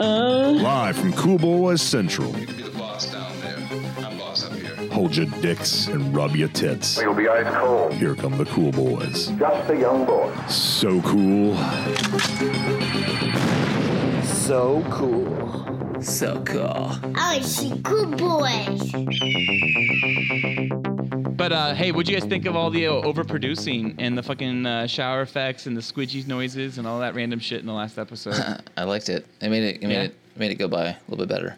Live from Cool Boys Central. You can be the boss down there. I'm boss up here. Hold your dicks and rub your tits. You'll be ice cold. Here come the Cool Boys. Just a young boy. So cool. So cool. So cool. Oh, she good boys. But uh, hey, what'd you guys think of all the uh, overproducing and the fucking uh, shower effects and the squidgy noises and all that random shit in the last episode? I liked it. It made it. It made Yeah? it. Made it go by a little bit better.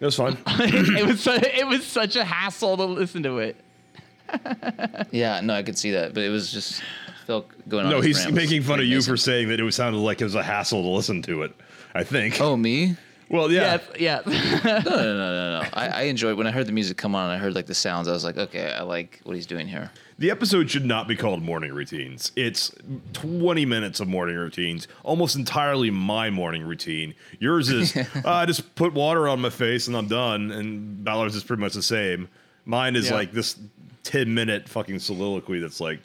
It was fun. it was su- it was such a hassle to listen to it. Yeah, no, I could see that, but it was just Phil going on. No, his he's rant was making fun of pretty you amazing. for saying that it sounded like it was a hassle to listen to it. I think. Oh me? well, yeah. Yes, yeah. No, no, no, no, no. I, I enjoyed when I heard the music come on. and I heard like the sounds. I was like, okay, I like what he's doing here. The episode should not be called morning routines. It's 20 minutes of morning routines, almost entirely my morning routine. Yours is uh, I just put water on my face and I'm done, and Ballard's is pretty much the same. Mine is Yeah. like this 10 minute fucking soliloquy that's like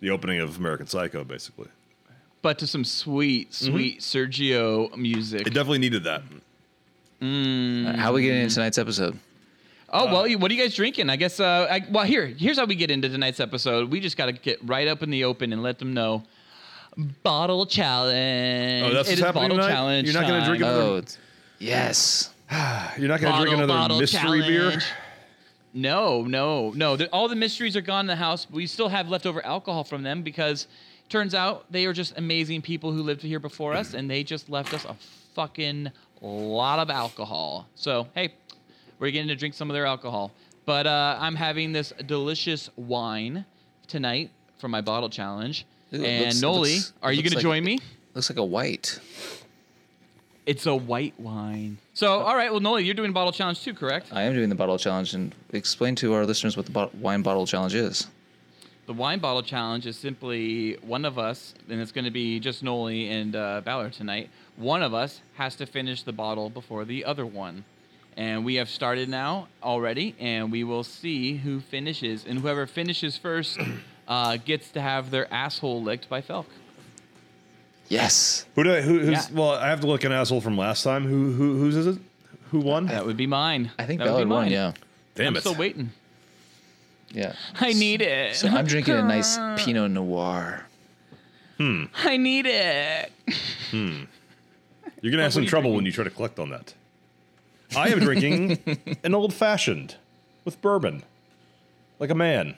the opening of American Psycho, basically. but to some sweet, sweet Sergio music. Mm-hmm. It definitely needed that. Uh, How are we Mm-hmm. getting into tonight's episode? Oh well, you- what are you guys drinking? I guess. Uh, I, well, here, here's how we get into tonight's episode. We just got to get right up in the open and let them know. Bottle challenge. Oh, that's It what's is happening bottle tonight? challenge. You're not gonna drink time. another- Oh, it's- yes. You're not going to Bottle, drink another bottle mystery beer? challenge. No, no, no. The- all the mysteries are gone in the house. We still have leftover alcohol from them because turns out they are just amazing people who lived here before us and they just left us a fucking lot of alcohol. So, hey, we're getting to drink some of their alcohol. But uh, I'm having this delicious wine tonight for my bottle challenge. Ooh, it and looks- it Noli, looks- are it you going looks like- to join me? Looks like a white. It's a white wine. So, all right, well, Noli, you're doing bottle challenge too, correct? I am doing the bottle challenge, and explain to our listeners what the bot- wine bottle challenge is. The wine bottle challenge is simply one of us, and it's going to be just Noli and uh, Ballard tonight. One of us has to finish the bottle before the other one. And we have started now already, and we will see who finishes. And whoever finishes first uh, gets to have their asshole licked by Felk. Yes. Who do I, who, who's, Yeah. Well, I have to look an asshole from last time. Who, who Whose is it? Who won? That would be mine. I think that would be Ballard won. mine. Yeah. Damn I'm it. still waiting. Yeah. I need it. So I'm drinking a nice Pinot Noir. I need it. You're gonna have some trouble when you try to collect on that. I am drinking an old fashioned with bourbon, like a man.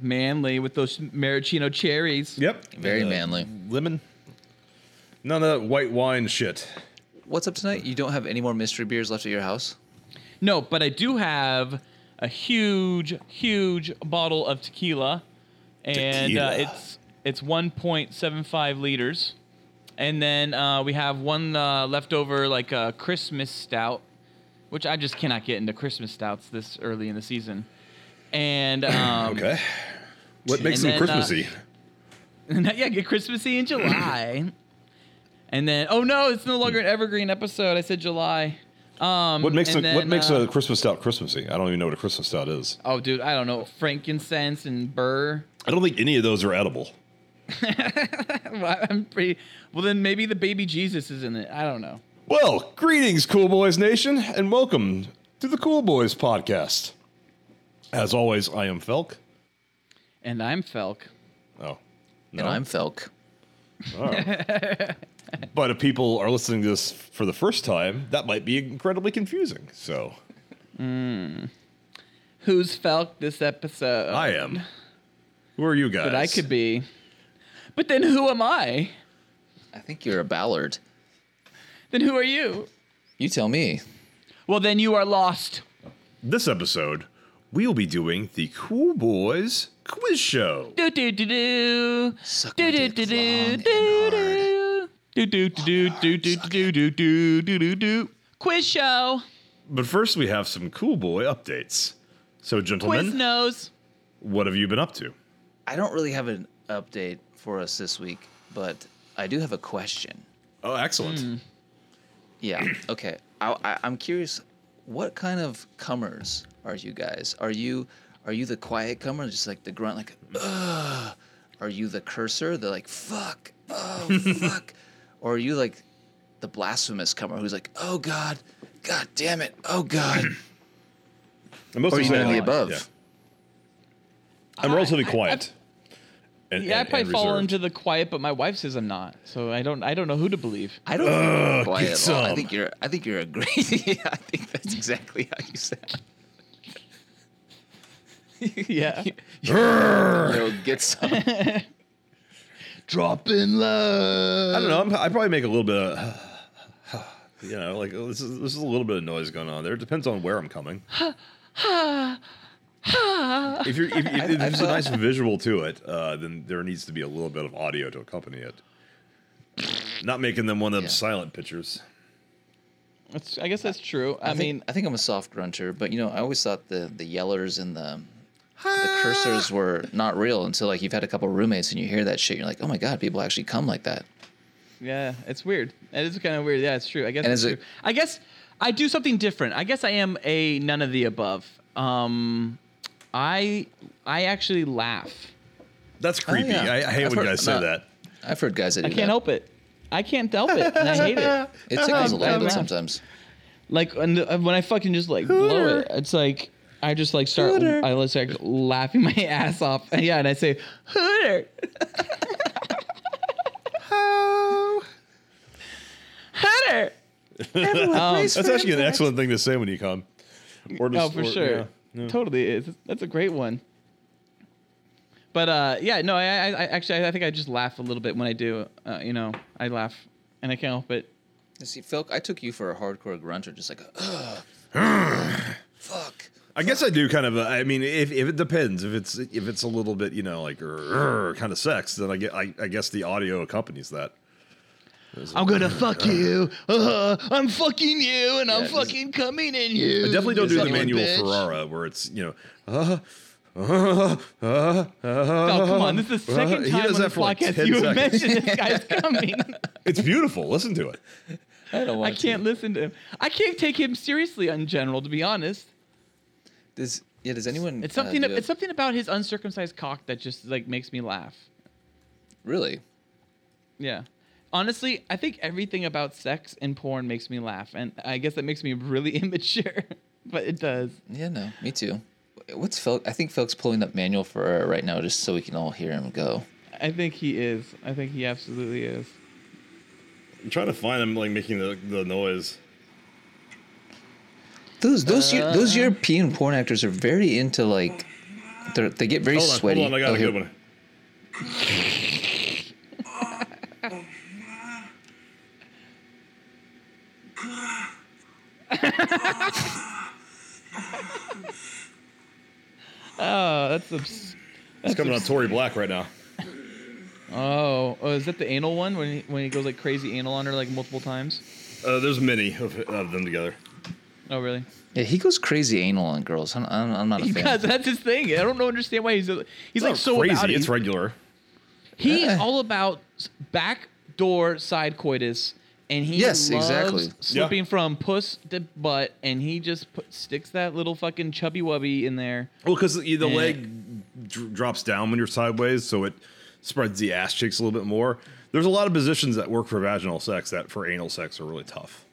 Manly with those maraschino cherries. Yep. Very And a manly. Lemon. None of that white wine shit. What's up tonight? You don't have any more mystery beers left at your house? No, but I do have a huge, huge bottle of tequila, and Uh, Tequila. it's it's 1.75 liters, and then uh, we have one uh, leftover like uh, Christmas stout, which I just cannot get into Christmas stouts this early in the season, and um, Okay. What makes And them then, uh, Christmassy? yeah, get Christmassy in July, and then oh no, it's no longer an evergreen episode. I said July. Um, what makes and a, what then, makes uh, a Christmas stout Christmassy? I don't even know what a Christmas stout is. Oh, dude, I don't know. Frankincense and burr. I don't think any of those are edible. Well, I'm pretty. Well, then maybe the baby Jesus is in it. I don't know. Well, greetings, Cool Boys Nation, and welcome to the Cool Boys podcast. As always, I am Felk. And I'm Felk. Oh, And I'm Felk. But if people are listening to this for the first time, that might be incredibly confusing. So Who's Felk this episode? I am. Who are you guys? But I could be. But then who am I? I think you're a Ballard. Then who are you? You tell me. Well, then you are lost. This episode, we'll be doing the Cool Boys Quiz Show. Do do do do. Suck my Do do dick do do do long and hard. do. Do do do do do do do do do do do do. Quiz show. But first, we have some Cool Boy updates. So, Quiz gentlemen, nose. what have you been up to? I don't really have an update for us this week, but I do have a question. Oh, excellent. Hmm. Yeah. Okay. I, I, I'm curious. What kind of comers Mm. are you guys? Are you are you the quiet comer, just like the grunt, like, ugh, are you the cursor? They're like, fuck, oh fuck, or are you like the blasphemous comer who's like, oh god, god damn it, oh god, I'm or mostly Oh, you none of the silent. above. Yeah. I'm relatively quiet. and- Yeah, I and- probably and fall reserved. into the quiet, but my wife says I'm not, so I don't. I don't know who to believe. I don't think you're Ugh, quiet get at all. I some. think you're. I think you're a great. yeah, I think that's exactly how you sound. yeah. Yo, get some. Drop in love. I don't know. I'm, I probably make a little bit of, you know, like oh, this is this is a little bit of noise going on there. It depends on where I'm coming. if you're, if, if, if there's a nice visual to it, uh, then there needs to be a little bit of audio to accompany it. Not making them one of them Yeah. silent pictures. That's, I guess that's true. I, I, mean, mean, I think I'm a soft grunter, but you know, I always thought the the yellers and the the Ah. cursors were not real until like you've had a couple roommates and you hear that shit. You're like, oh my god, people actually come like that. yeah, it's weird. It is kind of weird. Yeah, it's true. I guess. And it's is true. it- I guess I do something different. I guess I am a none of the above. Um, I I actually laugh. That's creepy. yeah. I, I hate I've when heard- guys say no. that. I've heard guys that do I can't that. help it. I can't help it. and I hate it. It tickles a Oh, little bit man. sometimes. Like and uh, when I fucking just like blow it, it's like I just like start. I was like laughing my ass off. Yeah, and I say hooter. Hooter. That's actually an excellent thing to say when you come. Or Oh, for or- sure. yeah. Totally is. That's a great one. But uh, yeah, no, I, I, I actually I think I just laugh a little bit when I do. Uh, you know, I laugh and I can't help it. You see, Phil, I took you for a hardcore grunter, just like, ugh, fuck. I guess I do kind of. uh, I mean, if, if it depends, if it's if it's a little bit, you know, like "Rrr," kind of sex, then I get. I, I guess the audio accompanies that. I'm gonna fuck Uh-huh. you. Uh, I'm fucking you, and I'm Yeah, fucking coming in you. I definitely don't Mm, Is do the that one manual bitch? Ferrara where it's you know. Uh, uh, uh, uh, Oh come on! This is the second he time does on that this for like podcast 10 you have seconds. mentioned this guy's coming. It's beautiful. Listen to it. I don't I want can't to. listen to him. I can't take him seriously in general, to be honest. Does, yeah, does anyone? It's uh, something. do ab- it? it's something about his uncircumcised cock that just like makes me laugh. really. Yeah. Honestly, I think everything about sex and porn makes me laugh, and I guess that makes me really immature, but it does. Yeah, no, me too. What's Phil? I think Phil's pulling up manual for uh, right now, just so we can all hear him go. I think he is. I think he absolutely is. I'm trying to find him like making the, the noise. Those those Uh. Eu- those European porn actors are very into like they're, they get very Hold on, sweaty. hold on. I got Oh, a here- good one. Oh, that's obs- It's coming on Tory Black right now. oh. oh, is that the anal one when he, when he goes like crazy anal on her like multiple times? Uh, there's many of, of them together. Oh, really? Yeah, he goes crazy anal on girls. I'm, I'm, I'm not a He fan. does. That's his thing. I don't know, understand why he's he's like Not so Oh, crazy. about it. It's regular. He is all about s- backdoor side coitus, and he Yes, loves exactly. slipping from puss to butt, and he just put, sticks that little fucking chubby wubby in there. Well, because the, the Yeah. leg dr- drops down when you're sideways, so it spreads the ass cheeks a little bit more. There's a lot of positions that work for vaginal sex that for anal sex are really tough.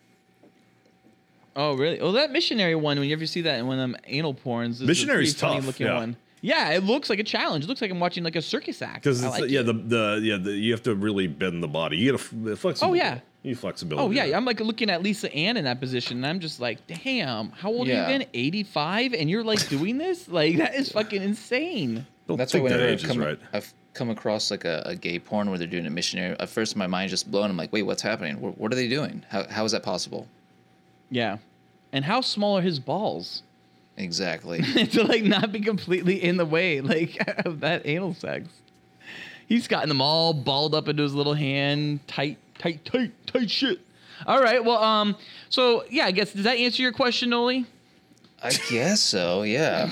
Oh, really? Well, that missionary one. When you ever see that in one of them anal porns, is a Missionary's pretty funny tough, Looking yeah. one. Yeah, it looks like a challenge. It looks like I'm watching like a circus act. Because I like yeah, it. the, the yeah the, you have to really bend the body. You get a flexibility. Oh, yeah. you need flexibility. Oh yeah, I'm like looking at Lisa Ann in that position, and I'm just like, damn, how old Yeah. are you again? 85, and you're like doing this? Like that is fucking insane. Don't That's why think whenever that I've age is come, right. I've come across like a, a gay porn where they're doing a missionary. At first, my mind just blown. I'm like, wait, what's happening? What, what are they doing? How, how is that possible? Yeah, and how small are his balls? Exactly. to like not be completely in the way like of that anal sex. He's gotten them all balled up into his little hand, tight, tight, tight, tight shit. All right, well, um, so yeah, I guess does that answer your question, Noli? I guess so. Yeah.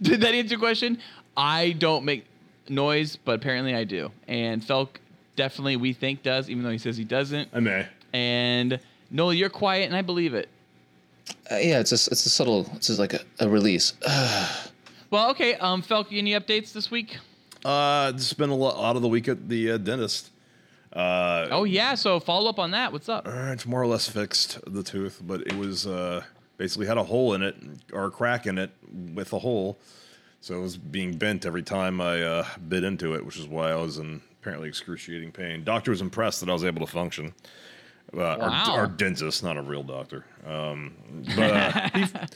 Did that answer your question? I don't make noise, but apparently I do, and Felk definitely we think does, even though he says he doesn't. I may. And Noli, you're quiet, and I believe it. Uh, yeah. It's a s- it's a subtle. It's just like a, a release. Well, okay, um, Felk, any updates this week? Uh, just spent a lo- lot of the week at the uh, dentist. Uh, Oh yeah, so follow up on that. What's up? Uh, it's more or less fixed the tooth, but it was uh, basically had a hole in it or a crack in it with a hole, so it was being bent every time I uh, bit into it, which is why I was in apparently excruciating pain. Doctor was impressed that I was able to function. Uh, Wow. our, our dentist, not a real doctor, um, but uh, he f-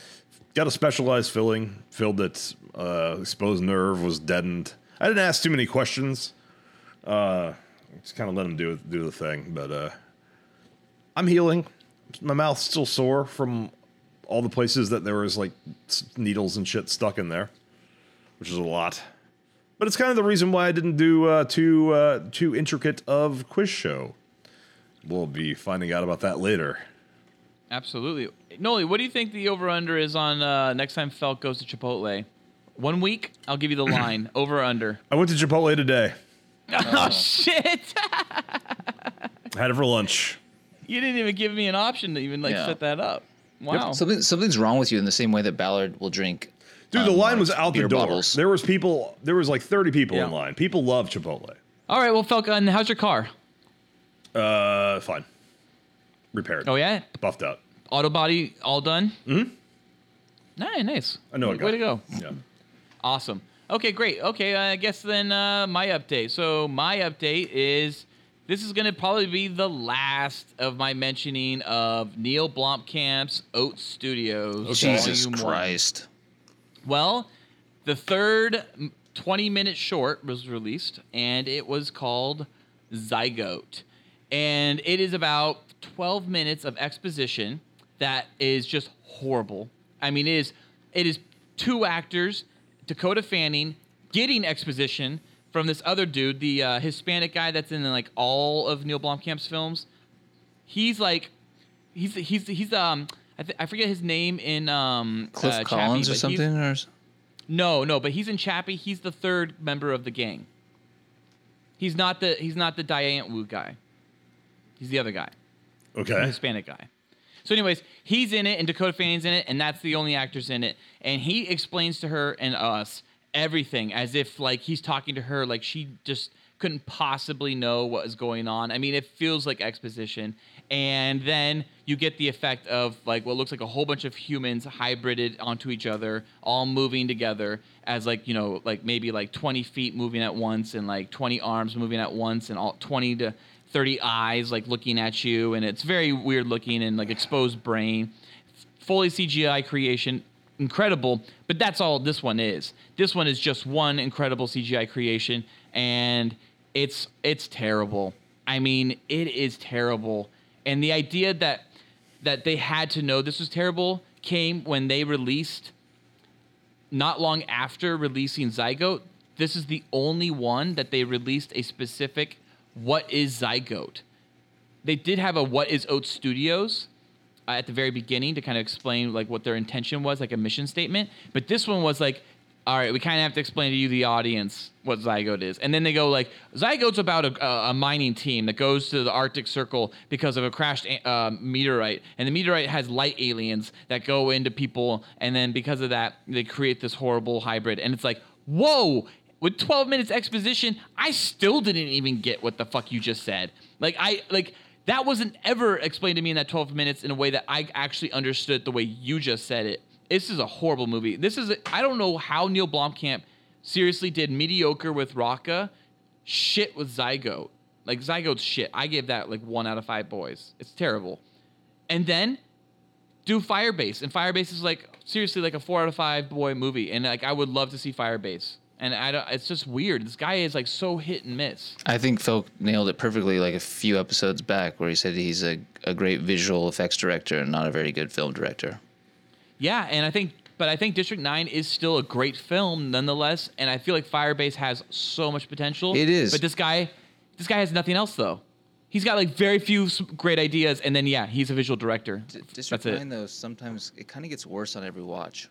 got a specialized filling, filled it. Uh, exposed nerve was deadened. I didn't ask too many questions. Uh, just kind of let him do it, do the thing, but uh, I'm healing. My mouth's still sore from all the places that there was like s- needles and shit stuck in there, which is a lot. But it's kind of the reason why I didn't do uh, too uh, too intricate of quiz show. We'll be finding out about that later. Absolutely. Noli, what do you think the over under is on uh, next time Felk goes to Chipotle? One week? I'll give you the line. over or under. I went to Chipotle today. Oh, shit. Had it for lunch. you didn't even give me an option to even like Yeah. set that up. Wow. Something something's wrong with you in the same way that Ballard will drink. Dude, the um, line was like, out the beer door. bottles. There was people. There was like 30 people Yeah. in line. People love Chipotle. All right, well Felk, and how's your car? Uh, fine. Repaired. Oh yeah? Buffed out. Auto body all done? Mm-hmm. Nice, nice. I know Way, it got- way to go. Yeah. Awesome. Okay, great. Okay, I guess then uh, my update. So my update is this is going to probably be the last of my mentioning of Neil Blomkamp's Oat Studios. Jesus Volume One. Uh, Christ. Well, the third 20 minute short was released, and it was called Zygote. And it is about 12 minutes of exposition that is just horrible. I mean, it is, it is two actors, Dakota Fanning, getting exposition from this other dude, the uh, Hispanic guy that's in like all of Neil Blomkamp's films. He's like, he's he's he's um I, th- I forget his name in um Cliff uh, Chappie, Collins or but he's- something or s- no, no, but he's in Chappie. He's the third member of the gang. He's not the he's not the Diane Wu guy. He's the other guy, the Okay. Hispanic guy. So, anyways, he's in it, and Dakota Fanning's in it, and that's the only actors in it. And he explains to her and us everything as if like he's talking to her, like she just couldn't possibly know what was going on. I mean, it feels like exposition. And then you get the effect of like what looks like a whole bunch of humans hybrided onto each other, all moving together as like you know, like maybe like 20 feet moving at once, and like 20 arms moving at once, and all 20 to 30 eyes like looking at you and it's very weird looking and like exposed brain fully cgi creation incredible but that's all this one is this one is just one incredible cgi creation and it's it's terrible i mean it is terrible and the idea that that they had to know this was terrible came when they released not long after releasing Zygote, this is the only one that they released a specific what is Zygote. They did have a what is Oat Studios uh, at the very beginning to kind of explain like what their intention was, like a mission statement. But this one was like, all right, we kind of have to explain to you, the audience, what Zygote is. And then they go like, Zygote's about a, a- a mining team that goes to the Arctic Circle because of a crashed a- uh, meteorite, and the meteorite has light aliens that go into people, and then because of that, they create this horrible hybrid. And it's like, whoa. With 12 minutes exposition, I still didn't even get what the fuck you just said. Like I like that wasn't ever explained to me in that 12 minutes in a way that I actually understood the way you just said it. This is a horrible movie. This is, I I don't know how Neil Blomkamp seriously did mediocre with Rocca, shit with Zygote. Like, Zygote's shit. I gave that like one out of five boys. It's terrible. And then do Firebase. And Firebase is like, seriously, like a four out of five boy movie. And like, I would love to see Firebase. And I don't, it's just weird. This guy is like so hit and miss. I think Phil nailed it perfectly like a few episodes back where he said he's a, a great visual effects director and not a very good film director. Yeah, and I think, but I think District Nine is still a great film nonetheless, and I feel like Firebase has so much potential. It is. but this guy, this guy has nothing else though. He's got like very few s- great ideas, and then yeah, he's a visual director. District That's it. 9 though sometimes it kind of gets worse on every watch.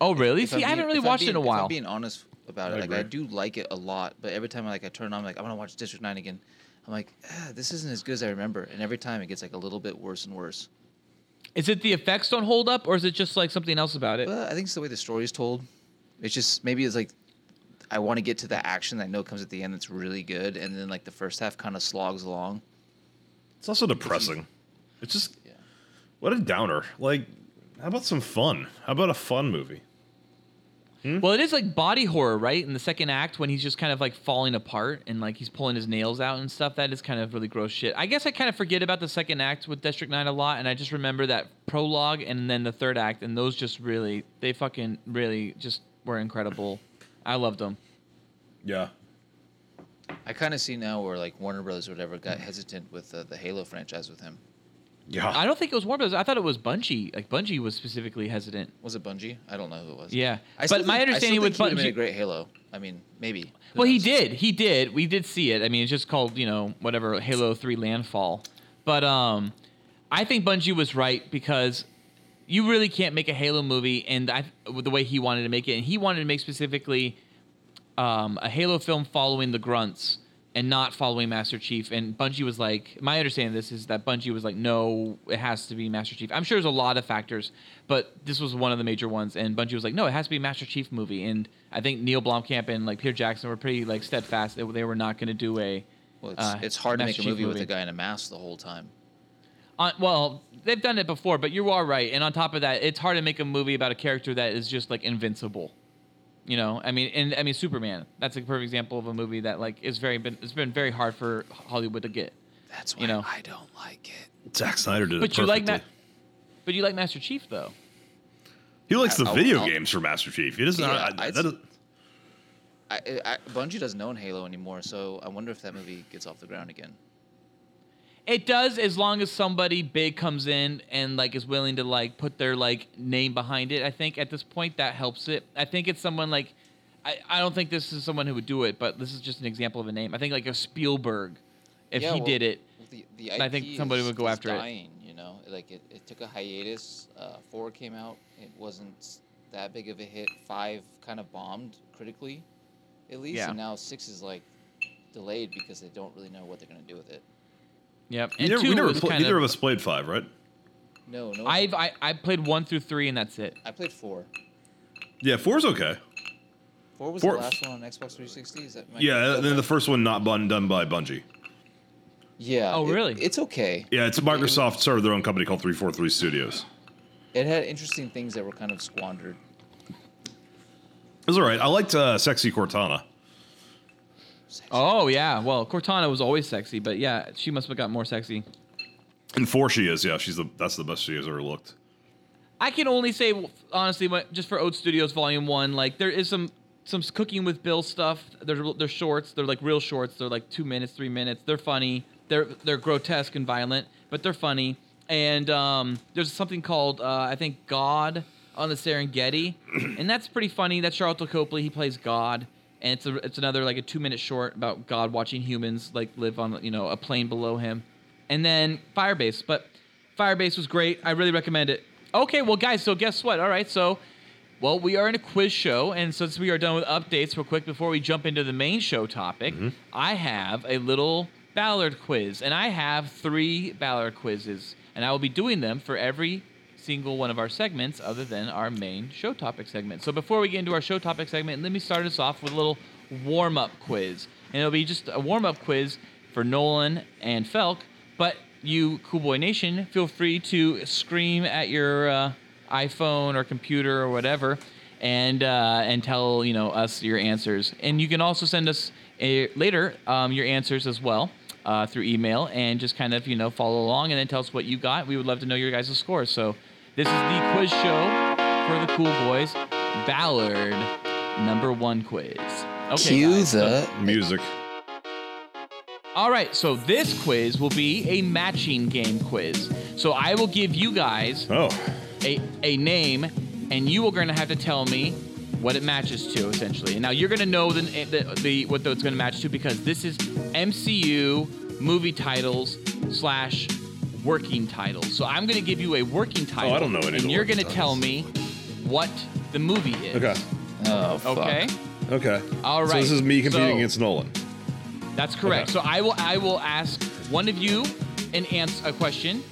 Oh really? If I'm See, I being- haven't really if I'm watched it in being- a if while. I'm being honest about it, I like I agree. do like it a lot, but every time like I turn on, like I want to watch District Nine again. I'm like, ah, this isn't as good as I remember, and every time it gets like a little bit worse and worse. is it the effects don't hold up, or is it just like something else about it? But I think it's the way the story is told. It's just maybe it's like I want to get to the action that I know comes at the end that's really good, and then like the first half kind of slogs along. It's also depressing. It's just what a downer. Like, how about some fun? How about a fun movie? Well, it is like body horror, right? In the second act, when he's just kind of like falling apart and like he's pulling his nails out and stuff, that is kind of really gross shit. I guess I kind of forget about the second act with District 9 a lot, and I just remember that prologue and then the third act, and those just really, they fucking really just were incredible. I loved them. Yeah. I kind of see now where like Warner Brothers or whatever got hesitant with uh, the Halo franchise with him. Yeah. I don't think it was Warner Brothers. I thought it was Bungie. Like Bungie was specifically hesitant. Was it Bungie? I don't know who it was. Yeah. I still But my think- I still understanding think with he would've made Bungie- a great Halo. I mean, maybe. Who Well, he knows? did. He did. We did see it. I mean, it's just called, you know, whatever, Halo 3 Landfall. But um I think Bungie was right because you really can't make a Halo movie and I with the way he wanted to make it and he wanted to make specifically um, a Halo film following the grunts and not following Master Chief. And Bungie was like, my understanding of this is that Bungie was like, no, it has to be Master Chief. I'm sure there's a lot of factors, but this was one of the major ones. And Bungie was like, no, it has to be a Master Chief movie. And I think Neil Blomkamp and like Peter Jackson were pretty like steadfast. They, they were not going to do a. Well, it's, uh, it's hard to make Master a Chief movie, with a guy in a mask the whole time. on, Uh, well, they've done it before, but you are right. And on top of that, it's hard to make a movie about a character that is just like invincible. You know, I mean, and I mean Superman. That's a perfect example of a movie that like is very been it's been very hard for Hollywood to get. That's why You know. I don't like it. Zack Snyder did But it you like perfectly. that. But you like Master Chief though. He likes the I- I- video I'll- games for Master Chief. He doesn't. Yeah, I- I, I'd- that is- I, I, Bungie doesn't own Halo anymore, so I wonder if that movie gets off the ground again. It does as long as somebody big comes in and like is willing to like put their like name behind it. I think at this point that helps it. I think it's someone like I, I don't think this is someone who would do it, but this is just an example of a name. I think like a Spielberg, if Yeah, he well- did it, well, The, the I think IP somebody is- would go is after it. dying, it. You know, like it, it took a hiatus. Uh, four came out. It wasn't that big of a hit. Five kind of bombed critically, at least. Yeah. And now six is like delayed because they don't really know what they're gonna do with it. Yep. you And never, two we never was pla- kind neither of, of us played five, right? No, no. I've I, I played one through three and that's it. I played four. Yeah, four's okay. Four was Four- the last one on Xbox 360. Is that my Yeah, and then the first one not bun- done by Bungie. yeah. Oh, it- really? it's okay. Yeah, it's Microsoft started their own company called 343 Studios. It had interesting things that were kind of squandered. It was all right. I liked uh, Sexy Cortana. Oh yeah. Well, Cortana was always sexy, but yeah, she must have got more sexy. And four she is. Yeah, she's the that's the best she has ever looked. I can only say w- honestly, what- just for Oat Studios Volume One, like there is some some s- cooking with Bill stuff. They're they're shorts. They're like real shorts. They're like two minutes, three minutes. They're funny. They're they're grotesque and violent, but they're funny. And um, there's something called uh, I think God on the Serengeti, and that's pretty funny. That's Charlton Copley. He plays God, and it's a, it's another like a two minute short about God watching humans like live on you know a plane below him, and then Firebase. But Firebase was great. I really recommend it. Okay, well, guys, so guess what? All right, so, well, we are in a quiz show, and since we are done with updates real quick before we jump into the main show topic, I have a little Ballard quiz, and I have three Ballard quizzes, and I will be doing them for every single one of our segments other than our main show topic segment. So before we get into our show topic segment, let me start us off with a little warm up quiz. And it'll be just a warm up quiz for Nolan and Felk, but you cool boy nation feel free to scream at your uh, iphone or computer or whatever and uh, and tell you know us your answers and you can also send us a, later um, your answers as well uh, through email and just kind of you know follow along and then tell us what you got we would love to know your guys' scores so this is the quiz show for the cool boys ballard number one quiz okay guys, so- Music. all right, so this quiz will be a matching game quiz. So I will give you guys Oh, a, a name, and you are going to have to tell me what it matches to, essentially. And now you're going to know the, the, the what it's going to match to because this is MCU movie titles slash working titles. So I'm going to give you a working title. Oh, don't know any of the And you're working going to tell me what the movie is. okay, Oh, fuck. Okay. okay. All So right, this is me competing so- against Nolan. That's correct. Okay. So I will I will ask one of you an answer a question,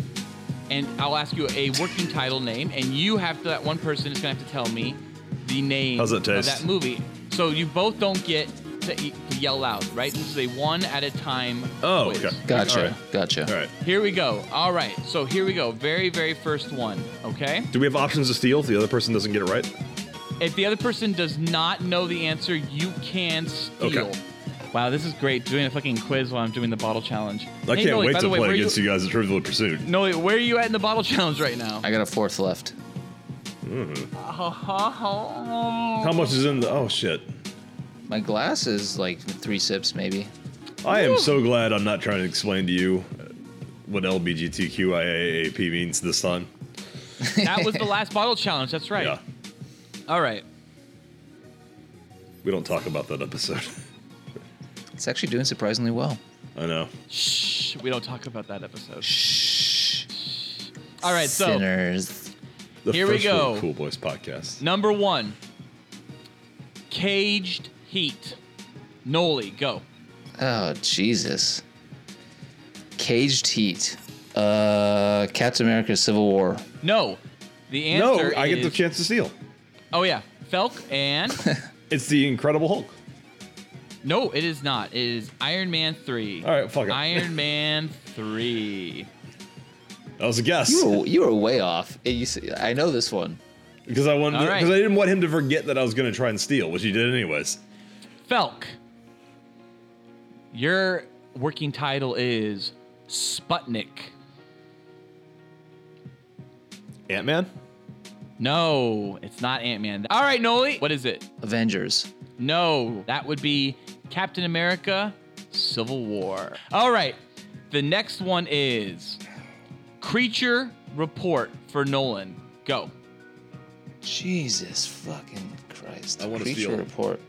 and I'll ask you a working title name, and you have to that one person is gonna have to tell me the name How's it of taste? that movie. So you both don't get to, e- to yell out, right? This is a one at a time. Oh, quiz. okay. Gotcha. All right. Gotcha. All right. Here we go. All right. So here we go. Very, very first one. Okay. Do we have options to steal if the other person doesn't get it right? If the other person does not know the answer, you can steal. Okay. Wow, this is great doing a fucking quiz while I'm doing the bottle challenge. I Hey, can't Noli, wait by to the way, play where against you. you guys in Trivial Pursuit. Noli, where are you at in the bottle challenge right now? I got a fourth left. How much is in the? Oh shit! My glass is like three sips, maybe. I am so glad I'm not trying to explain to you uh, what LBGTQIAAP means this time. that was the last bottle challenge. That's right. Yeah, All right. we don't talk about that episode. It's actually doing surprisingly well. I know. Shh. We don't talk about that episode. Shh. All right. So Sinners. The Here we first rule of go. Cool Boys podcast. number one, caged heat. Noli, go. Oh Jesus. Caged heat. Uh, Captain America: Civil War. No. The No, answer I get the is- chance to steal. Oh yeah, Felk and It's the Incredible Hulk. no, it is not. It is Iron Man three. All right, fuck it. Iron Man three. That was a guess You were, you were way off. Eh, you s- I know this one. because I wanted All right. because I didn't want him to forget that I was going to try and steal, which he did anyways. Felk. Your working title is Sputnik. Ant Man. No, it's not Ant Man. All right, Noli. What is it? Avengers. No, that would be Captain America Civil War. All right, the next one is Creature Report for Nolan. Go. Jesus fucking Christ. I wanna Creature steal. Report.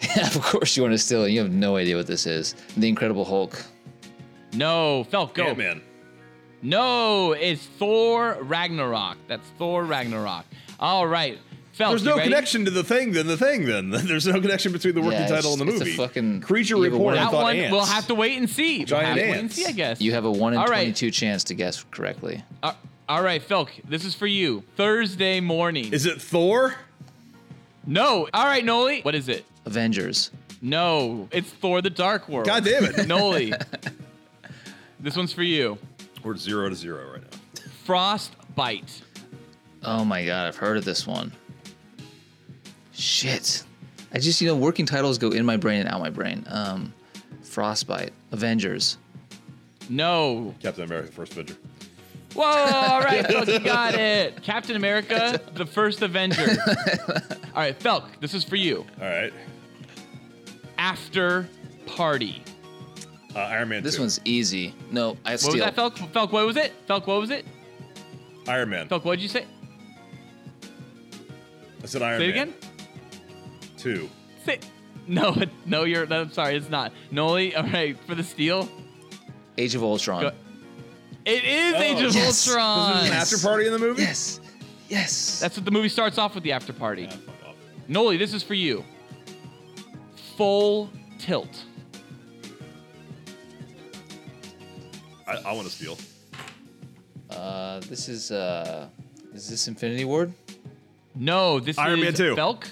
of course you want to steal it. You have no idea what this is. The Incredible Hulk. No, Felk, go. Ant Man. No, it's Thor Ragnarok. That's Thor Ragnarok. All right, There's Felk. Oh, you no ready? connection to the thing, then the thing, then there's no connection between the working Yeah, title and it's- the it's a movie. fucking creature evil report. one. I That thought one, ants. we'll have to wait and see. We'll Giant have to wait and ants. see, I guess. You have a 1 in All right. 22 chance to guess correctly. Uh, all right, Felk. This is for you. Thursday morning. Is it Thor? no. All right, Noli. What is it? Avengers. No, it's Thor: The Dark World. God damn it! Noli. this one's for you. We're zero to zero right now. Frostbite. Oh my god, I've heard of this one. Shit. I just, you know, working titles go in my brain and out my brain. Um, Frostbite, Avengers. No. Captain America: First Avenger. Whoa! All right, Felk, you got it. Captain America: The First Avenger. All right, Felk. This is for you. All right, After Party. uh, Iron Man. This 2. one's easy. No, I What steal. was that, Felk? Felk, what was it? Felk, what was it? Iron Man. Felk, what did you say? I said Iron say it Man. again. Two. Say. No, it- no, you're. no, I'm sorry, it's not. Noli, all right, for the steal. Age of Ultron. Go- It is Oh. Age of Yes. Ultron. Is an after party in the movie? Yes. Yes. That's what the movie starts off with the after party. Ah, fuck off. Noli, this is for you. Full tilt. I, I want to steal. Uh, this is uh, is this Infinity Ward? No, this Iron is Man 2. Felk.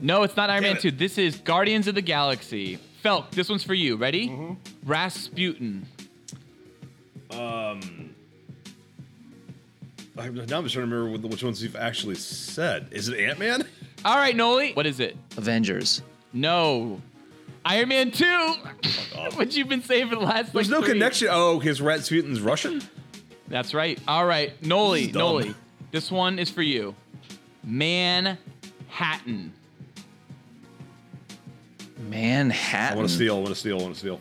No, it's not Iron Damn Man it. 2. This is Guardians of the Galaxy. Felk, this one's for you. Ready? Mm-hmm. Rasputin. I, now I'm just trying to remember what- which ones you've actually said. Is it Ant Man? All right, Noli. What is it? Avengers. No. Iron Man 2. off. what you've been saying for the last There's like, no three. connection. Oh, because Rasputin's Russian. That's right. All right, Noli, This is dumb. Noli. This one is for you. Manhattan. Manhattan. I want to steal. I want to steal. I want to steal.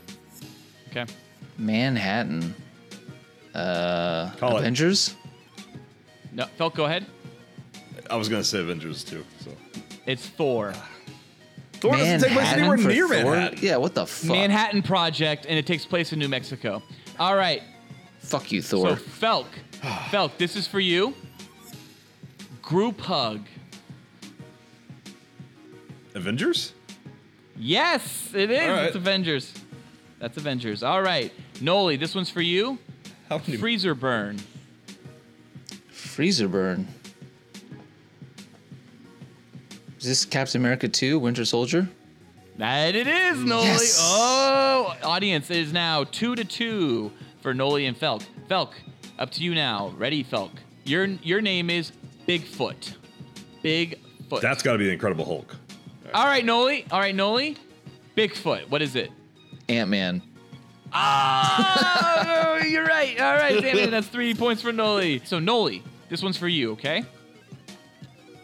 Okay. Manhattan. Uh, Call it. Avengers. No, Felk, go ahead. I was gonna say Avengers too. So It's Thor. Thor doesn't take place anywhere for near Thor? Manhattan. Yeah. What the fuck? Manhattan Project, and it takes place in New Mexico. All right. Fuck you, Thor. So Felk, Felk, this is for you. Group hug. Avengers. Yes, it is. All right. It's Avengers. That's Avengers. All right, Noli, this one's for you. How many? Freezer burn. Freezer burn. Is this Captain America 2, Winter Soldier? That it is, Noli. Yes. Oh, audience it is now two to two for Noli and Felk. Felk, up to you now. Ready, Felk? Your your name is Bigfoot. Bigfoot. That's got to be the Incredible Hulk. all right, Noli. All right, Noli. Bigfoot. What is it? Ant Man. Oh, you're right. All right, damn it. That's three points for Noli. So Noli, this one's for you, okay?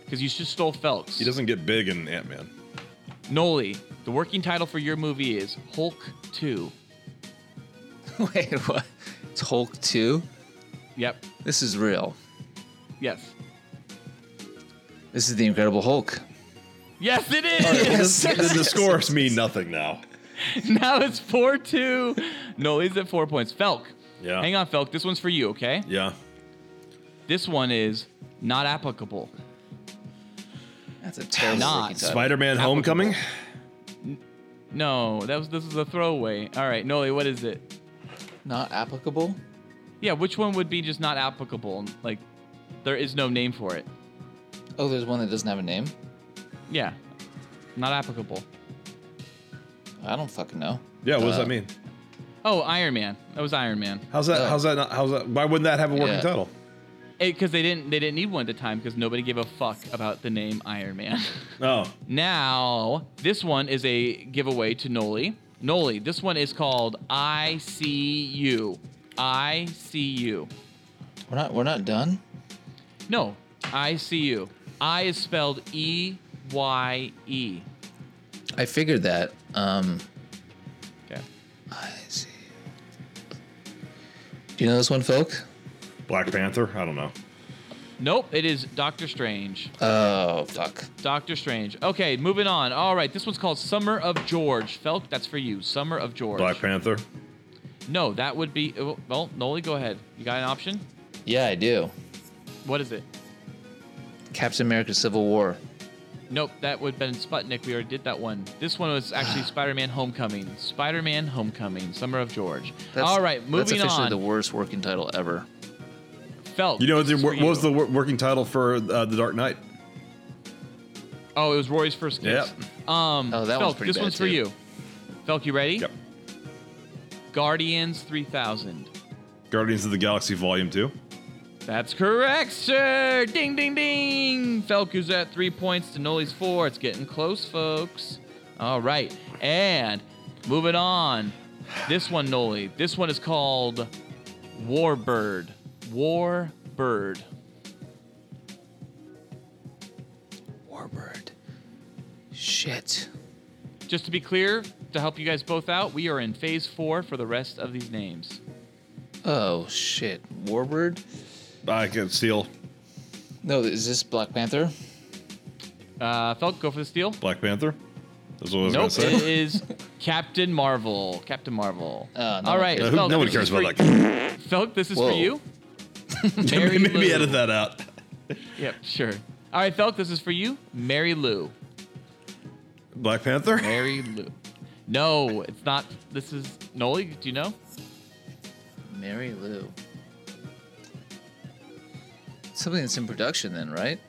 Because you just stole Felk's. He doesn't get big in Ant Man. Noli, the working title for your movie is Hulk Two. Wait, what? It's Hulk 2? Yep. This is real. Yes. This is the Incredible Hulk. Yes, it is. the, the scores mean nothing now. now it's four two. No, he's at four points. Felk. Yeah. Hang on, Felk. This one's for you, okay? Yeah. This one is not applicable. That's a terrible Not freaking title. Spider Man Homecoming? No, that was this was a throwaway. All right, Noli, what is it? Not applicable? Yeah, which one would be just not applicable? Like, there is no name for it. Oh, there's one that doesn't have a name? Yeah, not applicable. I don't fucking know. Yeah, what does Uh, that mean? Oh, Iron Man. That was Iron Man. How's that? uh, how's that? Not, how's that? Why wouldn't that have a working Yeah. title? Because they didn't they didn't need one at the time because nobody gave a fuck about the name Iron Man. Oh, Now, this one is a giveaway to Noli. Noli, this one is called I See You. I See You. We're not we're not done? No, I See You. I is spelled E Y E. I figured that. Um Okay. I see. Do you know this one, Folk? Black Panther? I don't know. Nope, it is Doctor Strange. Oh fuck. Doctor Strange. Okay, moving on. All right, this one's called Summer of George. Felk, that's for you. Summer of George. Black Panther. No, that would be. oh, Well, Noli, go ahead. You got an option? Yeah, I do. What is it? Captain America Civil War. Nope, that would have been Sputnik. We already did that one. This one was actually Spider-Man: Homecoming. Spider-Man: Homecoming, Summer of George. All right, That's moving officially on. the worst working title ever. Felt. You know what, the, this is what for was the you. wor- working title for uh, The Dark Knight? Oh, it was Roy's first kiss. Um, Oh, that one's Felk, pretty this bad, one's for too. you. Felk, you ready? Yep. Guardians 3000. Guardians of the Galaxy Volume Two. That's correct, sir. Ding, ding, ding. Felku's at three points to Noli's four. It's getting close, folks. All right. And moving on. This one, Noli. This one is called Warbird. Warbird. Warbird. Shit. Just to be clear, to help you guys both out, we are in phase four for the rest of these names. Oh shit. Warbird? I can steal No, is this Black Panther? Uh, Felk, go for the steal. Black Panther. That's what I was Nope, gonna it say. is Captain Marvel. Captain Marvel. Uh, no All one right, Uh, cares. who- Felk, nobody this is cares about for that. Felk, this is Whoa. for you. Mary Maybe Lou. edit that out. Yep, sure. All right, Felk, this is for you. Mary Lou. Black Panther. Mary Lou. No, it's not. This is Noli. Do you know? Mary Lou. Something that's in production then, right?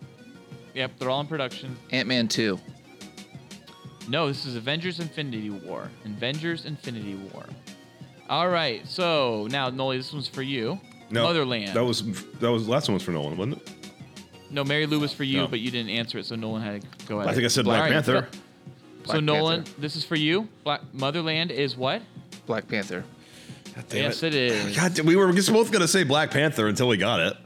Yep, they're all in production. Ant Man 2. No, this is Avengers Infinity War. Avengers Infinity War. All right, so now, Noli, this one's for you. Motherland. That was that was last one was for Nolan, wasn't it? no, Mary Lou was for you, No. but you didn't answer it, so Nolan had to go at I think I it. said Black Black Panther. Panther. so, Black Nolan, Panther. this is for you. Black Motherland is what? Black Panther. God damn yes, it. it is. God, we were just both gonna say Black Panther until we got it.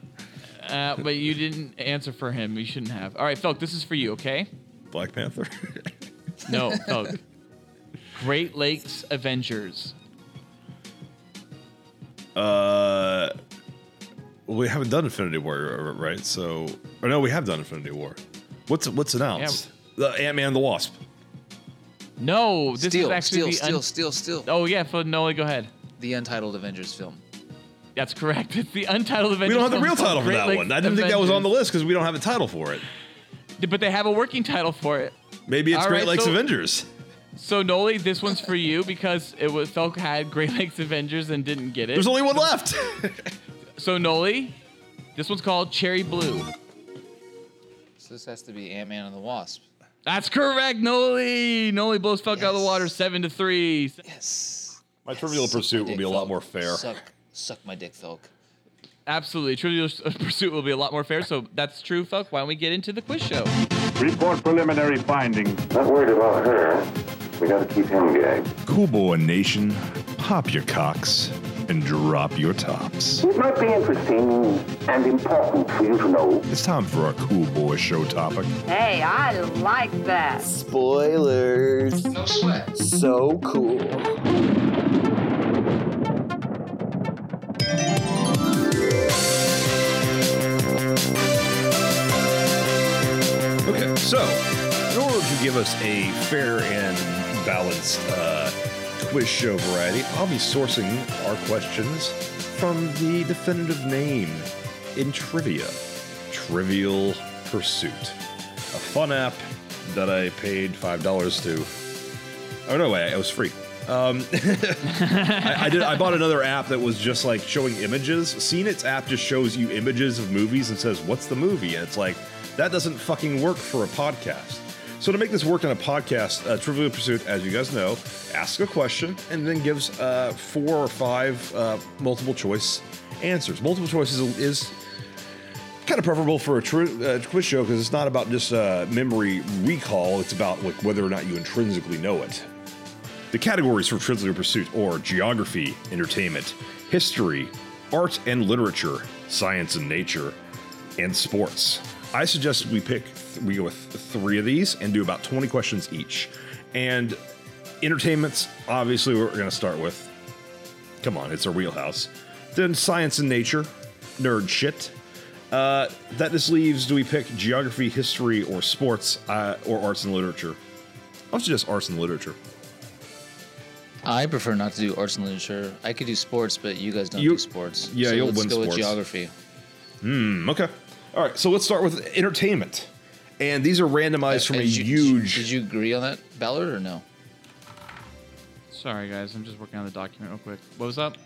Uh, but you didn't answer for him. You shouldn't have. All right, Felk, this is for you, okay? Black Panther. No, Thug. Great Lakes Avengers. uh, well, we haven't done Infinity War, right? So, or no, we have done Infinity War. What's what's announced? The Ant Man and the Wasp. No, this Steel, is actually steel, the. un- steel, steel, steel. oh yeah, for Noah, go ahead. The untitled Avengers film. That's correct. It's the untitled Avengers. We don't have the film real called title for Great that Lakes one. I didn't think that was on the Avengers. list because we don't have a title for it. But they have a working title for it. Maybe it's All Great right, Lakes so- Avengers. So Noli, this one's for you because it was Felk had Great Lakes Avengers and didn't get it. There's only one left. so Noli, this one's called Cherry Blue. So this has to be Ant Man and the Wasp. That's correct, Noli. Noli blows fuck out of the water seven to three. Yes. My Trivial Suck my Pursuit will dick, be a lot Felk. more fair. Suck, suck my dick, Felk. Absolutely. Trivial Pursuit will be a lot more fair. So that's true, Felk. Why don't we get into the quiz show? Report preliminary findings. Not worried about her. We gotta keep him gagged. Cool Boy Nation, pop your cocks and drop your tops. It might be interesting and important for you to know. It's time for our Cool Boy show topic. Hey, I like that. Spoilers. No sweat. So cool. Okay, so in order to give us a fair and balanced uh, quiz show variety, I'll be sourcing our questions from the definitive name in trivia Trivial Pursuit, a fun app that I paid $5 to. Oh, no, wait, it was free. Um, I, I did. I bought another app that was just like showing images. Scenet's app just shows you images of movies and says, "What's the movie?" And it's like that doesn't fucking work for a podcast. So to make this work on a podcast, uh, Trivial Pursuit, as you guys know, asks a question and then gives uh, four or five uh, multiple choice answers. Multiple choice is, is kind of preferable for a tri- uh, quiz show because it's not about just uh, memory recall. It's about like whether or not you intrinsically know it. The categories for Trivial Pursuit are geography, entertainment, history, art and literature, science and nature, and sports. I suggest we pick, we go with three of these and do about 20 questions each. And entertainment's obviously what we're going to start with. Come on, it's our wheelhouse. Then science and nature, nerd shit. Uh, that just leaves do we pick geography, history, or sports, uh, or arts and literature? I'll suggest arts and literature. I prefer not to do arts and literature. I could do sports, but you guys don't You- do sports. yeah, so you'll let's win go with sports. geography. Mm, Okay. All right. So let's start with entertainment, and these are randomized from Uh, a did you- huge. Did you agree on that, Ballard, or no? Sorry, guys. I'm just working on the document real quick. What was up?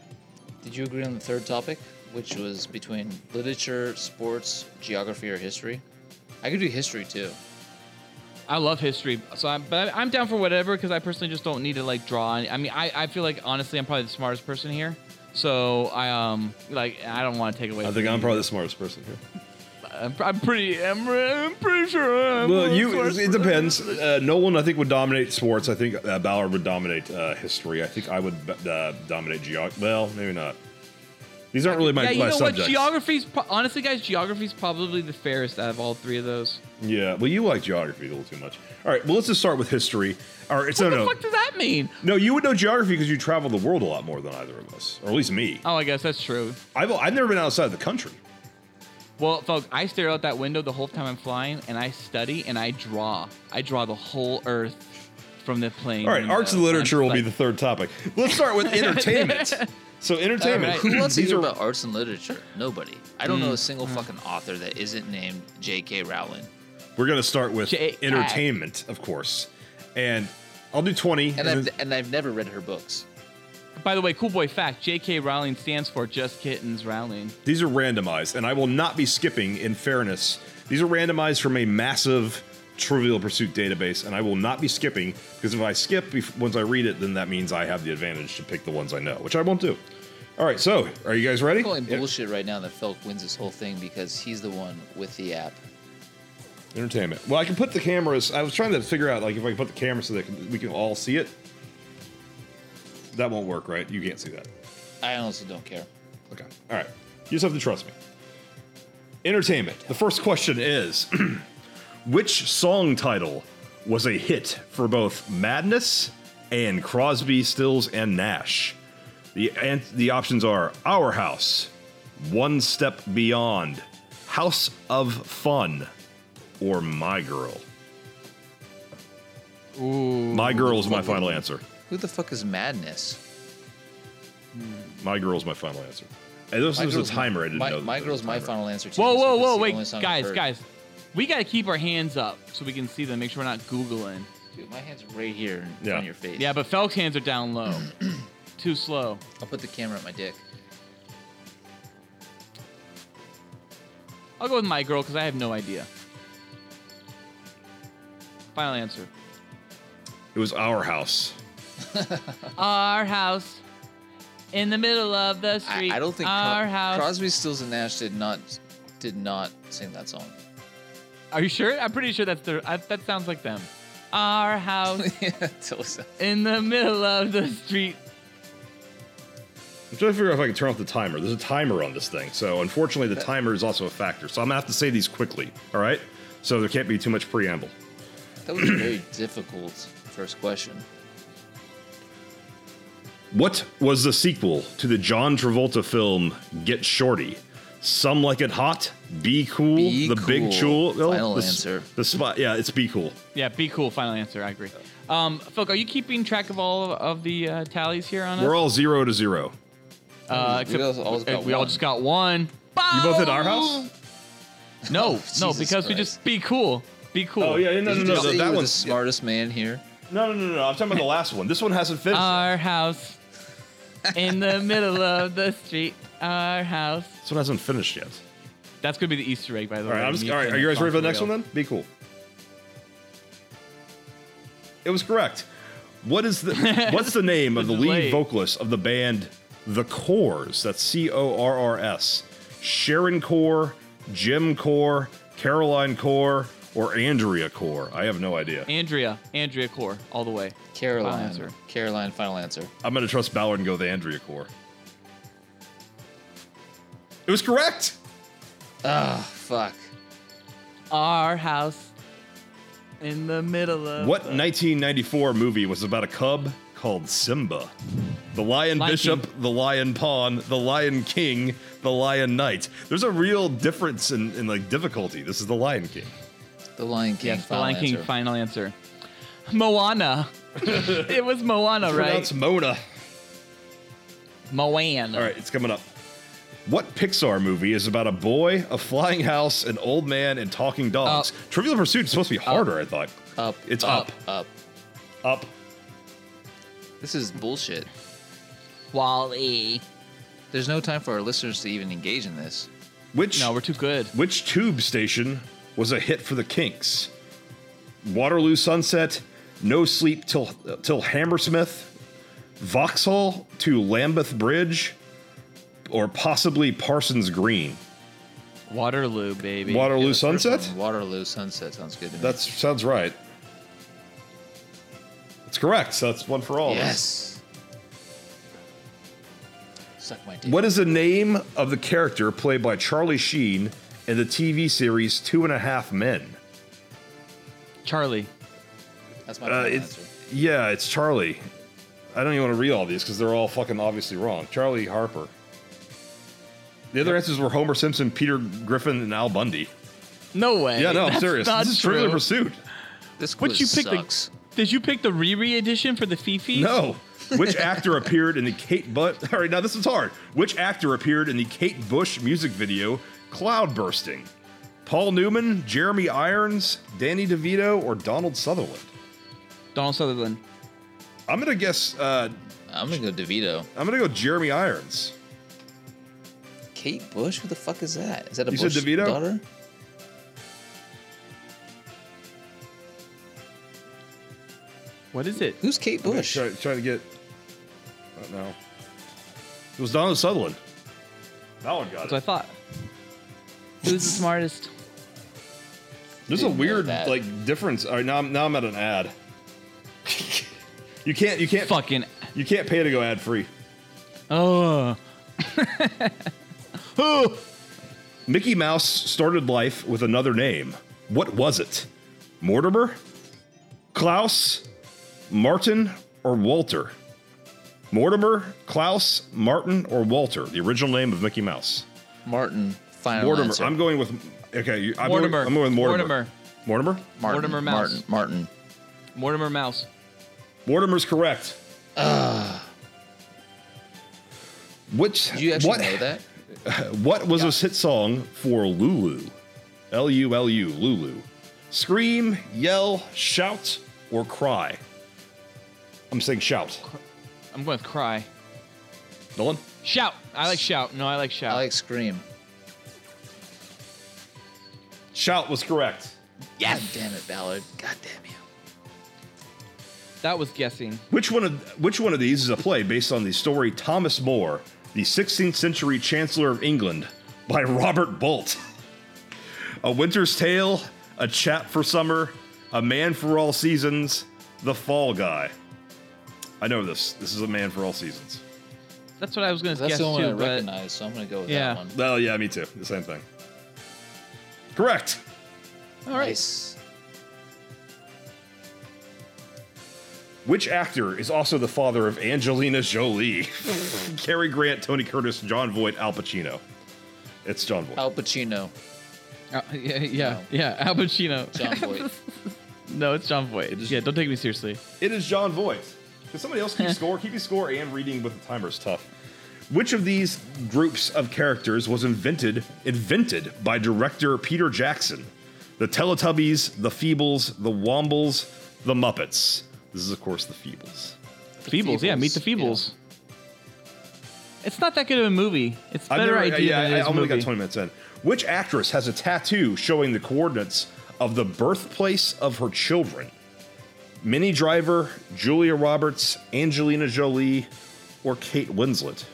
Did you agree on the third topic, which was between literature, sports, geography, or history? I could do history too. I love history, so I'm, but I, I'm down for whatever because I personally just don't need to like draw. Any, I mean, I, I feel like honestly, I'm probably the smartest person here, so I um like I don't want to take away. I think I'm probably the smartest person here. I'm, pr- I'm pretty. I'm, re- I'm pretty sure. I'm Well, the you. smartest It person. depends. Uh, no one, I think, would dominate sports. I think uh, Ballard would dominate uh, history. I think I would uh, dominate geog. Well, maybe not. These aren't really my, yeah, you my know subjects. what? Geography's pro- honestly, guys, geography's probably the fairest out of all three of those. yeah. Well, you like geography a little too much. All right. Well, let's just start with history. All right. What So the no, fuck does that mean? no, you would know geography because you travel the world a lot more than either of us, or at least me. Oh, I guess that's true. I've I've never been outside the country. Well, folks, I stare out that window the whole time I'm flying, and I study and I draw. I draw the whole Earth from the plane. All right, arts and window. literature I'm will be like- the third topic. Let's start with entertainment. so entertainment. All Who wants to These hear are about arts and literature? Nobody. I don't know Mm, a single fucking author that isn't named J.K. Rowling. we're gonna start with J- entertainment, of course, and I'll do twenty. And, and I've, then- and I've never read her books. By the way, cool boy fact: J.K. Rowling stands for Just Kittens Rowling. these are randomized, and I will not be skipping. In fairness, these are randomized from a massive Trivial Pursuit database, and I will not be skipping because if I skip bef- once I read it, then that means I have the advantage to pick the ones I know, which I won't do. All right, so are you guys ready? I'm calling En- bullshit right now that Felk wins this whole thing because he's the one with the app. Entertainment. Well, I can put the cameras. I was trying to figure out like if I can put the camera so that can, we can all see it. That won't work, right? You can't see that. I honestly don't care. Okay. All right. You just have to trust me. Entertainment. The first question is Which song title was a hit for both Madness and Crosby, Stills, and Nash? The, and the options are Our House, One Step Beyond, House of Fun, or My Girl. My Girl is my final answer. Who the fuck is Madness? My Girl is my final answer. And this My was a Girl's My- timer. I didn't my, know. that My there was girl's a my timer. final answer. Too, Whoa, just whoa, because whoa! it's the Wait, only song I've guys, heard. guys, we gotta keep our hands up so we can see them. Make sure we're not googling. Dude, my hand's right here in Yeah. front of your face. Yeah, but Felk's hands are down low, too slow. I'll put the camera at my dick. I'll go with my girl because I have no idea. Final answer. It was our house. Our house in the middle of the I, street. I don't think Cro- our house. Crosby, Stills, and Nash did not did not sing that song. Are you sure? I'm pretty sure that's their. I, that sounds like them. Our house yeah, totally so. in the middle of the street. I'm trying to figure out if I can turn off the timer. There's a timer on this thing, so unfortunately the timer is also a factor. So I'm gonna have to say these quickly. All right. So there can't be too much preamble. That was a very difficult first question. What was the sequel to the John Travolta film Get Shorty? Some like it hot. Be cool. Be the Cool. big chul. Final the, s- answer. The spot. Yeah, it's be cool. Yeah, be cool. Final answer. I agree. Um, Phil, are you keeping track of all of the uh, tallies here on We're us? all zero to zero. uh, We all- all just uh, got we all one. just got one. You both at our house? No, Oh, no, Jesus because we just Christ. Oh, be cool. Be cool. Oh, no, Did you no, no, just say no. you That were one's the smartest man here. no, no, no, no. I'm talking about the last one. This one hasn't finished. Uh, yet. Our house in the middle of the street. Our house. this one hasn't finished yet. That's gonna be the Easter egg, by the All way. right, I'm just, Me all right. saying Are you that guys ready for song the next real. one? Then be cool. It was correct. What is the What's the name of the Delayed. lead vocalist of the band The Cores? That's C O R R S. Sharon Core, Jim Core, Caroline Core, or Andrea Core? I have no idea. Andrea, Andrea Core, all the way. Caroline. answer. Caroline, final answer. I'm gonna trust Ballard and go with Andrea Core. It was correct. Ah, fuck. Our house in the middle of What 1994 movie was about a cub called Simba? The Lion Lion Bishop, the Lion Pawn, the Lion King, the Lion Knight. There's a real difference in, in like difficulty. This is the Lion King. The Lion King. Yes, the final Lion King. answer. Final answer. Moana. it was Moana, right? Pronounce Mona. Moana. All right, it's coming up. What Pixar movie is about a boy, a flying house, an old man, and talking dogs? Uh, Up. Trivial Pursuit is supposed to be harder, I thought. Up. It's up. up. Up. Up. This is bullshit. Wally. There's no time for our listeners to even engage in this. Which No, we're too good. Which tube station was a hit for the Kinks? Waterloo Sunset, No Sleep Till Till Hammersmith, Vauxhall to Lambeth Bridge, or possibly Parsons Green. Waterloo, baby. Waterloo Yeah, the first Sunset? one, Waterloo Sunset sounds good to me. That sounds right. It's correct. So that's one for all. of us. yes. Suck my dick. What is the name of the character played by Charlie Sheen in the TV series Two and a Half Men? Charlie. That's my Uh, final it's answer. yeah, it's Charlie. I don't even want to read all these because they're all fucking obviously wrong. Charlie Harper. The other answers were Homer Simpson, Peter Griffin, and Al Bundy. No way. Yeah, no, I'm That's serious. Not This is true. Trivial Pursuit. This What quiz you pick sucks. the? Did you pick the Riri edition for the Fifi? No. Which actor appeared in the Kate Butt? All right, now this is hard. Which actor appeared in the Kate Bush music video "Cloud Bursting"? Paul Newman, Jeremy Irons, Danny DeVito, or Donald Sutherland? Donald Sutherland. I'm gonna guess. Uh, I'm gonna go DeVito. I'm gonna go Jeremy Irons. Kate Bush? Who the fuck is that? Is that a You said Bush DeVito? daughter? What is it? Who's Kate Bush? Try, trying to get. I don't know. It was Donald Sutherland. That one got That's what I thought. Who's the smartest? There's a Didn't know weird that. like difference. All right, now I'm now I'm at an ad. you can't you can't Fucking. you can't pay to go ad free. Oh. Mickey Mouse started life with another name. What was it? Mortimer, Klaus, Martin, or Walter? Mortimer, Klaus, Martin, or Walter? The original name of Mickey Mouse. Martin. Final Mortimer. answer. I'm going with okay. you- I'm Mortimer. Going, I'm going with Mortimer. Mortimer. Mortimer. Martin. Mortimer Mouse. Martin. Martin. Mortimer Mouse. Mortimer's correct. Which Do you actually what know that? what was his hit song for Lulu? L U L U Lulu. Scream, yell, shout, or cry. I'm saying shout. I'm going to cry. Nolan. Shout. I like shout. No, I like shout. I like Scream. Shout was correct. Yes. God damn it, Ballard. God damn you. That was guessing. Which one of which one of these is a play based on the story Thomas More, the 16th century Chancellor of England, by Robert Bolt? a Winter's Tale, A Chap for Summer, A Man for All Seasons, The Fall Guy. I know this. This is a Man for All Seasons. That's what I was gonna That's guess the only too. one I but recognize, so I'm gonna go with Yeah. that one. Well, yeah, me too. The same thing. Correct. All right. Nice. Which actor is also the father of Angelina Jolie, Cary Grant, Tony Curtis, John Voight, Al Pacino? It's John Voight. Al Pacino. Uh, yeah, yeah, No. yeah. Al Pacino. John Voight. no, it's John Voight. Yeah, don't take me seriously. It is John Voight. Can somebody else keep score? Keeping score and reading with the timer is tough. Which of these groups of characters was invented invented by director Peter Jackson? The Teletubbies, the Feebles, the Wombles, the Muppets. This is, of course, the Feebles. Feebles, yeah, meet the Feebles, yeah. Feebles. It's not that good of a movie. It's I've better never- idea yeah, than it I- is I only movie. got 20 minutes in. Which actress has a tattoo showing the coordinates of the birthplace of her children? Minnie Driver, Julia Roberts, Angelina Jolie, or Kate Winslet?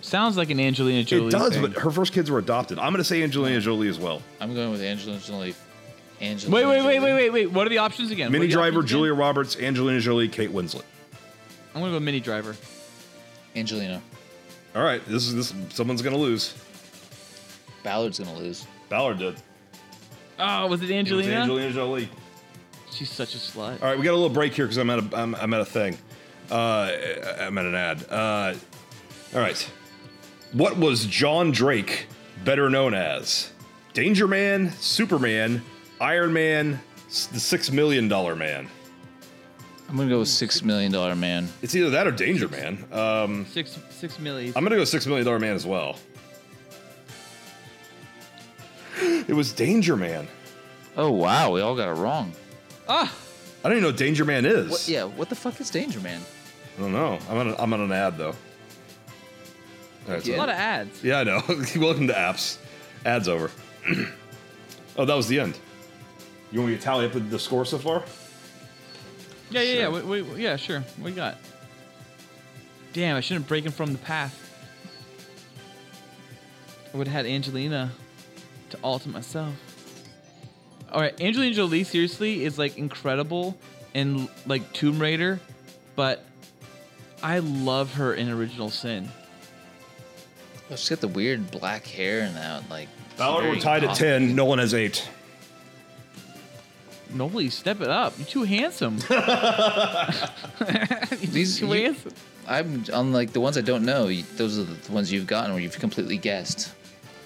Sounds like an Angelina Jolie. it does, thing. but her first kids were adopted. I'm going to say Angelina Jolie as well. I'm going with Angelina Jolie. Angelina wait, wait, wait, Jolie. wait, wait, wait. What are the options again? What Minnie are the Driver, options again? Julia Roberts, Angelina Jolie, Kate Winslet. I'm gonna go Mini Driver. Angelina. All right, this is this. Someone's going to lose. Ballard's gonna lose. Ballard did. It Oh, was it was Angelina? Angelina Jolie. She's such a slut. All right, we got a little break here because I'm at a I'm, I'm at a thing. Uh, I'm at an ad. Uh, all right. What was John Drake better known as? Danger Man, Superman, Iron Man, S- the Six Million Dollar Man. I'm gonna go with Six Million Dollar Man. It's either that or Danger Man. Um, Six six millies. I'm gonna go Six Million Dollar Man as well. It was Danger Man. Oh wow, we all got it wrong. ah, I don't even know what Danger Man is. What, yeah, what the fuck is Danger Man? I don't know. I'm on, a, I'm on an ad though. All right, so- a lot of ads. Yeah, I know. Welcome to apps. Ads over. oh, that was the end. You want me to tally up the, the score so far? Yeah, yeah, yeah. Wait, wait, yeah, sure. What you got? Damn, I shouldn't have breaking from the path. I would have had Angelina to all to myself. All right, Angelina Jolie seriously is like incredible in like Tomb Raider, but I love her in Original Sin. Oh, she's got the weird black hair and that like. Ballard, we're very tied at goth- 10. Nolan has 8. Nobly, step it up. You're too handsome. These too you, handsome. I'm on like the ones I don't know. You, those are the ones you've gotten where you've completely guessed.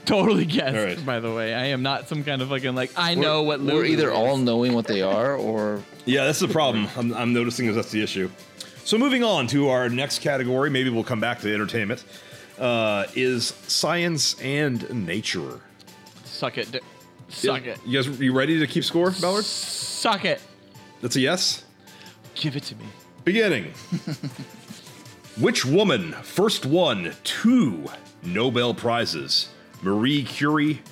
Totally guessed, All right. by the way. I am not some kind of fucking like I know what We're Lulu either is. all knowing what they are or Yeah, that's the problem. I'm, I'm noticing is that's the issue. So moving on to our next category, maybe we'll come back to entertainment, uh, is science and nature. suck it, d- suck it, You guys, you ready to keep score, Ballard? suck it. That's a yes? Give it to me. Beginning. Which woman first won two Nobel Prizes? Marie Curie,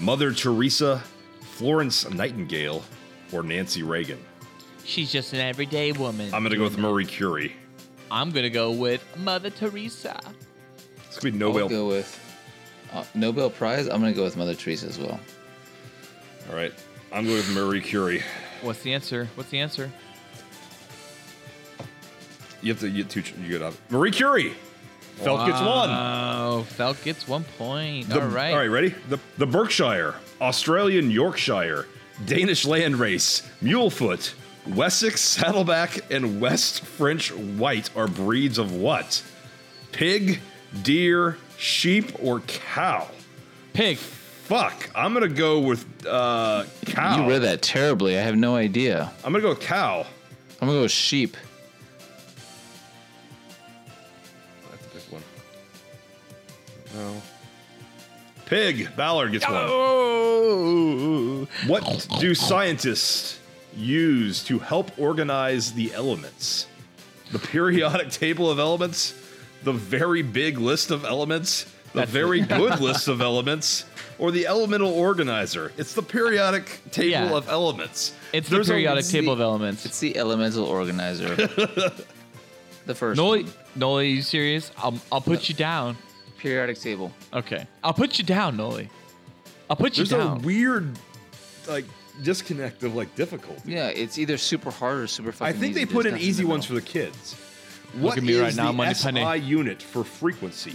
Mother Teresa, Florence Nightingale, or Nancy Reagan? She's just an everyday woman. I'm going to go with Marie Curie. I'm gonna go with Mother Teresa. It's going to be I'll Nobel. go with uh, Nobel Prize. I'm gonna go with Mother Teresa as well. All right. I'm going with Marie Curie. What's the answer? What's the answer? You have to get two. You get up. Marie Curie. Felt gets one. Oh, Felk gets one point. The- all right. All right, ready? The, the Berkshire, Australian Yorkshire, Danish landrace, mulefoot, Wessex saddleback, and West French white are breeds of what? Pig, deer, sheep, or cow? Pig. Fuck, I'm gonna go with uh, cow. You read that terribly. I have no idea. I'm gonna go with cow. I'm gonna go with sheep. I have to pick one. No. Pig. Ballard gets one. Oh. What do scientists use to help organize the elements? The periodic table of elements? The very big list of elements? the very good list of elements, or the elemental organizer. It's the periodic table Yeah. of elements. It's There's the a- periodic table of elements. It's the elemental organizer. the first Noli, one. Noli, are you serious? I'll, I'll put you down. periodic table. Okay. I'll put you down, Noli. I'll put you There's a down. weird, like, disconnect of like difficulty. Yeah, it's either super hard or super I fucking. think easy. they put There's in nothing easy the ones for middle. the kids. What at me is right now, the I'm on the SI penny. unit for frequency?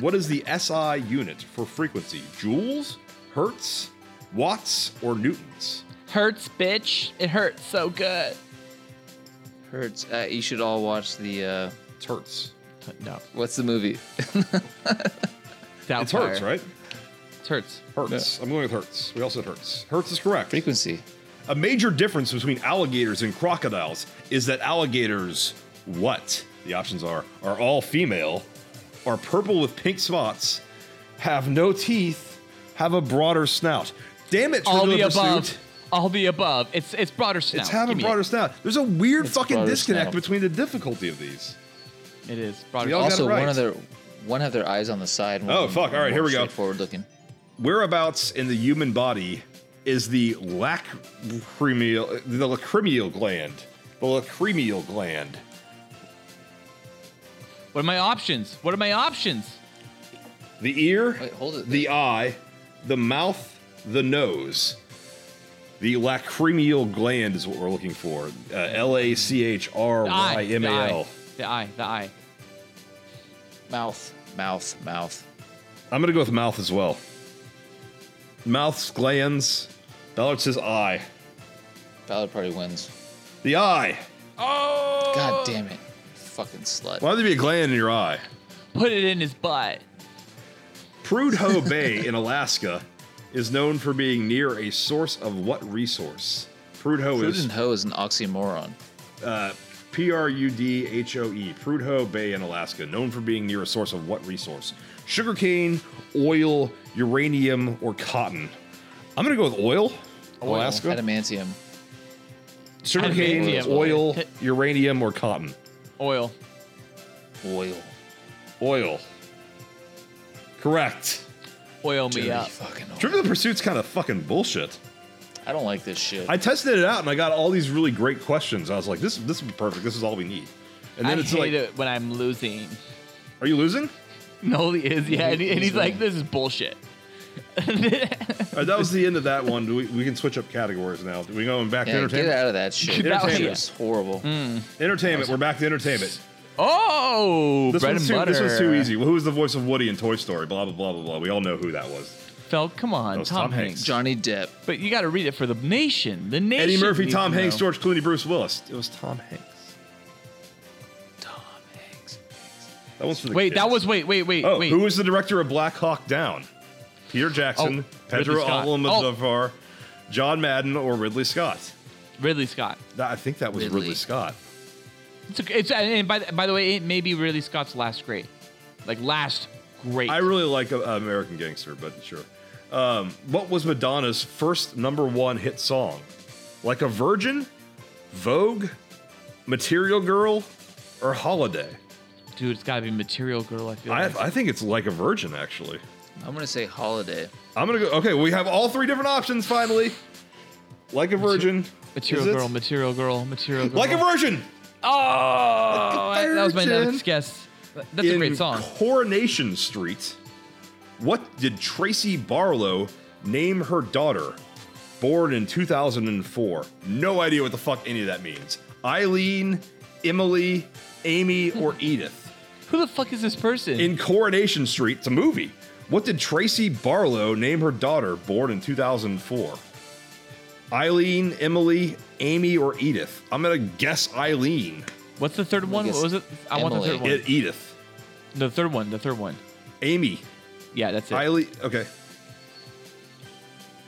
what is the SI unit for frequency? Joules, hertz, watts, or newtons? hurts, bitch. It hurts so good. Hurts. Uh, you should all watch the. Uh, It's hertz. No. what's the movie? Doubtfire. It's hertz, right? It's hurts. Hertz. I'm going with hertz. We all said hertz. Hertz is correct. Frequency. A major difference between alligators and crocodiles is that alligators, what? The options are are all female, are purple with pink spots, have no teeth, have a broader snout. Damn it, All Trivial the above. Pursuit. All the above. It's it's broader snout. It's have a Give me broader snout. There's a weird It's fucking broader disconnect snout. between the difficulty of these. It, it is broader. We all got it snout. also, right. one of their one have their eyes on the side. and Oh, one- fuck. All right, one here we go. Forward looking. Whereabouts in the human body is the lacrimal the lacrimal gland? The lacrimal gland. What are my options? What are my options? The ear, Wait, hold it the eye, the mouth, the nose. The lacrimal gland is what we're looking for. Uh, L A C H R The eye, Y M the A eye, L. The eye. The eye. Mouth. Mouth. Mouth. I'm going to go with mouth as well. Mouth's glands. Ballard says eye. Ballard probably wins. The eye. Oh. God damn it. Fucking slut. Why would there be a gland in your eye? Put it in his butt. Prudhoe Bay in Alaska is known for being near a source of what resource? Prudhoe Prudent is hoe is an oxymoron. P R U D H O E, Prudhoe Bay in Alaska, known for being near a source of what resource? Sugarcane, oil, uranium, or cotton? I'm going to go with oil. Oil, Alaska. Adamantium. Sugarcane, adamantium. oil, Hit- uranium, or cotton? Oil. Oil. Oil. Correct. Oil me Dirty up. fucking oil. Trivial Pursuit's kind of fucking bullshit. I don't like this shit. I tested it out and I got all these really great questions. I was like, this this is perfect. This is all we need. And then I it's hate like, it when I'm losing. are you losing? Noli is yeah, and, he- and he's he's like, winning. "This is bullshit." All right, Uh, that was the end of that one. Do We, we can switch up categories now. We're going back to yeah, entertainment. get out of Mm. that shit. That that was- shit was horrible. Entertainment. We're back to entertainment. Oh, This bread one's, and too, butter. this one's too easy. Well, who was the voice of Woody in Toy Story? Blah blah blah blah blah. We all know who that was. Felt, come on, That Tom, was Tom Hanks. Hanks. Johnny Depp. But you got to read it for the nation. The nation. Eddie Murphy, needs Tom to Hanks, know. George Clooney, Bruce Willis. It was Tom Hanks. Tom Hanks. That was for the Wait, kids. that was wait, wait, wait, Oh, wait. who was the director of Black Hawk Down? Peter Jackson, Oh, Pedro Ridley Scott. Oh. Almodovar, John Madden, or Ridley Scott? Ridley Scott. That, I think that was Ridley, Ridley. Scott. It's, a, it's and by the, by the way, it may be Ridley Scott's last great, like last great. I really like uh, American Gangster, but sure. Um, what was Madonna's first number one hit song? Like a Virgin, Vogue, Material Girl, or Holiday? Dude, it's got to be Material Girl. I feel. I, uh, like. I think it's like a Virgin, actually. I'm gonna say Holiday. I'm gonna go. Okay, we have all three different options finally. Like a Virgin, Material Is it? Girl, Material Girl, Material Girl. Like a Virgin. Oh, Like a that was my virgin. next guess. That's a in great song. Coronation Street. What did Tracy Barlow name her daughter, born in 2004? No idea what the fuck any of that means. Eileen, Emily, Amy, or Edith. Who the fuck is this person? In Coronation Street, it's a movie. What did Tracy Barlow name her daughter, born in 2004? Eileen, Emily, Amy, or Edith? I'm gonna guess Eileen. What's the third one? guess What was it? I want the Emily. third one. Ed- Edith. the third one. The third one. Amy. Yeah, that's it. Eileen. Okay.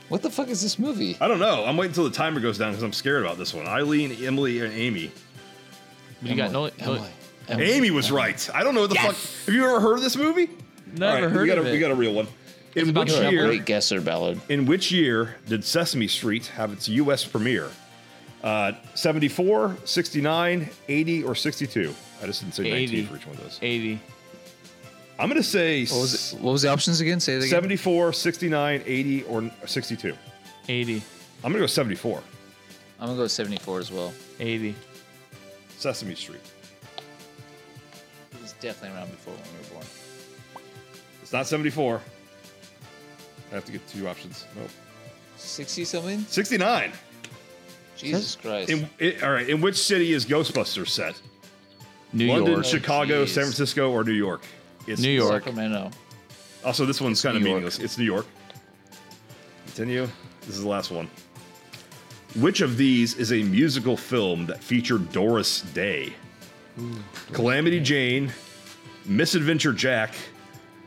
What the fuck is this movie? I don't know. I'm waiting until the timer goes down because I'm scared about this one. Eileen, Emily, and Amy. What do you got? No, Emily, no, Emily, Emily. Amy was right. I don't know what the fuck. Have you ever heard of this movie? All never right, heard we got of a, it. We got a real one. In about which You're a year? great guesser, Ballard. In which year did Sesame Street have its U.S. premiere? Uh, 74, 69, 80, or 62? I just didn't say 80. 19 for each one of those. 80. I'm going to say What was it? What was the options again? Say it again. 74, 69, 80, or n- 62. 80. I'm going to go 74. I'm gonna go with 74 as well. 80. Sesame Street. It was definitely around before when we were born. It's not 74. I have to get two options. Nope. 60 something? 69. Jesus Christ. In, i all right. In which city is Ghostbusters set? New London, York. Chicago, Jeez. San Francisco, or New York? It's New York. Sacramento. Also, this one's kind of New York. meaningless. It's New York. Continue. This is the last one. Which of these is a musical film that featured Doris Day? Calamity Jane, Misadventure Jack,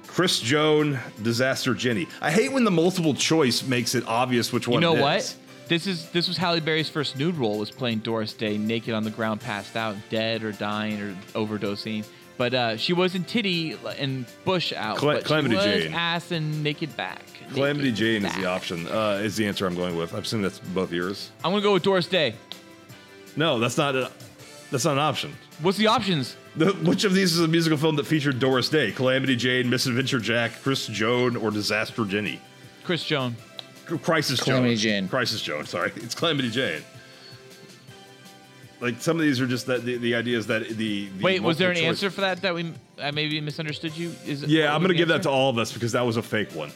Chris Joan, Disaster Jenny. I hate when the multiple choice makes it obvious which You one. know it what? is. This is this was Halle Berry's first nude role was playing Doris Day naked on the ground, passed out, dead or dying or overdosing. But uh, she was in titty and bush out. Cla- but she Calamity was Jane. ass and naked back. Calamity Naked Jane is back. the option. Uh, is the answer I'm going with. I assume that's both yours. I'm gonna go with Doris Day. No, that's not. A, that's not an option. What's the options? The, which of these is a musical film that featured Doris Day, Calamity Jane, Misadventure Jack, Chris Joan, or Disaster Jenny? Chris Joan. C- Crisis Calamity Joan. Jane. Crisis Joan. Sorry, it's Calamity Jane. Like some of these are just that the, the idea is that the, the Wait, was there an multiple choice- answer for that that we I maybe misunderstood you? Is it- Yeah, I'm what was gonna the give that answer? to all of us because that was a fake one.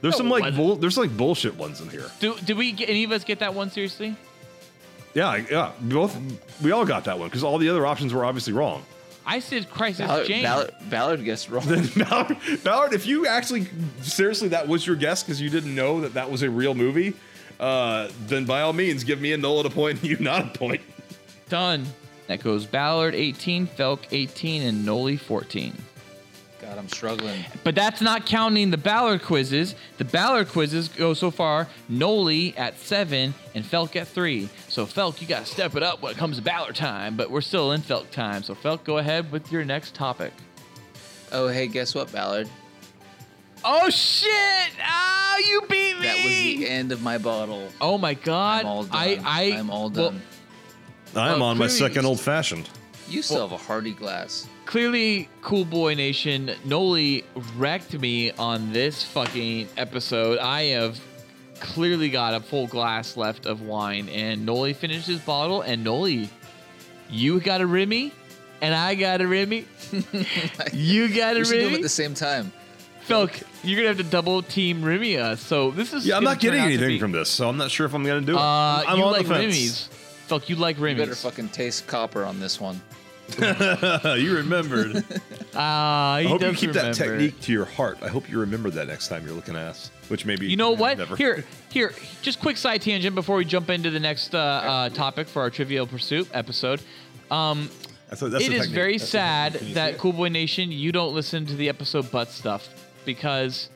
There's No, some it like wasn't. bull, there's like bullshit ones in here. Do, did we get any of us get that one seriously? Yeah, I- yeah, we both we all got that one because all the other options were obviously wrong. I said Crisis Ballard, Jane. Ballard, Ballard guessed wrong. Ballard, Ballard, if you actually seriously that was your guess because you didn't know that that was a real movie, uh, then by all means give me a null at a point and you not a point. Done. That goes Ballard 18, Felk 18, and Noli 14. God, I'm struggling. But that's not counting the Ballard quizzes. The Ballard quizzes go so far Noli at seven and Felk at three. So Felk, you gotta step it up when it comes to Ballard time. But we're still in Felk time. So Felk, go ahead with your next topic. Oh, hey, guess what, Ballard? Oh shit! Ah, you beat me. That was the end of my bottle. Oh my god! I'm all done. I, I am all well, done. I'm Oh, on my please. second old fashioned. you still have a hearty glass. clearly, Cool Boy Nation, Noli wrecked me on this fucking episode. I have clearly got a full glass left of wine, and Noli finished his bottle. And Noli, you got a Remy, and I got a Remy. you got a We should do them Remy. at the same time. Felk, you're gonna have to double team Remy us. So this is Yeah, I'm gonna not turn getting out to anything be- from this, so I'm not sure if I'm gonna do it. Uh, I'm you on like the Remy's. Felk, you like You better Remy's. fucking taste copper on this one. fence. you remembered. Ah, he I hope you does keep that remember. technique to your heart. I hope you remember that next time you're looking at us, which maybe You know what? never. Here, here, just quick side tangent before we jump into the next uh, uh, topic for our Trivial Pursuit episode. Um, I thought that's it the is technique. very That's the sad technique. Can you see that it? Cool Boy Nation, you don't listen to the episode Butt Stuff because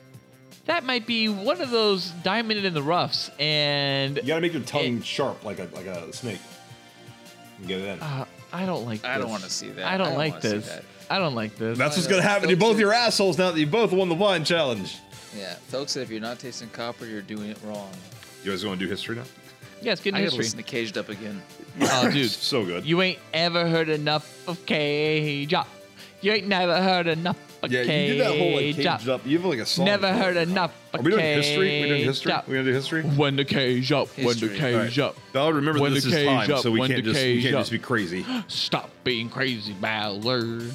that might be one of those diamond in the roughs. And You gotta make your tongue sharp like a like a snake. And get it in. uh, I don't like this. I don't wanna see that. I don't, I don't like wanna see this. that. I don't like this. That's I what's know. gonna happen to Don't both you- your assholes now that you both won the wine challenge. Yeah, Felk said if you're not tasting copper, you're doing it wrong. You guys want to do history now? yeah, it's good I gotta history. listen to Caged Up again. Oh, dude. So good. You ain't ever heard enough of K Drop. You ain't never heard enough of yeah, K you did that whole like caged up. You have like a song. Never heard enough Are of we doing history? We doing Cage history? Up. We gonna do history? When the cage up, when the History. cage up, I'll remember When this the is cage time, up, so we when can't the just we cage can't up. just be crazy. stop being crazy, Ballard.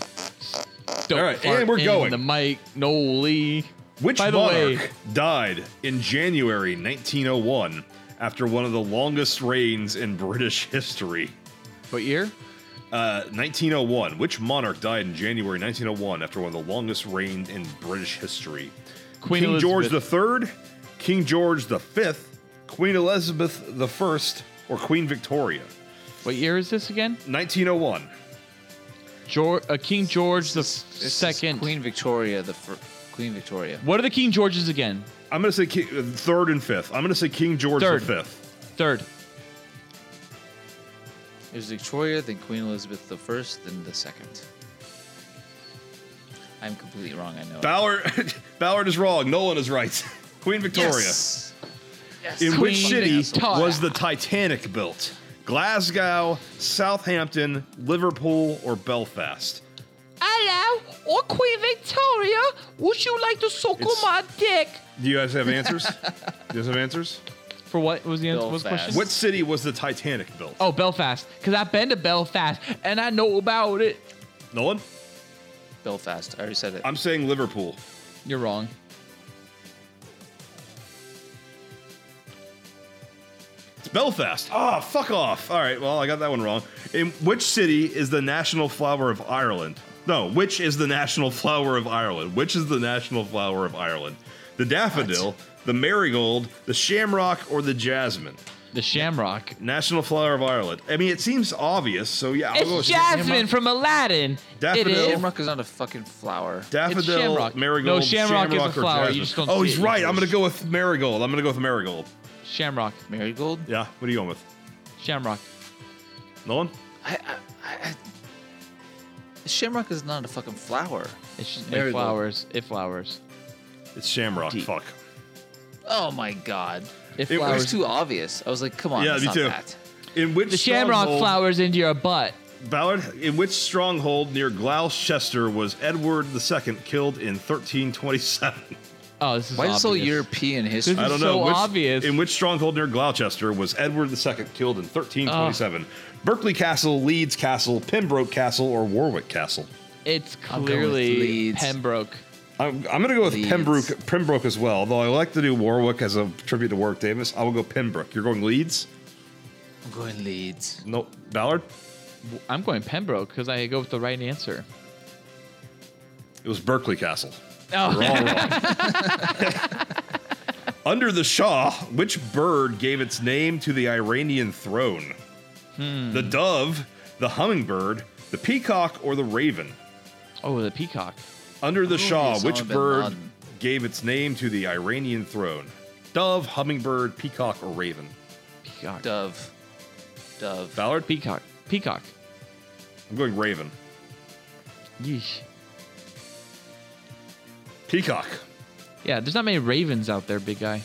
Don't All right, fart and we're in going. The mic, Noli. Which By the monarch way, died in January 1901 after one of the longest reigns in British history? what year? Uh, 1901. Which monarch died in January 1901 after one of the longest reign in British history? Queen King Elizabeth. George III, King George V, Queen Elizabeth I, or Queen Victoria. What year is this again? 1901. George, uh, King George the This is second. Queen Victoria, the fir- Queen Victoria. What are the King Georges again? I'm going to say Ki- uh, third and fifth. I'm going to say King George Third. V. Third. It was Victoria, then Queen Elizabeth the first, then the second. I'm completely wrong. I know. Ballard, Ballard is wrong. Nolan is right. Queen Victoria. Yes. In Queen which city Victoria. was the Titanic built? Glasgow, Southampton, Liverpool, or Belfast? Hello. Or Queen Victoria, would you like to suckle It's- my dick? Do you guys have answers? Do you guys have answers? For what was the answer? What was the question? Belfast. What city was the Titanic built? Oh, Belfast. Because I've been to Belfast and I know about it. Nolan? Belfast. I already said it. I'm saying Liverpool. You're wrong. It's Belfast. Ah, fuck off. All right, well, I got that one wrong. In which city is the national flower of Ireland? No, which is the national flower of Ireland? Which is the national flower of Ireland? The daffodil, the marigold, the shamrock, or the jasmine? The Shamrock. National flower of Ireland. I mean, it seems obvious, so yeah. I'll go with It's Jasmine Shamrock. from Aladdin. Daffodil. It is. Shamrock is not a fucking flower. Daffodil, Shamrock. marigold, No, Shamrock is a or flower, you jasmine. just don't oh, see he's it. right. I'm gonna go with marigold. I'm gonna go with marigold. Shamrock. Marigold. Yeah. What are you going with? Shamrock. Nolan? I, I, I, I- Shamrock is not a fucking flower. It's just it Marigold. flowers. It flowers. It's Shamrock. Deep. Fuck. Oh my god. It was It That flowers. was too obvious. I was like, come on. Yeah, that's me not too. That. In which the Shamrock stronghold- flowers into your butt. Ballard, in which stronghold near Gloucester was Edward II killed in 1327? Oh, this is Why is it so obvious. European history? I This is don't so know. Which, obvious. In which stronghold near Gloucester was Edward II killed in 1327? Berkeley Castle, Leeds Castle, Pembroke Castle, or Warwick Castle? It's I'm going with clearly Leeds. Pembroke. I'm, I'm going to go with Leeds. Pembroke, Pembroke as well, though I like to do Warwick as a tribute to Warwick Davis. I will go Pembroke. You're going Leeds? I'm going Leeds. No, Ballard? I'm going Pembroke because I go with the right answer. It was Berkeley Castle. Oh, We're all wrong. Under the Shah, which bird gave its name to the Iranian throne? The dove, the hummingbird, the peacock, or the raven? oh, the peacock. Under the Ooh, Shah, Osama which bin bird Laden. gave its name to the Iranian throne? Dove, hummingbird, peacock, or raven? Peacock. Dove. Dove. Ballard? Peacock. Peacock. I'm going raven. Yeesh. Peacock. Yeah, there's not many ravens out there, big guy.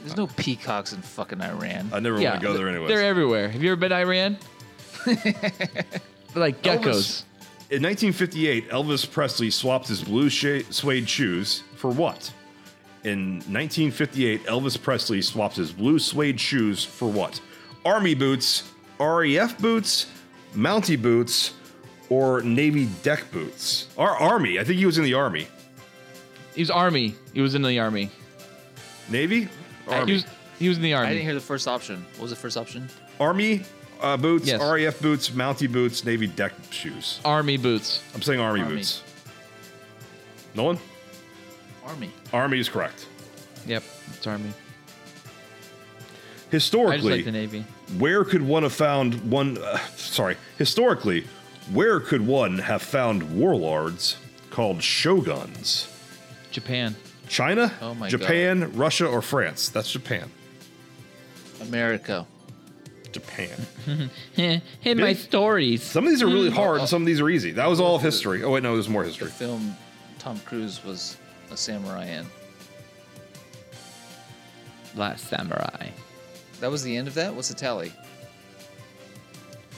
There's no peacocks in fucking Iran. I never yeah, want to go there th- anyway. They're everywhere. Have you ever been to Iran? They're like geckos. In 1958, Elvis Presley swapped his blue sha- suede shoes for what? In 1958, Elvis Presley swapped his blue suede shoes for what? Army boots, RAF boots, Mountie boots, or Navy deck boots? Or Army. I think he was in the Army. He was army. He was in the army. Navy? Uh, He Army. was, he was in the I didn't army. hear the first option. What was the first option? Army uh, boots, Yes. RAF boots, Mountie boots, Navy deck shoes. Army boots. I'm saying Army, Army. boots. Nolan? Army. Army is correct. Yep, it's army. I just Historically, like the navy. where could one have found one uh, sorry historically where could one have found warlords called shoguns Japan. china Oh my japan russia or france that's japan America. japan Heh, In my Big- stories. some of these are Mm. really hard and some of these are easy that was all of history oh wait no there's more The history film Tom Cruise was a samurai in. Last samurai. That was the end of that? What's the tally?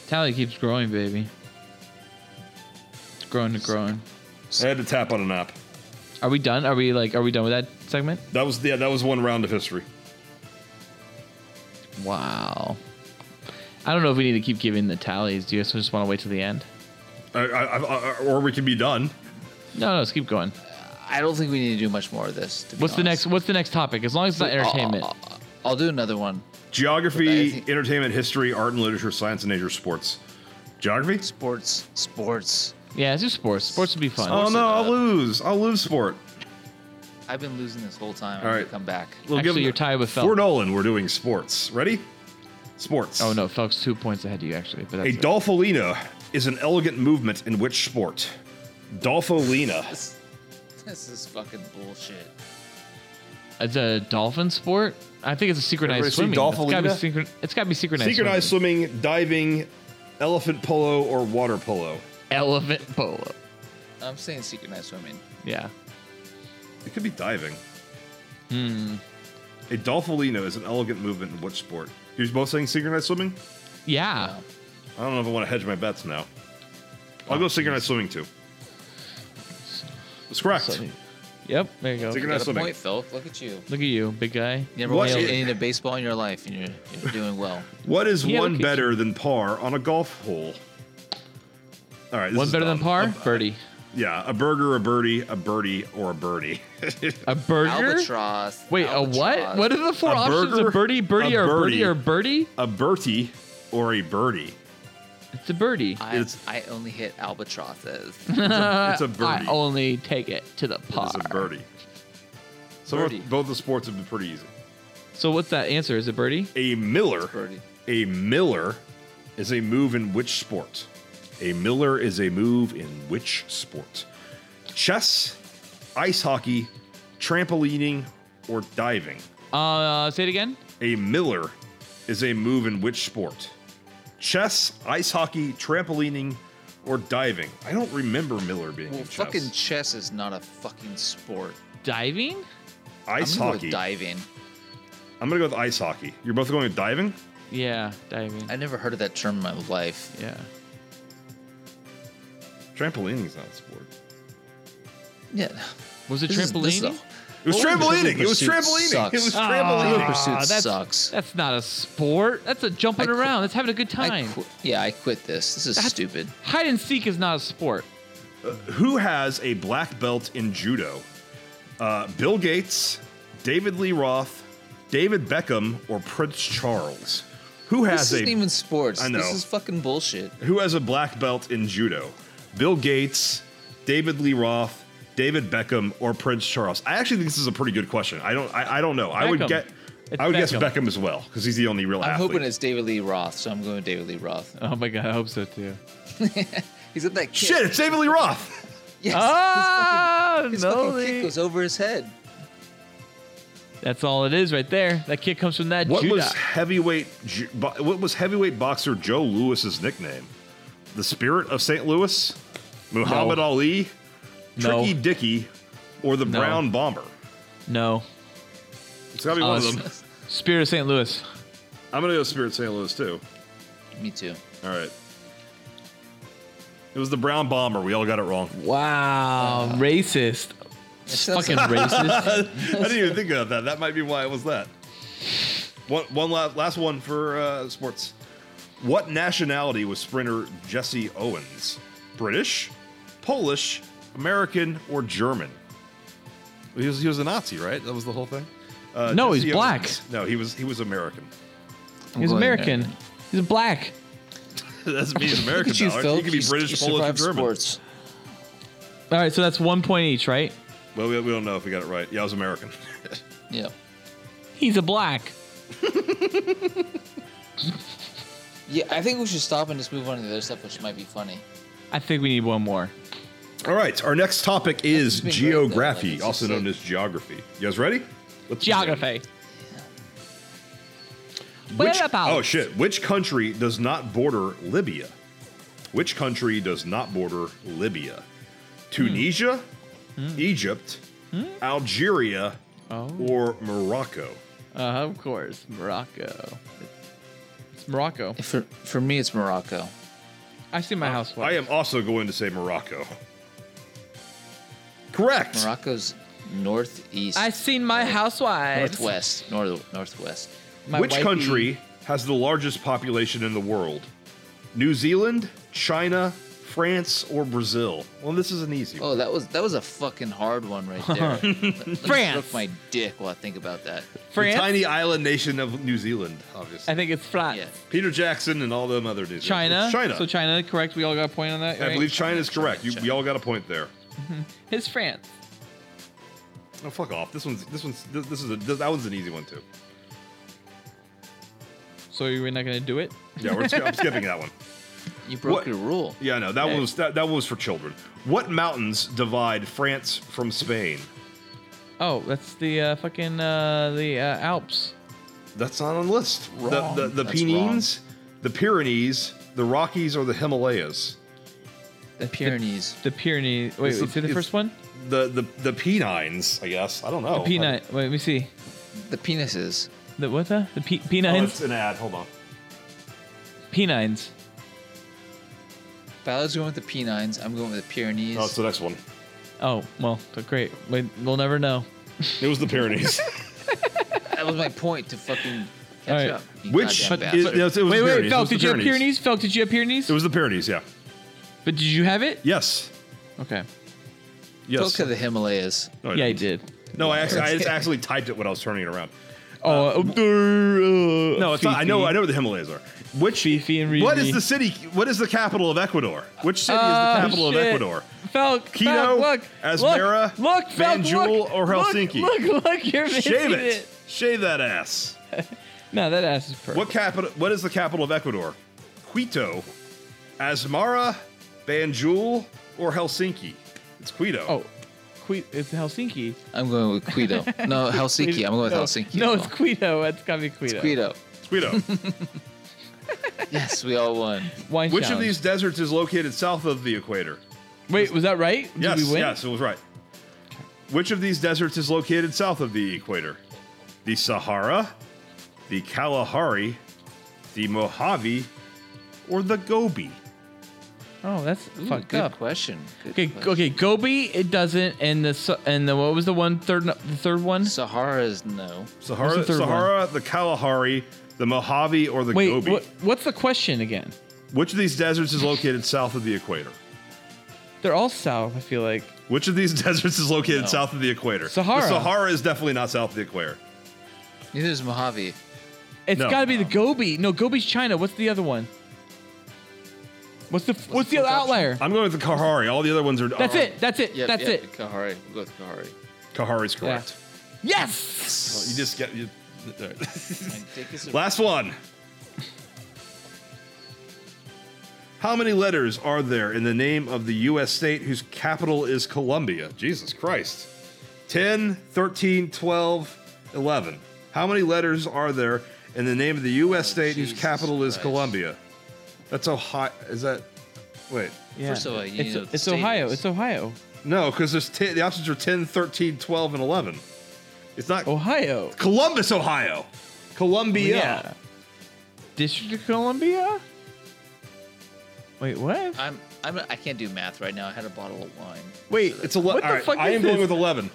Tally keeps growing, baby. It's growing and growing. i had to tap on an app Are we done? Are we like? Are we done with that segment? that was yeah that was one round of history Wow. I don't know if we need to keep giving the tallies. Do you guys just want to wait till the end? I, I, I, I- or we can be done No, no, let's keep going. I don't think we need to do much more of this. to be What's the honest. next? What's the next topic? As long as it's not entertainment. uh, I'll, I'll- I'll do another one. geography I think- entertainment history art and literature science and nature sports geography Sports. Sports. Yeah, it's just sports. Sports would be fun. oh Sports no and, uh, i'll lose i'll lose sport I've been losing this whole time. All I need right. to come back. We'll Actually, him- you're tied with For Phelps. Nolan, we're doing sports. Ready? Sports. Oh no, Felk's two points ahead of you actually. But A that's it. dolpholina is an elegant movement in which sport? Dolpholina. This, this is fucking bullshit. It's a dolphin sport. I think it's a synchronized Everybody see swimming. It's gotta, be Dolpholina? synchron- it's gotta be synchronized. Synchronized swimming. swimming, diving, elephant polo, or water polo. Elephant polo. I'm saying synchronized swimming. Yeah. It could be diving. Hmm. Hmm. A dolpholina is an elegant movement in which sport? You're both saying synchronized swimming? Yeah. Oh, I don't know if I want to hedge my bets now. I'll go synchronized swimming too. That's correct. So- Yep, there you go. Take a Got nice a look. point, Phil. Look at you. Look at you, big guy. You never What watched is- any of baseball in your life, and you're, you're doing well. What is Yeah, one look at better than par on a golf hole? All right. this One is better than dumb. par? A- birdie. yeah, a burger, a birdie, a birdie, or a birdie. A burger? Albatross. Wait, a what? albatross. What are the four A options? burger, a birdie, birdie, a or a birdie, birdie. or a birdie? a Bertie or a birdie. It's a birdie. I, It's- I only hit albatrosses. It's a birdie. Uh, I only take it to the par. It's a birdie. So both- Birdie. both the sports have been pretty easy. So what's that answer? Is it birdie? A Miller. birdie. A Miller is a move in which sport? A Miller is a move in which sport? Chess, ice hockey, trampolining, or diving? Uh, say it again. A Miller is a move in which sport? Chess, ice hockey, trampolining, or diving? I don't remember Miller being Well, in chess. fucking chess is not a fucking sport. Diving? ice I'm gonna go with hockey. diving. I'm going to go with ice hockey. You're both going with diving? Yeah, diving. I never heard of that term in my life. Yeah. Trampolining's not a sport. Yeah. Was it This is- this is a- trampolining? It was Well, trampolining. It was Pursuit trampolining. sucks. It was Ah, trampolining. Trivial Pursuit Ah, that's, sucks. That's not a sport. That's a jumping I qu- around. That's having a good I time. qu- yeah, I quit this. This is stupid. Hide and seek is not a sport. Who has a black belt in judo? Uh, Bill Gates, David Lee Roth, David Beckham, or Prince Charles? Who has This isn't a even sports. I know. This is fucking bullshit. Who has a black belt in judo? Bill Gates, David Lee Roth, David Beckham, or Prince Charles? I actually think this is a pretty good question. I don't. I, I don't know. I would Beckham. get. It's I would guess Beckham. Beckham as well because he's the only real I'm athlete. hoping it's David Lee Roth, so I'm going with David Lee Roth. Oh my god, I hope so too. He's at that kick. Shit! It's David Lee Roth. Yes. Ah, his fucking, his no. fucking kick they- goes over his head. That's all it is right there. That kick comes from that What judo. was heavyweight? ju- bo- What was heavyweight boxer Joe Lewis's nickname? The Spirit of St. Louis, Muhammad No. Ali, No. Tricky Dicky, or the No. Brown Bomber? no. It's gotta be one of Uh, them. Spirit of St. Louis. I'm gonna go Spirit St. Louis too. Me too. All right. It was the brown bomber. We all got it wrong. Wow, Uh, racist. sounds Fucking racist. I didn't even think about that. That might be why it was that. One, one last, last one for uh, sports. What nationality was sprinter Jesse Owens? British, Polish, American, or German? He was, he was a Nazi, right? That was the whole thing. Uh, No, he's black. Owens- No, he was he was American. I'm He's going American. American. He's black. That's me, he's Look American. at you, now, aren't Phil. He could be You- British, you Polish, or survived German. sports. All right, so that's one point each, right? Well, we, we don't know if we got it right. Yeah, I was American. Yeah. He's a black. Yeah, I think we should stop and just move on to the other stuff, which might be funny. I think we need one more. All right, our next topic is been great, though. Like, geography, it's also just known like- as geography. You guys ready? Let's begin. Geography. Which, Whereabouts? oh shit! Which country does not border Libya? Which country does not border Libya? Tunisia, Egypt, Algeria, or Morocco? Uh, of course, Morocco. It's Morocco. For for me, it's Morocco. I see my house. Uh, I am also going to say Morocco. Correct. Morocco's northeast, I seen my housewives. northwest, north northwest. My Which wifey- country has the largest population in the world? New Zealand, China, France, or Brazil? Well, this is an easy one. Oh, that was that was a fucking hard one right there. Let- let me France. stroke my dick while I think about that. The France. tiny island nation of New Zealand, obviously. I think it's France. Yeah. Peter Jackson and all them other dudes. China. It's China. So China, correct? We all got a point on that. I right? believe China is correct. You, we all got a point there. it's France. Oh, fuck off. This one's this one's this, this is a, this, that one's an easy one too. So you're not gonna do it? Yeah, we're, sk- I'm skipping that one. You broke What- your rule. Yeah, no, that Okay. one was that, that one was for children. What mountains divide France from Spain? Oh, that's the uh, fucking uh, the uh, Alps. That's not on the list. Wrong. The the, the That's Pennines, the Pyrenees, the Rockies, or the Himalayas. The Pyrenees. The Pyrenees. Wait, It's wait, the- see the it's- first one? The the the Pennines, I guess. I don't know. Peanut. Wait, let me see. The penises. The what the? The pe- I- oh, P9s? it's an ad. Hold on. P9s. Ballard's going with the P9s. I'm going with the Pyrenees. Oh, it's the next one. Oh well, g- great. We, we'll never know. It was the Pyrenees. That was my point to fucking catch All right. up. you Which goddamn is, bastard. yes, it was Wait, the wait, Pyrenees. It was Phelps, the did you have Pyrenees. Pyrenees? Phelps, did you have Pyrenees? It was the Pyrenees, yeah. but did you have it? Yes. Okay. Go Yes. to the Himalayas. No, I yeah, I didn't. did. No, I actually, I just actually typed it when I was turning it around. Oh, uh, uh, No, it's not, I know. I know where the Himalayas are. Which Fifi and What Rini. is the city? What is the capital of Ecuador? Which city Oh, is the capital of Ecuador? Ah, Felk, Quito, Felk, look, Asmara, look, look, Felk, Banjul, look, or look, Helsinki? Look, look, you're missing Shave it. it. Shave that ass. No, that ass is perfect. What capital? What is the capital of Ecuador? Quito, Asmara, Banjul, or Helsinki? It's Quito. Oh, Que- it's Helsinki. I'm going with Quito. No, Helsinki. I'm going with no, Helsinki. No, as it's well. Quito. It's gotta be Quito. Quito. it's Quito. Yes, we all won. Wine Which of challenge. these deserts is located south of the equator? Wait, was that right? Did yes, we win? yes, it was right. Which of these deserts is located south of the equator? The Sahara, the Kalahari, the Mojave, or the Gobi? Oh, that's Ooh, fucked good up. question. Good Okay, question. okay, Gobi it doesn't, and the su- and the what was the one third the third one? Sahara is no. Sahara, What's the third Sahara, the Kalahari, the Mojave, or the Wait, Gobi? what, what's the question again? Which of these deserts is located south of the equator? They're all south. I feel like Which of these deserts is located south of the equator? Sahara. The Sahara is definitely not south of the equator. Neither is Mojave. it's No. got to be the Gobi. No, Gobi's China. What's the other one? What's the what's, the other fourth outlier? I'm going with the Kalahari. All the other ones are. uh, That's are- it. That's it. Yep, that's yep, it. Kahari. We'll go with Kahari. Kalahari's correct. Yes. Well, you just get. You, I think it's a- Last one. How many letters are there in the name of the U.S. state whose capital is Columbia? Jesus Christ. 10, 13, 12, 11. How many letters are there in the name of the U.S. state whose Jesus capital is Christ. Columbia? That's Ohio. Is that. Wait. Yeah. First of all, you it's, know the it's state Ohio. is. It's Ohio. No, because there's 10, the options are 10, 13, 12, and 11. It's not. Oh. Ohio. Columbus, Ohio. Columbia. District of Columbia. Wait, what? I'm, I'm, I can't do math right now. I had a bottle of wine. Wait, it's eleven. What the fuck I is am going this? with eleven.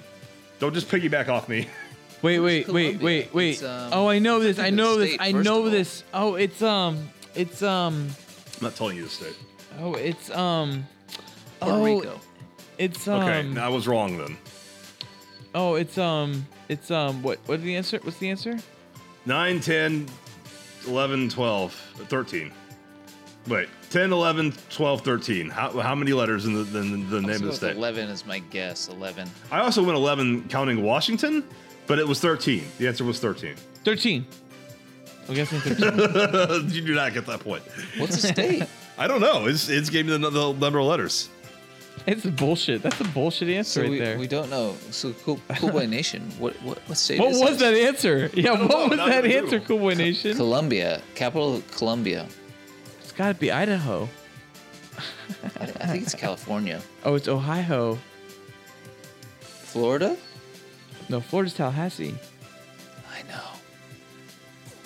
Don't just piggyback off me. Wait, wait, wait, Columbia? wait, wait. It's, um, oh, I know this. I it's a know this. state, I first of know all. this. Oh, it's um, it's um, I'm not telling you the state. oh, it's um, Puerto oh, Rico. it's um, Okay, I was wrong then. oh, it's um, it's um, what? What's the answer? What's the answer? 9, 10, 11, 12, uh, 13. Wait, 10, 11, 12, 13. How, how many letters in the, the, the Let's name of go the with state? Eleven is my guess. Eleven. I also went 11 counting Washington, but it was 13. The answer was 13. Thirteen. I'm guessing thirteen. you do not get that point. What's a state? I don't know. It's, it's gave me the, the number of letters. it's bullshit. That's a bullshit answer so right we, there. we don't know. So cool, cool Boy Nation. What what what state? what is was this? that answer? Yeah, what know. was Not that gonna answer, Google. Cool Boy Nation? Columbia, capital of Columbia. It's got to be Idaho. I, I think it's California. Oh, it's Ohio. Florida? No, Florida's Tallahassee. I know.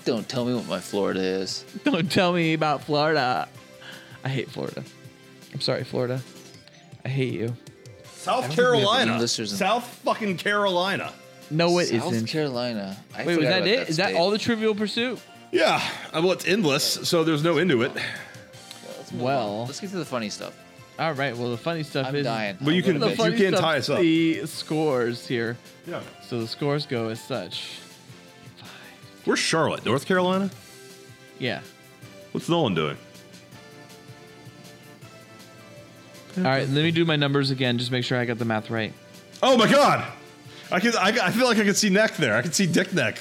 Don't tell me what my Florida is. Don't tell me about Florida. I hate Florida. I'm sorry, Florida. I hate you. South think we have any Carolina. listeners in- South fucking Carolina. No, it South not Carolina. I Wait, was forgot that about it? Is that state. all the Trivial Pursuit? Yeah, uh, well, it's endless, so there's no end to it. Let's move on. Well- let's get to the funny stuff. All right. Well, the funny stuff I'm is dying. Well, you I'm can- gonna the You bitch. funny can't stuff, tie us up. The scores here. Yeah. So the scores go as such. Where's Charlotte, North Carolina? Yeah. What's Nolan doing? All right. Let me do my numbers again. Just make sure I got the math right. Oh my God! I can. I, I feel like I can see neck there. I can see dick neck.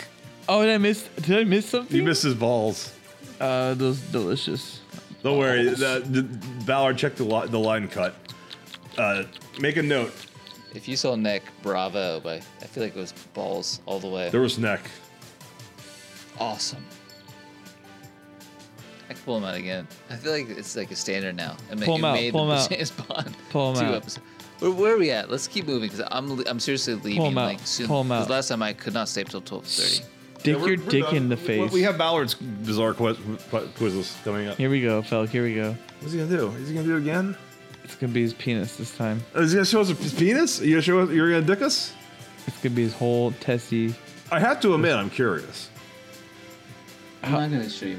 Oh, did I miss? Did I miss something? You missed his balls. Uh, those delicious. Don't worry. The, the, Ballard checked the, li- the line cut. Uh, make a note. If you saw neck, bravo! But I feel like it was balls all the way. There was neck. awesome. I can pull him out again. I feel like it's like a standard now. I mean, Pull you 'em out, made pull the 'em out. James Bond Pull 'em two out. episodes. Where, where are we at? Let's keep moving because I'm le- I'm seriously leaving 'em out, like soon. pull 'em 'Cause out. Last time I could not stay up till twelve thirty. Dick Yeah, we're- your we're dick done. in the We- face. We have Ballard's bizarre quiz, quiz- quizzes coming up. here we go, Felk. Here we go. What's he gonna do? Is he gonna do it again? Uh, It's gonna be his penis this time. Is he gonna show us a penis? You gonna show us, you're gonna dick us? It's gonna be his whole testy. I have to admit, I'm curious. I'm not gonna show you.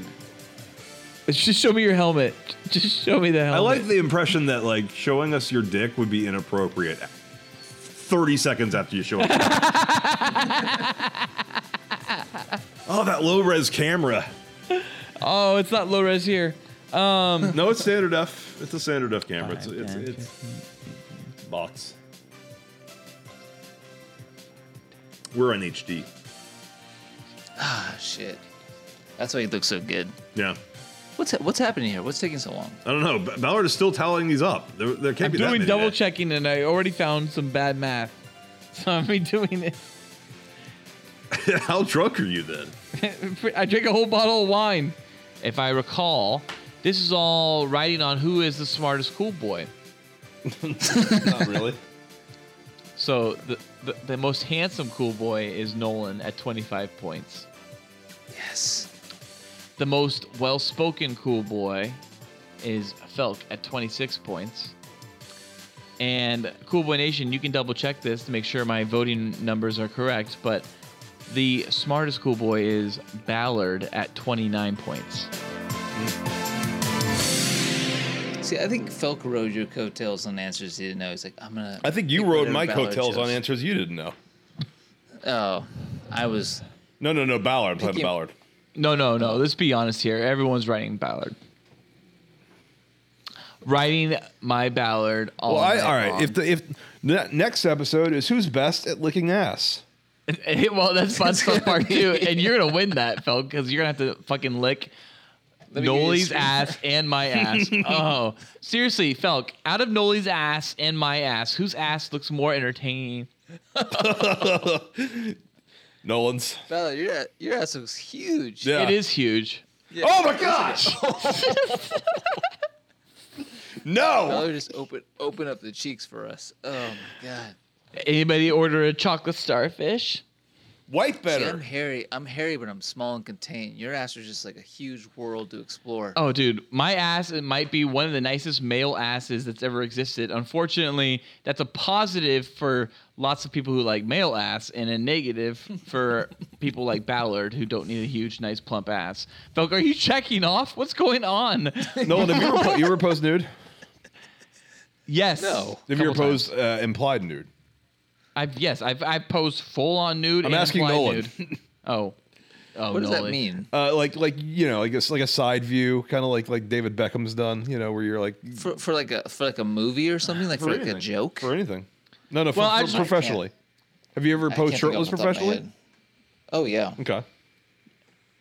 Just show me your helmet. Just show me the helmet. I like the impression that like showing us your dick would be inappropriate. Thirty seconds after you show it. oh, that low res camera. Oh, it's not low res here. Um, No, it's standard F. It's a standard F camera. It's it's, it's, box. We're on HD. Ah, shit. That's why he looks so good. Yeah. What's ha- what's happening here? What's taking so long? I don't know. B- Ballard is still tallying these up. There, there can't I'm be that doing many double yet. checking, and I already found some bad math. So I'm redoing it. How drunk are you then? I drank a whole bottle of wine. If I recall, this is all writing on who is the smartest cool boy. Not really. So the, the the most handsome cool boy is Nolan at 25 points. Yes. The most well-spoken cool boy is Felk at 26 points. And Cool Boy Nation, you can double check this to make sure my voting numbers are correct, but the smartest cool boy is Ballard at 29 points. See, I think Felk rode your coattails on answers he didn't know. He's like, I'm gonna. I think you pick rode whatever my Ballard coattails on chose. answers you didn't know. Oh, I was. No, no, no, Ballard. I'm talking Pick him. Ballard. No, no, no. Let's be honest here. Everyone's writing Ballard. Writing my Ballard all Well, I, night all right. long. If the if ne- next episode is who's best at licking ass, well, that's fun stuff part two, and you're gonna win that, Phil, because you're gonna have to fucking lick Let me give you a Noli's screen- ass and my ass. oh, seriously, Felk, out of Noli's ass and my ass, whose ass looks more entertaining? Nolan's. Ballard, your your ass looks huge. Yeah. It is huge. Oh my gosh! no. Ballard just open open up the cheeks for us. Oh my god. Anybody order a chocolate starfish? White See, I'm better. hairy. I'm hairy, but I'm small and contained. Your ass is just like a huge world to explore. Oh, dude, my ass it might be one of the nicest male asses that's ever existed. Unfortunately, that's a positive for lots of people who like male ass, and a negative for people like Ballard who don't need a huge, nice, plump ass. Felk, are you checking off? What's going on? Nolan, have you ever, po- you ever posed nude? Yes. No. Have you ever Couple times. posed uh, implied nude? I've yes, I've I posed full on nude. I'm and asking implied Nolan. nude. Oh. Oh, what does that Nolan. mean? Uh, like, like you know, like it's like a side view, kind of like like David Beckham's done. You know, where you're like For, for like a for like a movie or something like for, like a anything. joke. for anything. No, no, for, Well, for- I just- professionally. Have you ever I posed can't think shirtless off the top of my professionally? head. Oh yeah. Okay.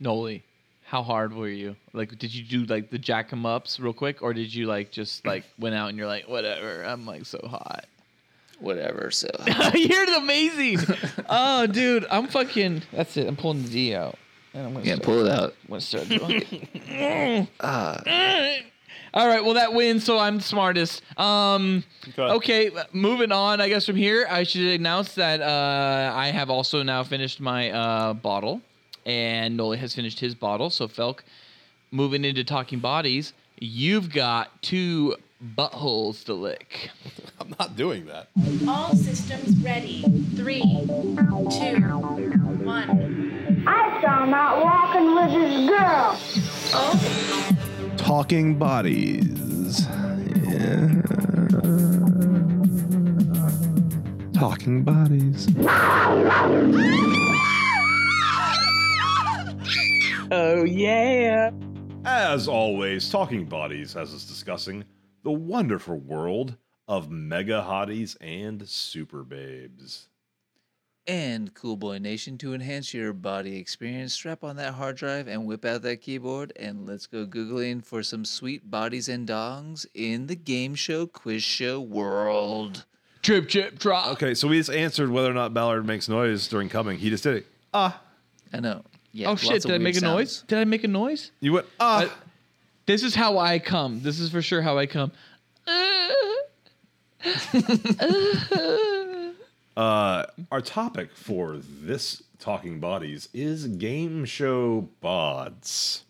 Noli, how hard were you? Like, did you do like the jack 'em ups real quick, or did you like just like went out and you're like, whatever, I'm like so hot. Whatever. So you're amazing. Oh, dude, I'm fucking. That's it. I'm pulling the D out, and I'm gonna yeah, start, pull it out. I'm gonna start doing it. Mm. All right, well that wins, so I'm the smartest. Um, okay, uh, moving on. I guess from here, I should announce that uh, I have also now finished my uh, bottle, and Noli has finished his bottle. So Felk, moving into talking bodies, you've got two buttholes to lick. I'm not doing that. All systems ready. Three, two, one. I saw him out walking with his girl. Talking bodies. Yeah. Talking bodies. As always, Talking Bodies has us discussing the wonderful world of mega hotties and super babes. And Cool Boy Nation to enhance your body experience, strap on that hard drive and whip out that keyboard and let's go googling for some sweet bodies and dongs in the game show quiz show world. Trip, trip, drop. Okay, so we just answered whether or not Ballard makes noise during coming. He just did it. Ah, I know. Yeah. Oh lots shit! of Did I weird make a noise? sounds. Did I make a noise? you went ah. This is how I come. This is for sure how I come. Uh, our topic for this Talking Bodies is game show bods.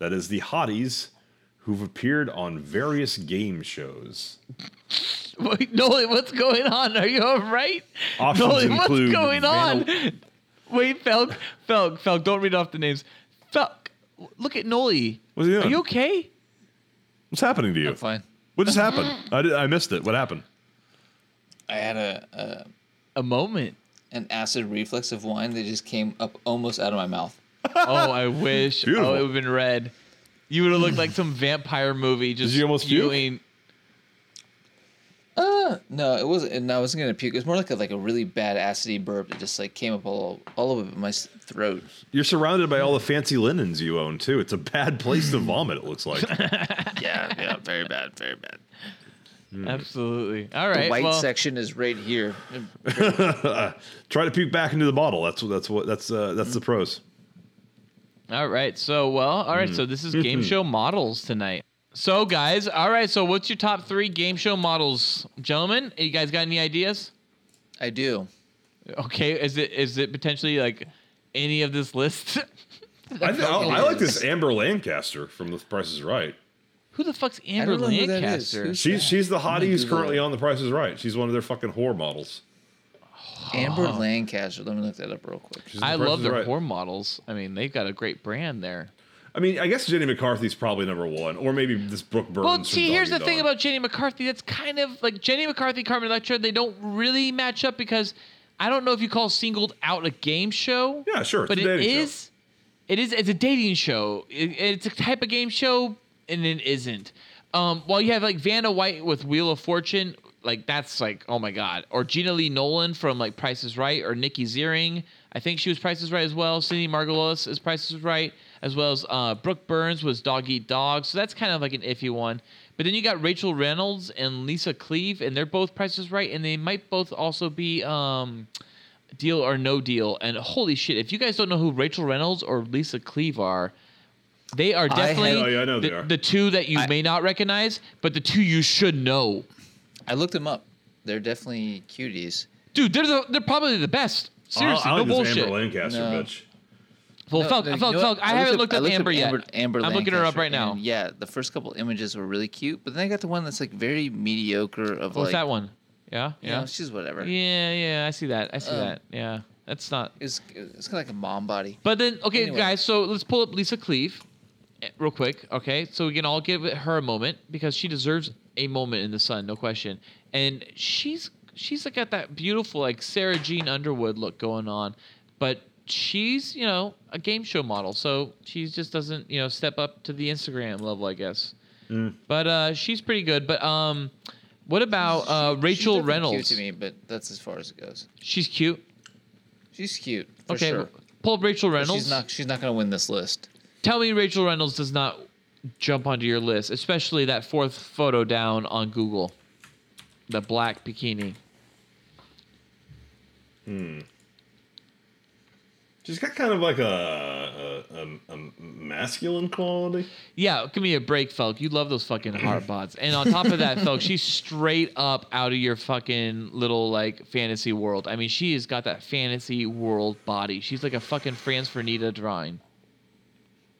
That is the hotties who've appeared on various game shows. Wait, Nolan, what's going on? Are you all right? Options Nolan, what's include going on? Wait, Felk, Felk, Felk, don't read off the names. Felk, look at Noli. What's he doing? Are you okay? What's happening to you? I'm fine. What just happened? I, did, I missed it. What happened? I had a, A moment. a an acid reflux of wine that just came up almost out of my mouth. Oh, I wish. Beautiful. Oh, it would have been red. You would have looked like some vampire movie. Just you almost puke? spewing- Uh, no, it wasn't. And I wasn't gonna puke. It was more like a, like a really bad acidy burp that just like came up all all over my s- throat. You're surrounded by all the fancy linens you own too. It's a bad place to vomit. It looks like. Yeah, yeah, very bad, very bad. Hmm. Absolutely. All The right. white well, section is right here. Try to puke back into the bottle. That's what. That's what. That's uh, that's the pros. All right. So, well, all Hmm. right. So, this is game show models tonight. So, guys, all right. So, what's your top three game show models, gentlemen? You guys got any ideas? I do. Okay. Is it is it potentially like any of this list? I, th- I, I like this Amber Lancaster from The Price Is Right. who the fuck's I Amber don't know who that is. Lancaster? Who's She's she's the hottie who's Google currently it. on The Price Is Right. She's one of their fucking whore models. Amber Uh-huh. Lancaster. Let me look that up real quick. She's in I The Price love Is their Right. whore models. I mean, they've got a great brand there. I mean, I guess Jenny McCarthy's probably number one, or maybe this Brooke Burns. Well, from see, here's the Doggy thing Dog. about Jenny McCarthy. That's kind of like Jenny McCarthy, Carmen Electra. They don't really match up because I don't know if you call singled out a game show. Yeah, sure, it's But a it dating show. is, it is, it's a dating show. It- it's a type of game show, and it isn't. Um, while you have like Vanna White with Wheel of Fortune, like that's like oh my god, or Gina Lee Nolan from like Price is Right, or Nikki Ziering. I think she was Price is Right as well. Cindy Margolis is Price is Right, as well as uh, Brooke Burns was Dog Eat Dog. So that's kind of like an iffy one. But then you got Rachel Reynolds and Lisa Cleave, and they're both Price is Right, and they might both also be um, Deal or No Deal. And holy shit, if you guys don't know who Rachel Reynolds or Lisa Cleave are, they are definitely Oh, yeah, I know the, they are. the two that you may not recognize, but the two you should know. I looked them up. They're definitely cuties. Dude, they're the, they're probably the best. Seriously, I, I like no this Amber bullshit. Lancaster, No. bitch. Well, No, Felk, no, you Felk, know what? Felk, I, looked haven't up- looked up, I looked Amber yet. Amber, Amber I'm looking her up Lancaster, right now. and yeah, the first couple images were really cute, but then I got the one that's like very mediocre. Of What's like, that one? Yeah, You know, yeah, she's whatever. yeah, yeah. I see that. I see Um, that. Yeah, that's not. It's it's kind of like a mom body. But then, okay, Anyway. guys, so let's pull up Lisa Cleave eh, real quick, okay? So we can all give it- her a moment because she deserves a moment in the sun, no question. And she's she's like got that beautiful like Sarah Jean Underwood look going on, but she's you know a game show model, so she just doesn't you know step up to the Instagram level, I guess. Mm. But uh, she's pretty good. But um, what about uh, She's Rachel definitely Reynolds? Cute to me, but that's as far as it goes. She's cute. She's cute. For okay, Sure. pull up Rachel But Reynolds. She's not. She's not gonna win this list. tell me Rachel Reynolds does not jump onto your list, especially that fourth photo down on Google, the black bikini. She's got kind of like a a, a, a masculine quality. Yeah, give me a break, Felk. You love those fucking heart bots. And on top of that, Felk, she's straight up out of your fucking little like fantasy world. I mean, she has got that fantasy world body. She's like a fucking Franz Fernita drawing.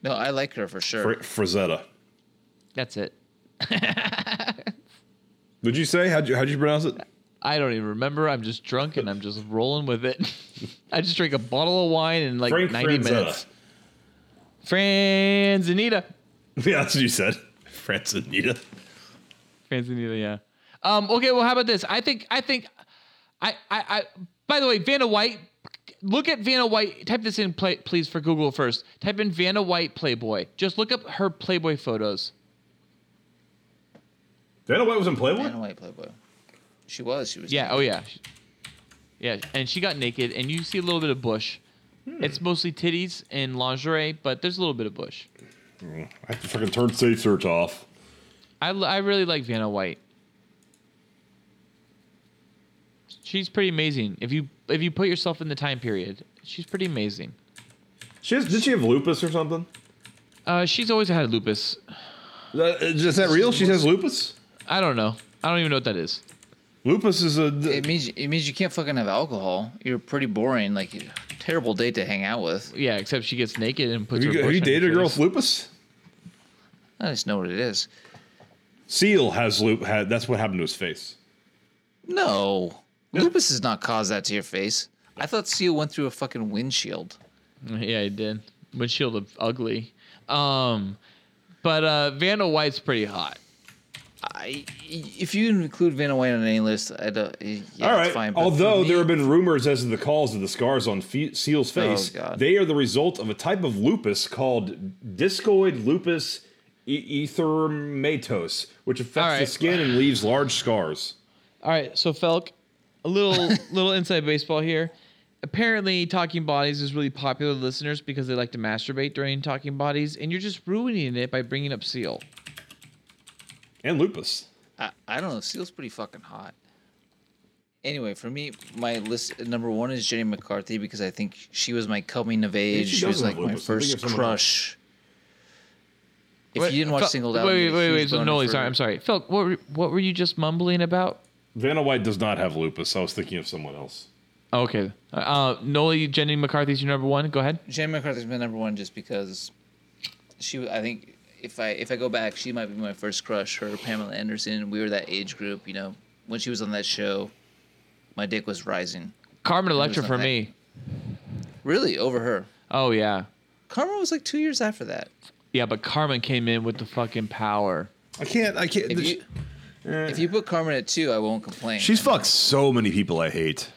No, I like her for sure. Fr- Frazetta. That's it. Did you say how'd you how'd you pronounce it? I don't even remember. I'm just drunk and I'm just rolling with it. I just drank a bottle of wine in like Frank 90 Franzetta. minutes. Franzanita. Yeah, that's what you said. Francinita. Franzanita, yeah. Um, okay, well, how about this? I think, I think, I, I, I, by the way, Vanna White, look at Vanna White. Type this in, play, please, for Google first. Type in Vanna White Playboy. Just look up her Playboy photos. Dana White was in Playboy? Anna White Playboy. She was. She was. Yeah, oh, yeah. Yeah, and she got naked, and you see a little bit of bush. It's mostly titties and lingerie, but there's a little bit of bush. I have to fucking turn safe search off. I, l- I really like Vanna White. She's pretty amazing. If you if you put yourself in the time period, she's pretty amazing. She has, did she have lupus or something? Uh, she's always had lupus. Uh, is that real? She has lupus? I don't know. I don't even know what that is. Lupus is a. It means it means you can't fucking have alcohol. You're pretty boring. Like you- terrible date to hang out with. Yeah, except she gets naked and puts have you, her. have bush you on dated a your girl face. with lupus? I just know what it is. Seal has loop. Had, that's what happened to his face. No, lupus does not cause that to your face. I thought Seal went through a fucking windshield. Yeah, it did. Windshield of ugly. Um, but uh, Vandal White's pretty hot. I, if you include Vanna White on any list, I don't. Yeah, All it's right. fine. but for Although there me- Oh, have been rumors as to the cause of the scars on Fe- Seal's face, God. they are the result of a type of lupus called discoid lupus e- erythematos, which affects All the right. skin and leaves large scars. All right, so Felk, a little little inside baseball here. Apparently, Talking Bodies is really popular with listeners because they like to masturbate during Talking Bodies, and you're just ruining it by bringing up Seal. And lupus. I, I don't know. Seal's pretty fucking hot. Anyway, for me, my list number one is Jenny McCarthy because I think she was my coming of age. she She was doesn't like have my lupus. I think first it's someone else. crush. If Wait, you didn't watch Fel- Singled Out, wait, you're a wait, wait, huge wait. So boner Nolly, for- sorry, I'm sorry. Felk, what were, what were you just mumbling about? Vanna White does not have lupus. I was thinking of someone else. Okay, uh, Nolly, Jenny McCarthy's your number one. Go ahead. Jenny McCarthy's my number one just because she. I think if I if I go back, she might be my first crush. Her Pamela Anderson. We were that age group. You know, when she was on that show, my dick was rising. Carmen was Electra not for that- me. Really over her. Oh yeah, Karma was like two years after that. yeah. But Carmen came in with the fucking power. I can't. I can't. If this- you, if you put Carmen at two, I won't complain. She's fucked so many people I hate.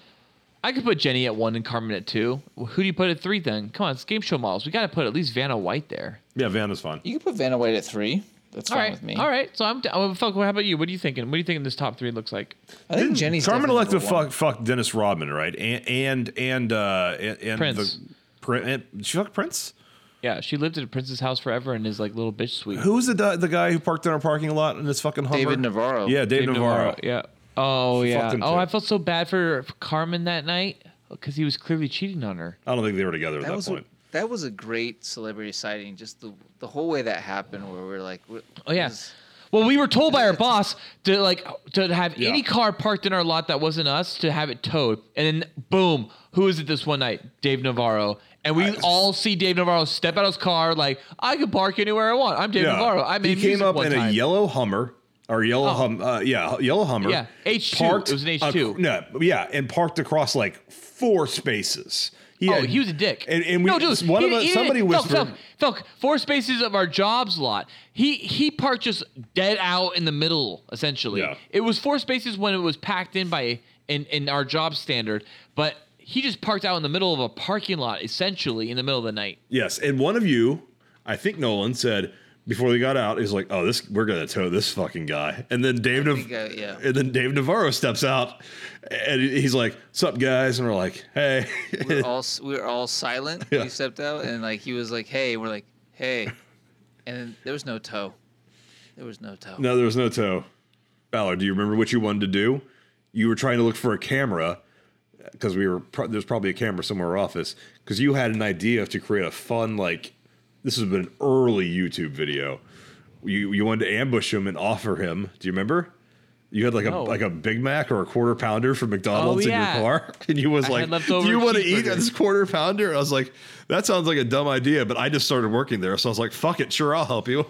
I could put Jenny at one and Carmen at two. Who do you put at three then? Come on, it's game show models. We got to put at least Vanna White there. yeah, Vanna's fine. You can put Vanna White at three. That's All fine right, with me. all right. So I'm. d- oh, fuck. How about you? What are you thinking? What do you thinking this top three looks like? I think Didn't Jenny's Carmen definitely Electra number one. fuck, fucked Dennis Rodman, right? And and and uh, and, and Prince. The, Prin- and, she fucked Prince. Yeah, she lived at a prince's house forever and is like little bitch sweet. Who was the du- the guy who parked in our parking lot in this fucking Hummer? David Navarro. Yeah, David, Dave Navarro. Yeah. Oh yeah. Fucked him, Oh, too. I felt so bad for for Carmen that night because he was clearly cheating on her. I don't think they were together at That that, was a, point. that was a great celebrity sighting. Just the the whole way that happened, where we're like, w- Oh yeah. this- Well, we were told by our boss to like to have Yeah. any car parked in our lot that wasn't us to have it towed, and then boom, who is it this one night? Dave Navarro, and we all see Dave Navarro step out of his car like I could park anywhere I want. I'm Dave Yeah. Navarro. I he made came music up one in a time. yellow Hummer or yellow Oh. hum. Uh, yeah, yellow Hummer. Yeah, H2. Parked It was an H2. ac- no, yeah, and parked across like four spaces. He Oh, had- he was a dick. And, and we, no, dude, one he- of us, he- somebody Felk, whispered. Felk, Felk, four spaces of our jobs lot. He he parked just dead out in the middle, essentially. Yeah. It was four spaces when it was packed in by in in our job standard, but he just parked out in the middle of a parking lot, essentially, in the middle of the night. Yes, and one of you, I think Nolan said before they got out, is like, "Oh, this we're gonna tow this fucking guy." And then Dave, Nav- think, uh, yeah. and then Dave Navarro steps out, and he's like, "Sup, guys?" And we're like, "Hey." we were all s- we were all silent. Yeah. We stepped out, and like he was like, "Hey," we're like, "Hey," and then there was no toe. There was no toe. no, there was no tow. Ballard, do you remember what you wanted to do? You were trying to look for a camera because we were pro- there's probably a camera somewhere in our office because you had an idea to create a fun like this has been an early YouTube video. You you wanted to ambush him and offer him. Do you remember? You had like No. a like a Big Mac or a quarter pounder from McDonald's Oh, in yeah. your car, and you was I like, had leftover "Do you want to eat cheeseburgers." this quarter pounder?" I was like, "That sounds like a dumb idea," but I just started working there, so I was like, "Fuck it, sure, I'll help you."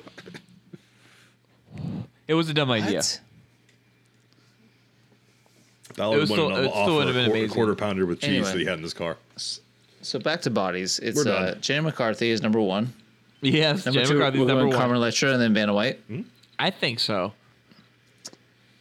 It was a dumb idea. What? Ballard It was wanted still- to it still offer would've been a, quarter, a amazing. quarter pounder with cheese Anyway. that he had in his car. So back to bodies. It's We're done. uh, Jenny McCarthy is number one. Yes, Number Jenny two, McCarthy's we're number going one. Carmen Electra and then Vanna White. I think so.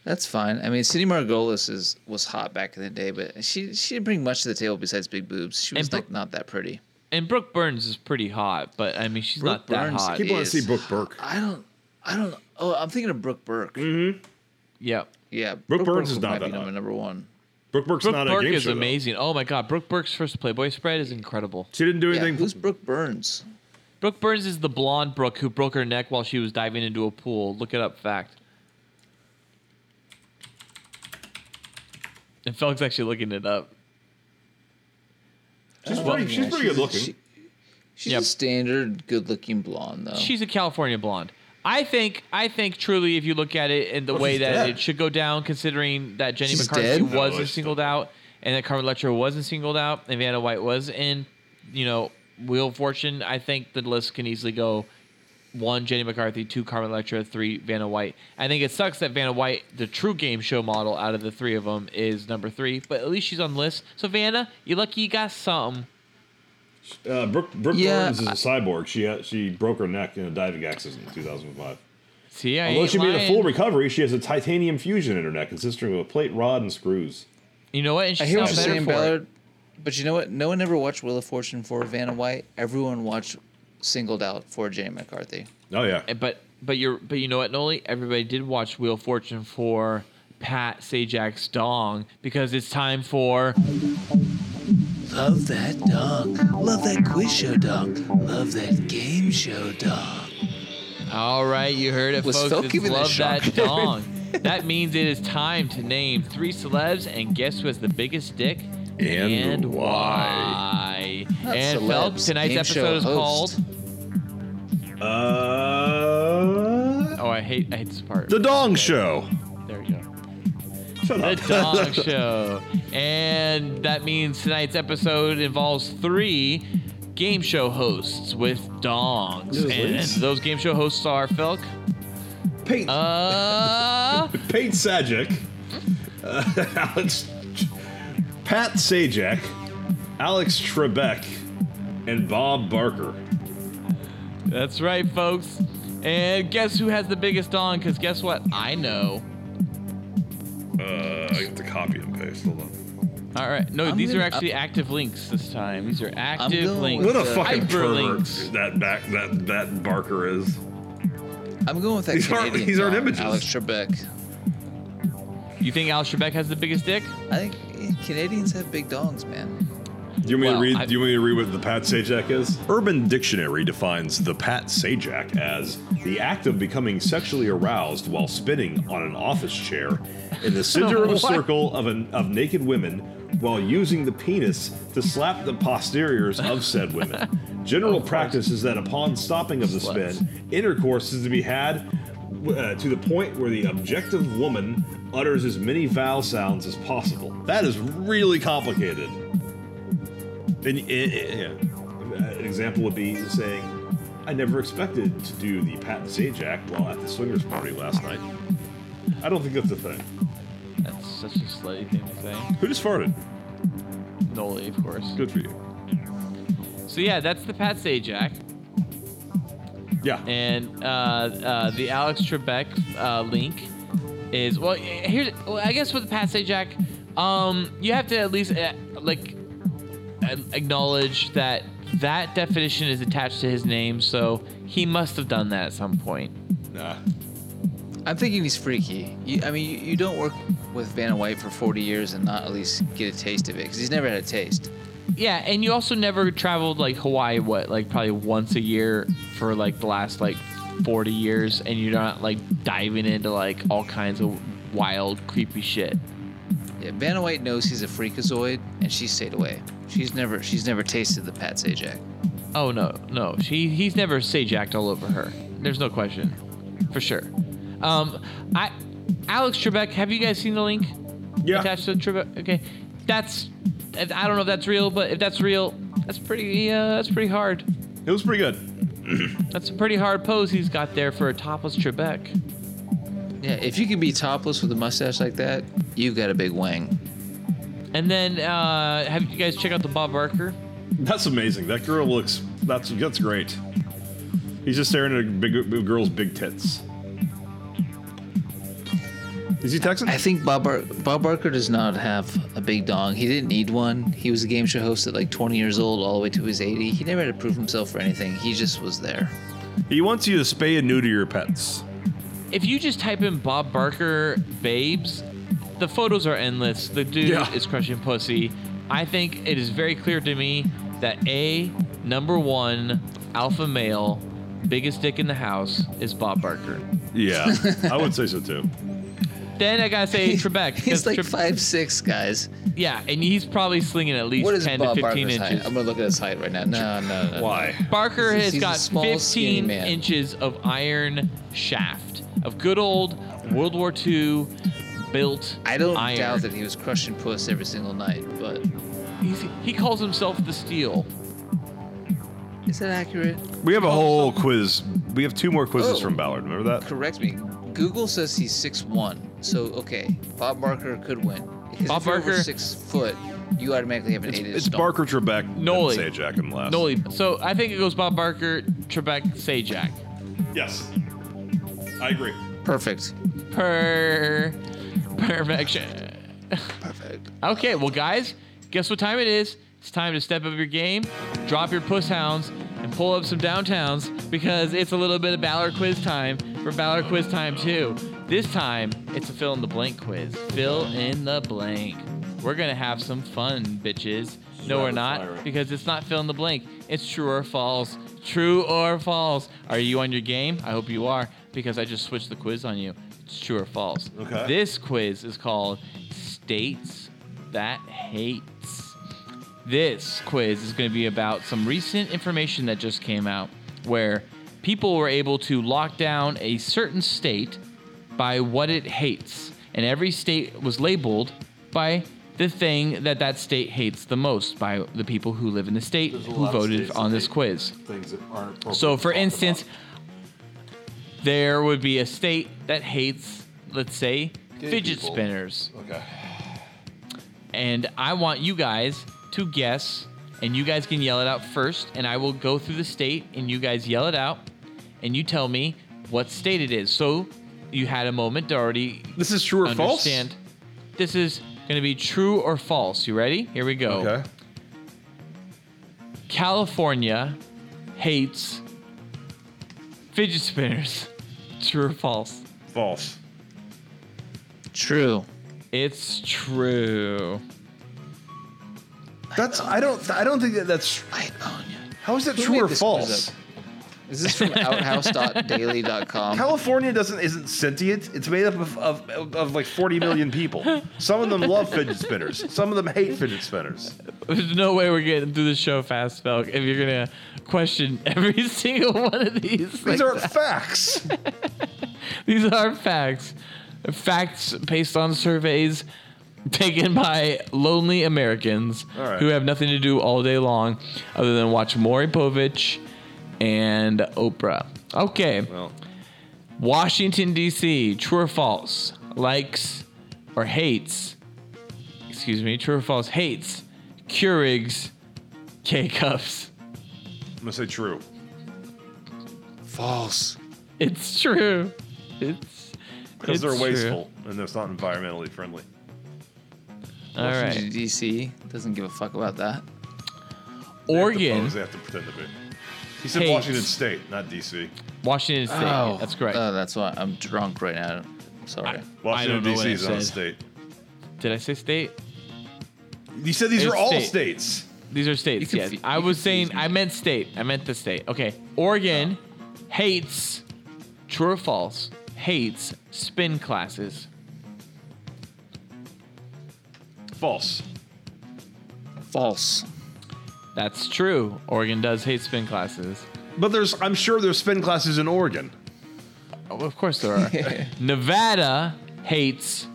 That's fine. I mean, Cindy Margolis is was hot back in the day, but she she didn't bring much to the table besides big boobs. She was And Bro- like not that pretty. And Brooke Burns is pretty hot, but I mean, she's not Brooke that Burns- hot. Keep wanting to is- see Brooke Burke. I don't, I don't. Oh, I'm thinking of Brooke Burke. Yeah. Yeah, Burns Mm-hmm. is would not might that be number, hot. number one. Brooke Burke's Brooke not Burke a game is show. though. amazing. Oh my God, Brooke Burke's first Playboy spread is incredible. She didn't do Yeah, anything. who's Brooke Burns? Brooke Burns is the blonde Brooke who broke her neck while she was diving into a pool. Look it up, fact. And Felix actually looking it up. she's pretty, she's pretty good looking. She, she's Yep. a standard good-looking blonde, though. She's a California blonde. I think I think truly if you look at it in the way she's that dead. it should go down, considering that Jenny She's McCarthy dead? No, wasn't it's- singled out and that Carmen Electra wasn't singled out and Vanna White was in, you know, Wheel of Fortune, I think the list can easily go one Jenny McCarthy, two Carmen Electra, three Vanna White. I think it sucks that Vanna White, the true game show model out of the three of them, is number three, but at least she's on the list. So Vanna, you lucky you got something. Uh, Brooke, Brooke Yeah, Burns is a cyborg. She uh, she broke her neck in a diving accident in 2005. See, I Although ain't she made a lying. full recovery, she has a titanium fusion in her neck consisting of a plate, rod, and screws. You know what? And I she's hear not what you're better saying, for it. Ballard. But you know what? No one ever watched Wheel of Fortune for Vanna White. Everyone watched Singled Out for Jenny McCarthy. Oh yeah, And- But but you're but you know what, Noli? Everybody did watch Wheel of Fortune for Pat Sajak's dong because it's time for Love that dog. Love that quiz show dog. Love that game show dog. All right, you heard it, Was folks. Phil It's giving that love that, shock? dong. that means it is time to name three celebs, and guess who has the biggest dick and, why? Not And celebs, Phelps, tonight's game episode show is host. called. Uh, Oh, I hate I hate this part. the Dong Show. There we go. Shut The up. Dong Show. And that means tonight's episode involves three game show hosts with dongs. Those And ladies. those game show hosts are Felk. Peyton, Uh, Peyton Sajic, uh, Alex, Pat Sajak, Alex Trebek, and Bob Barker. That's right, folks. And guess who has the biggest dong? Because guess what? I know. Uh, I have to copy and paste. Hold on. All right. No, I'm these gonna- are actually active links this time. These are active going links. with What a the- fucking Hyperlinks. pervert that back that that Barker is. I'm going with that These aren't- Canadian these aren't dog, images. Alex Trebek. You think Al Trebek has the biggest dick? I think eh, Canadians have big dogs, man. Do you want me Well, to read? I- do you want me to read what the Pat Sajak is? Urban Dictionary defines the Pat Sajak as the act of becoming sexually aroused while spinning on an office chair in the center of a What? circle of an, of naked women while using the penis to slap the posteriors of said women. General practice is that upon stopping of the Sluts. spin, intercourse is to be had uh, to the point where the objective woman utters as many vowel sounds as possible. That is really complicated. eh, An, an example would be saying, I never expected to do the Pat Sajak while at the swingers party last night. I don't think that's a thing. That's such a slutty thing to say. Who just farted? Noli, of course. Good for you. So yeah, that's the Pat Sajak. Yeah. and uh, uh, the Alex Trebek uh, link is well. Here's well, I guess with Pat Sajak, um, you have to at least uh, like a- acknowledge that that definition is attached to his name, so he must have done that at some point. Nah. I'm thinking he's freaky. You, I mean, you, you don't work with Vanna White for 40 years and not at least get a taste of it because he's never had a taste. Yeah, and you also never traveled like Hawaii. What like probably once a year for like the last like forty years, and you're not like diving into like all kinds of wild, creepy shit. Yeah, Vanna White knows he's a freakazoid and she stayed away. She's never she's never tasted the Pat Sajak. Oh no, no. She he's never sajacked all over her. There's no question, for sure. Um, I Alex Trebek. Have you guys seen the link Yeah. attached to Trebek? Okay, that's I don't know if that's real, but if that's real, that's pretty. Uh, that's pretty hard. It was pretty good. That's a pretty hard pose he's got there for a topless Trebek. Yeah, if you can be topless with a mustache like that, you've got a big wang. And then uh, have you guys check out the Bob Barker? That's amazing. That girl looks. That's that's great. He's just staring at a big, big girl's big tits. Is he Texan? I think Bob, Bar- Bob Barker does not have a big dong. He didn't need one. He was a game show host at like 20 years old, all the way to his 80. He never had to prove himself for anything. He just was there. He wants you to spay and neuter your pets. If you just type in Bob Barker babes, the photos are endless. The dude Yeah. is crushing pussy. I think it is very clear to me that A, number one, alpha male, biggest dick in the house is Bob Barker. Yeah, I would say so too. Then I gotta say Trebek. 'cause He's like Tre- five six, guys. yeah, and he's probably slinging at least What is 10 Bob to 15 Barker's height? inches. I'm gonna look at his height right now. No, no, no. Why? Barker He's- has he's a got small, skinny 15 man. inches of iron shaft of good old World War II built. I don't iron. doubt that he was crushing puss every single night, but He's, he calls himself the steel. Is that accurate? We have a whole quiz. We have two more quizzes Oh. from Ballard. Remember that? Correct me. Google says he's six one. So okay, Bob Barker could win. Because Bob if you're over Barker- six foot, you automatically have an eight inch. It's Barker, Trebek, Noli. Say Jack, and last. Noli. So I think it goes Bob Barker, Trebek, Sajak. Yes. I agree. Perfect. Per perfection. Perfect. Okay, well guys, guess what time it is? It's time to step up your game, drop your puss hounds, and pull up some downtowns because it's a little bit of Ballard quiz time for Ballard quiz time too. This time it's a fill in the blank quiz. Fill in the blank. We're gonna have some fun, bitches. No, we're not, because it's not fill in the blank. It's true or false. True or false. Are you on your game? I hope you are, because I just switched the quiz on you. It's true or false. Okay. This quiz is called States That Hates. This quiz is going to be about some recent information that just came out where people were able to lock down a certain state by what it hates. And every state was labeled by the thing that that state hates the most by the people who live in the state who voted on this quiz. So, for instance, there would be a state that hates, let's say, fidget spinners. Okay. And I want you guys to guess, and you guys can yell it out first, and I will go through the state, and you guys yell it out, and you tell me what state it is. So, you had a moment to already This is true or understand. This is going to be true or false. You ready? Here we go. false? Okay. California hates fidget spinners. True or false? False. True. It's true. That's I don't I don't think that that's I own you. how is that Who true made or this quiz false? up? Is this from outhouse.daily.com? California doesn't isn't sentient. It's made up of, of, of, of like 40 million people. Some of them love fidget spinners. Some of them hate fidget spinners. There's no way we're getting through the show fast, Felk, if you're going to question every single one of these. These like are that. facts. These are facts. Facts based on surveys taken by lonely Americans All right. who have nothing to do all day long other than watch Maury Povich and Oprah. Okay. Well, Washington, D.C., true or false, likes or hates, excuse me, true or false, hates Keurig's K cups. I'm gonna say true. False. It's true. It's. Because they're it's true. wasteful and that's not environmentally friendly. All Washington, right. D.C. doesn't give a fuck about that. They have to Oregon, pose, They have to pretend to be. He said Hates. Washington State, not DC. Washington State. That's correct. Oh, that's why I'm drunk right now. Sorry. Washington don't know what DC is I not a said. state. Did I say state? You said these It's are all state. states. These are states. You Yes. confu- I you was saying confuse me. I meant state. I meant the state. Okay. Oregon hates true or false hates spin classes. False. False. That's true. Oregon does hate spin classes. But there's I'm sure there's spin classes in Oregon. Oh, of course there are. Nevada hates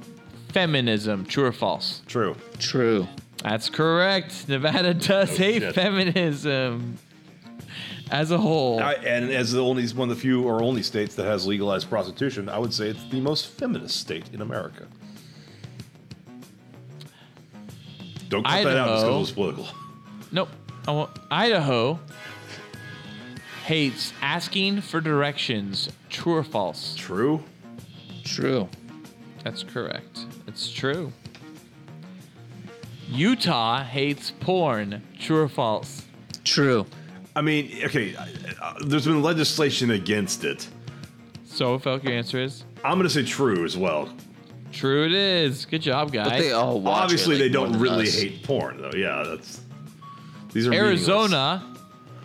feminism. True or false? True. True. That's correct. Nevada does hate Oh, shit. feminism as a whole. I, and as the only one of the few or only states that has legalized prostitution, I would say it's the most feminist state in America. Don't cut that out just because Idaho. it was political. Nope. I won't. Idaho hates asking for directions. True or false? True. True. That's correct. It's true. Utah hates porn. True or false? True. I mean, okay, I- I- there's been legislation against it. So, Felk, your answer is I'm going to say true as well. true. It is. Good job, guys. But they all watch it, Obviously, like, they more don't than really us. hate porn, though. Yeah, that's. These are meaningless. Arizona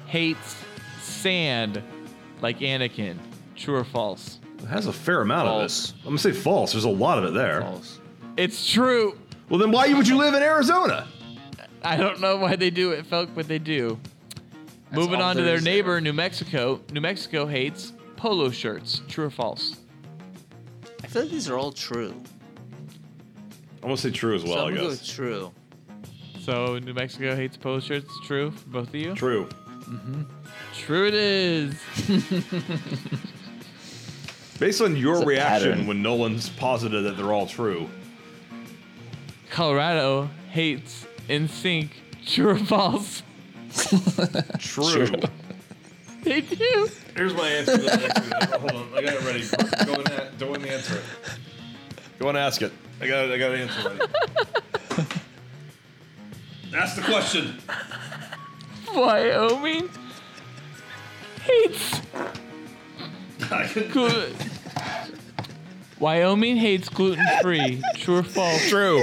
hates sand like Anakin. True or false? It has a fair amount False. of it. I'm going to say false. There's a lot of it there. False. It's true. Well, then why would you live in Arizona? I don't know why they do it, Felk, but they do. Moving all on to there their is there. neighbor, New Mexico. New Mexico hates polo shirts. True or false? I feel like these are all true. I'm going to say true as well, so I'm Oh, I gonna go guess. with true. So New Mexico hates polo shirts. True for both of you. True. True it is. Based on your It's a reaction pattern. when Nolan's posited that they're all true, Colorado hates in sync. True or false? true. They do. Here's my answer. To that actually. Hold on, I got it ready. Go and, a- go and answer it. Go and ask it. I got it. I got an answer ready. ask the question. Wyoming hates I can- gluten. Wyoming hates gluten free. True or false? True.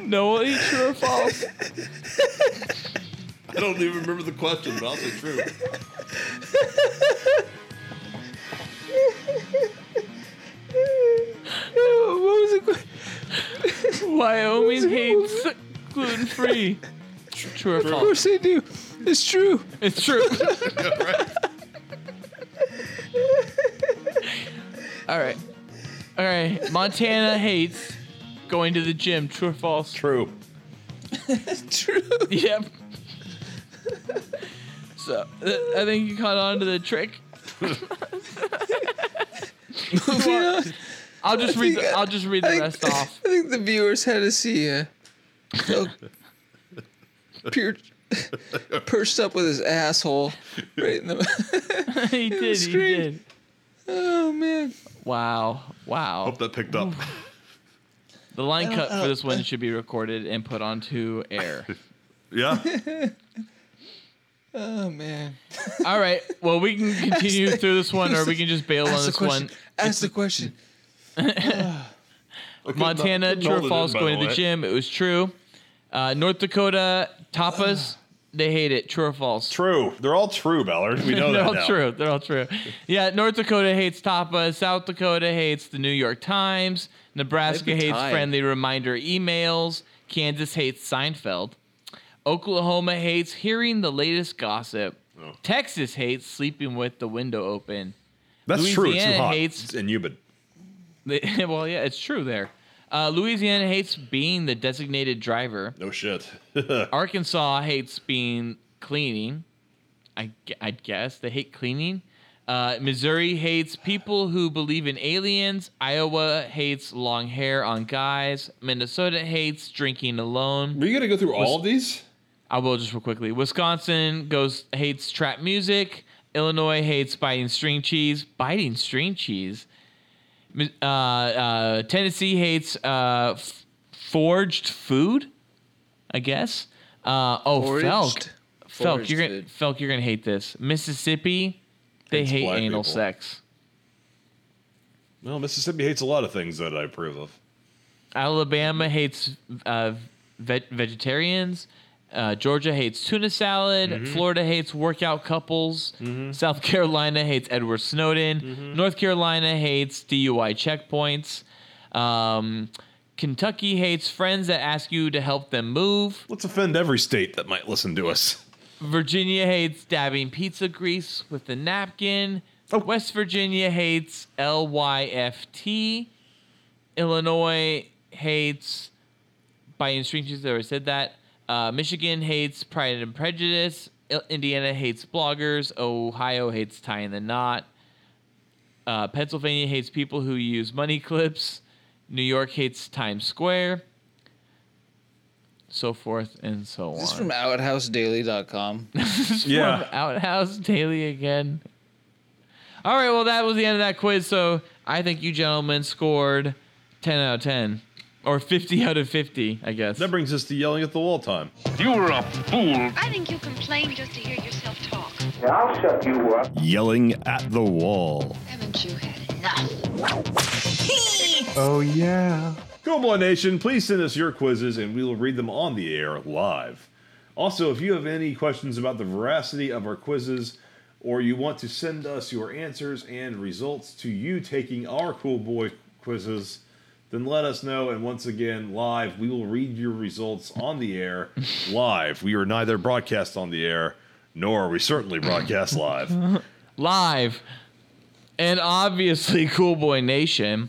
No, it ain't true or false? I don't even remember the question, but I'll say true. what was it? Wyoming hates gluten free. True or false? course they do. It's true. It's true. All right. All right. Montana hates going to the gym. True or false? True. True. Yep. So th- I think you caught on to the trick. Moving on. I'll just read. The, think- uh, I'll just read the I rest think- off. I think the viewers had to see uh, Phil Pier- perched up with his asshole right in the. he did. He screen. did. oh man! Wow. Wow. Hope that picked up. The line Uh, cut for this one should be recorded and put onto air. Yeah. Oh man! All right. Well, we can continue through this one, or we can just bail on Ask the this question. one. Ask the question. Montana, Couldn't hold it true or in, false, by going the to the way. gym. It was true. Uh, North Dakota, tapas, they hate it. True or false? True. They're all true, Ballard. We know They're that all now. true. They're all true. Yeah, North Dakota hates tapas. South Dakota hates the New York Times. Nebraska They'd be hates tied. friendly reminder emails. Kansas hates Seinfeld. Oklahoma hates hearing the latest gossip. Oh. Texas hates sleeping with the window open. That's true. It's too Louisiana hot hates- and humid. They- well, yeah, it's true there. Uh, Louisiana hates being the designated driver. No shit. Arkansas hates being cleaning. I, gu- I guess they hate cleaning. Uh, Missouri hates people who believe in aliens. Iowa hates long hair on guys. Minnesota hates drinking alone. Were you gonna go through all of these? I will just real quickly. Wisconsin goes hates trap music. Illinois hates biting string cheese. Biting string cheese. Mi- Uh, uh, Tennessee hates uh, f- forged food. I guess. Uh, oh, Foraged? Felk. Felk, Foraged you're gonna food. Felk, you're gonna hate this. Mississippi, they Hates hate black anal people. sex. Well, Mississippi hates a lot of things that I approve of. Alabama hates uh, ve- vegetarians. Uh, Georgia hates tuna salad. Mm-hmm. Florida hates workout couples. South Carolina hates Edward Snowden. Mm-hmm. North Carolina hates DUI checkpoints. Um, Kentucky hates friends that ask you to help them move. Let's offend every state that might listen to us. Virginia hates dabbing pizza grease with a napkin. Oh. West Virginia hates LYFT. Illinois hates by string cheese. I already said that. Uh, Michigan hates Pride and Prejudice. Il- Indiana hates bloggers. Ohio hates tying the knot. Uh, Pennsylvania hates people who use money clips. New York hates Times Square. So forth and so on This is from outhousedaily.com. Yeah. outhouse daily again. All right, well that was the end of that quiz. So I think you gentlemen scored ten out of ten, or fifty out of fifty, I guess. That brings us to yelling at the wall time. I think you complain just to hear yourself talk. I'll shut you up. Yelling at the wall. Haven't you had enough? Come on, Nation, please send us your quizzes and we will read them on the air live. Also, if you have any questions about the veracity of our quizzes or you want to send us your answers and results to you taking our cool boy quizzes, then let us know. And once again, live, we will read your results on the air live. We are neither broadcast on the air nor are we certainly broadcast live. live. And obviously, Cool Boy Nation,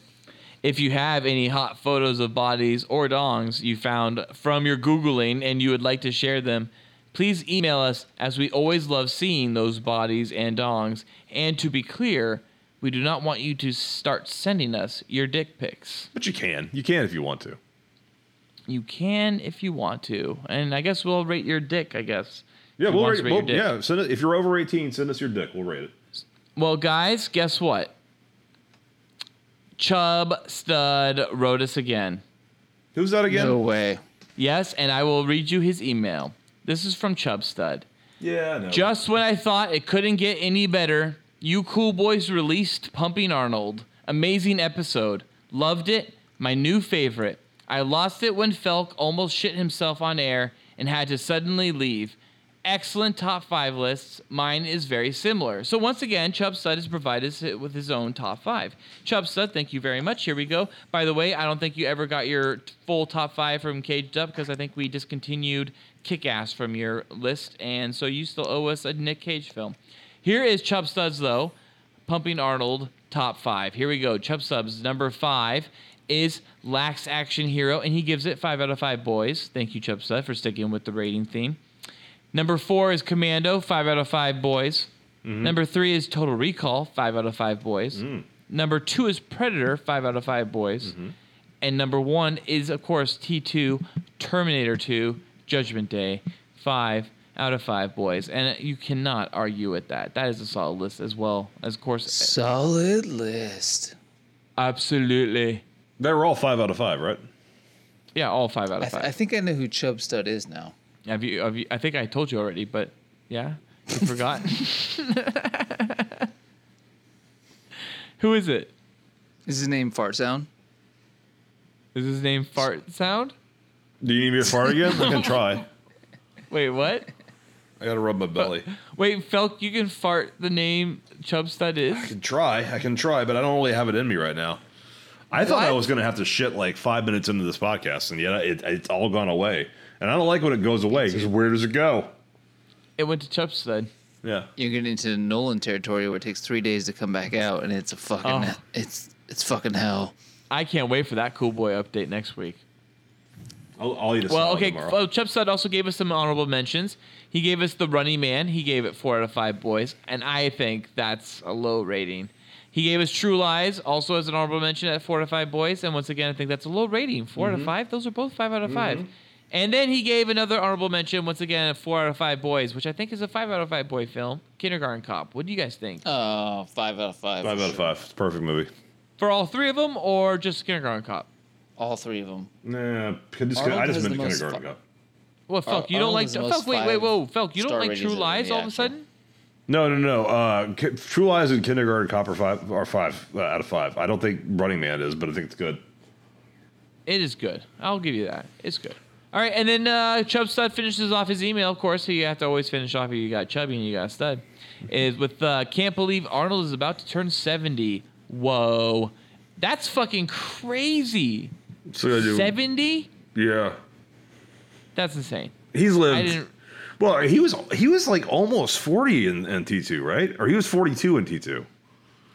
if you have any hot photos of bodies or dongs you found from your Googling and you would like to share them, please email us as we always love seeing those bodies and dongs. And to be clear, we do not want you to start sending us your dick pics. But you can. You can if you want to. You can if you want to. And I guess we'll rate your dick, I guess. Yeah, Who we'll wants rate, to rate your we'll- dick? yeah. Send it, if you're over 18, send us your dick. We'll rate it. Well, guys, guess what? Chub Stud wrote us again. Who's that again? No way. Yes, and I will read you his email. This is from Chub Stud. Yeah, I know. Just when I thought it couldn't get any better, you cool boys released Pumping Arnold. Amazing episode. Loved it. My new favorite. I lost it when Felk almost shit himself on air and had to suddenly leave. Excellent top five lists. Mine is very similar. So once again, Chubb Stud has provided us with his own top five. Chubb Stud, thank you very much. Here we go. By the way, I don't think you ever got your t- full top five from Caged Up because I think we discontinued Kick Ass from your list, and so you still owe us a Nick Cage film. Here is Chubb Stud's though, Pumping Arnold top five. Here we go. Chubb Subs number five is Lax Action Hero, and he gives it five out of five boys. Thank you, Chubb Stud, for sticking with the rating theme. Number four is Commando, five out of five boys. Number three is Total Recall, five out of five boys. Number two is Predator, five out of five boys. And number one is, of course, T2, Terminator 2, Judgment Day, five out of five boys. And you cannot argue with that. That is a solid list as well as, of course, Solid list. absolutely. They were all five out of five, right? Yeah, all five out I, of five. th- I think I know who Chubb Stud is now. have you, have you, I think I told you already, but yeah, you forgot. Who is it? Is his name Fart Sound? Is his name Fart Sound? Do you need me to fart again? I can try. Wait, what? I gotta rub my belly. Wait, Felk, you can fart the name Chubb Stud is? I can try. I can try, but I don't really have it in me right now. I thought I What? was gonna have to shit like five minutes into this podcast, and yet it, it's all gone away. And I don't like when it goes away because where does it go? It went to Chubb Stud. Yeah. You're getting into Nolan territory where it takes three days to come back out, and it's a fucking Oh. it's it's fucking hell. I can't wait for that cool boy update next week. I'll, I'll eat a Well, salad okay. tomorrow. Well, Chubb Stud also gave us some honorable mentions. He gave us the Running Man. He gave it four out of five boys, and I think that's a low rating. He gave us True Lies also as an honorable mention at four out of five boys, and once again, I think that's a low rating. 4 out of five. Those are both five out of five. And then he gave another honorable mention once again at four out of five boys, which I think is a five out of five boy film, Kindergarten Cop. What do you guys think? Oh, five out of five. five out of five. It's a perfect movie. For all three of them, or just Kindergarten Cop? All three of them. Nah, I just, Arnold I just has meant the most kindergarten. fu- Cup. Well, Felk, you Arnold don't like is the Felk. most Wait, wait, five whoa, Felk, you star don't like ratings True of any Lies all of a action. sudden? No, no, no. Uh, K- True Lies and Kindergarten Cop are five, are five uh, out of five. I don't think Running Man is, but I think it's good. It is good. I'll give you that. It's good. All right, and then uh, Chubb Stud finishes off his email. Of course, so you have to always finish off. if You got Chubby and you got Stud. Is with uh, can't believe Arnold is about to turn seventy. Whoa, that's fucking crazy. So Seventy? Yeah, That's insane. he's I lived. didn't. Well, he was he was like almost forty in, in T two, right? Or he was forty two in T two.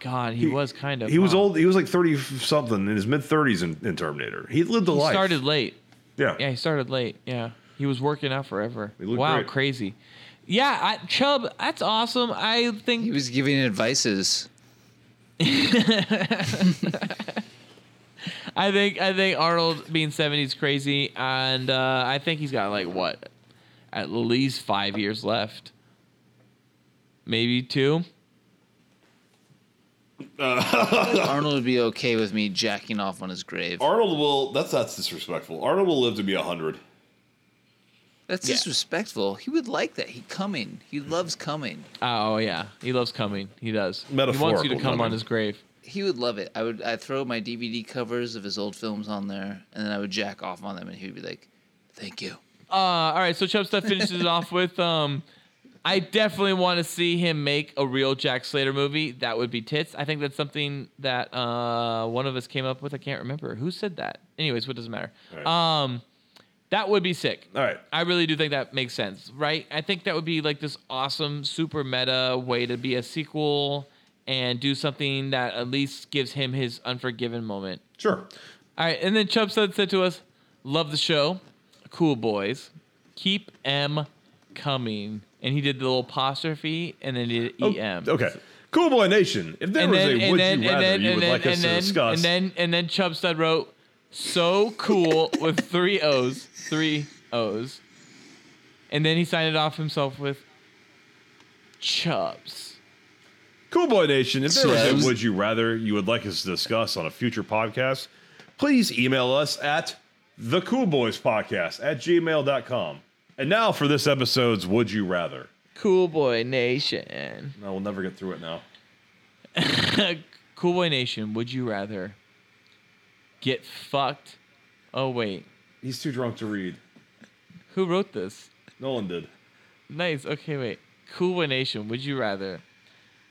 God, he, was kind of. He was huh. old. He was like thirty something in his mid thirties in, in Terminator. He lived a He life. started late. Yeah. Yeah, he started late. Yeah, he was working out forever. He looked Wow, great. crazy. Yeah, I, Chubb, that's awesome. I think He was giving advices. I think I think Arnold being seventy is crazy, and uh, I think he's got like what, at least five years left, maybe two. Arnold would be okay with me jacking off on his grave. Arnold will. That's that's disrespectful. Arnold will live to be hundred. That's Yeah. disrespectful. He would like that. He coming. He loves coming. Oh yeah, he loves coming. He does. he wants you to Metaphorical come on coming. his grave. He would love it. I would. I throw my DVD covers of his old films on there, and then I would jack off on them, and he would be like, "Thank you." Uh, all right, so Chubb stuff finishes it off with um, I definitely want to see him make a real Jack Slater movie. That would be tits. I think that's something that uh, one of us came up with. I can't remember who said that. Anyways, what doesn't matter. Um, That would be sick. All right. I really do think that makes sense, right? I think that would be like this awesome, super meta way to be a sequel and do something that at least gives him his unforgiven moment. Sure. All right, and then Chubb said, said to us, "Love the show, cool boys, keep M coming." And he did the little apostrophe, and then he did Oh, em. Okay. Cool Boy Nation. If there E And was a would then, and then, you and rather then, you and would then, like us and to then, discuss, and then, and then Chubb Stud wrote, "So cool" with three O's, three O's, and then he signed it off himself with Chubbs. Cool Boy Nation, if there was Yes. a would you rather you would like us to discuss on a future podcast, please email us at the Cool Boys Podcast at gmail.com. And now for this episode's Would You Rather. Cool Boy Nation. No, we'll never get through it now. cool Boy Nation, would you rather get fucked? Oh wait, He's too drunk to read. who wrote this? Nolan did. Nice. Okay, wait. Cool Boy Nation, would you rather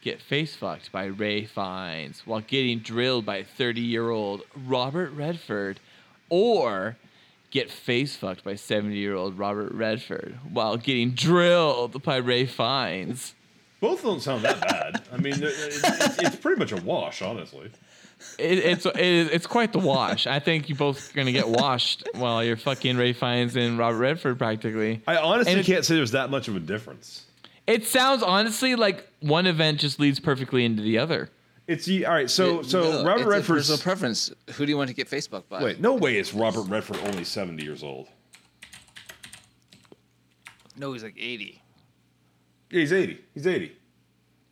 get face fucked by Ray Fiennes while getting drilled by 30 year old Robert Redford or get face fucked by 70 year old Robert Redford while getting drilled by Ray Fiennes? Both don't sound that bad. I mean, they're- it's, it's pretty much a wash, honestly. It, it's it, it's quite the wash. I think you both are gonna get washed while you're fucking Ray Fiennes and Robert Redford practically. I honestly And it- can't say there's that much of a difference. It sounds honestly like one event just leads perfectly into the other. It's the- all right. So, so No, Robert it's a Redford's personal preference. Who do you want to get Facebook by? Wait, no way is Robert Redford only 70 years old. no, he's like eighty. Yeah, he's 80. He's 80.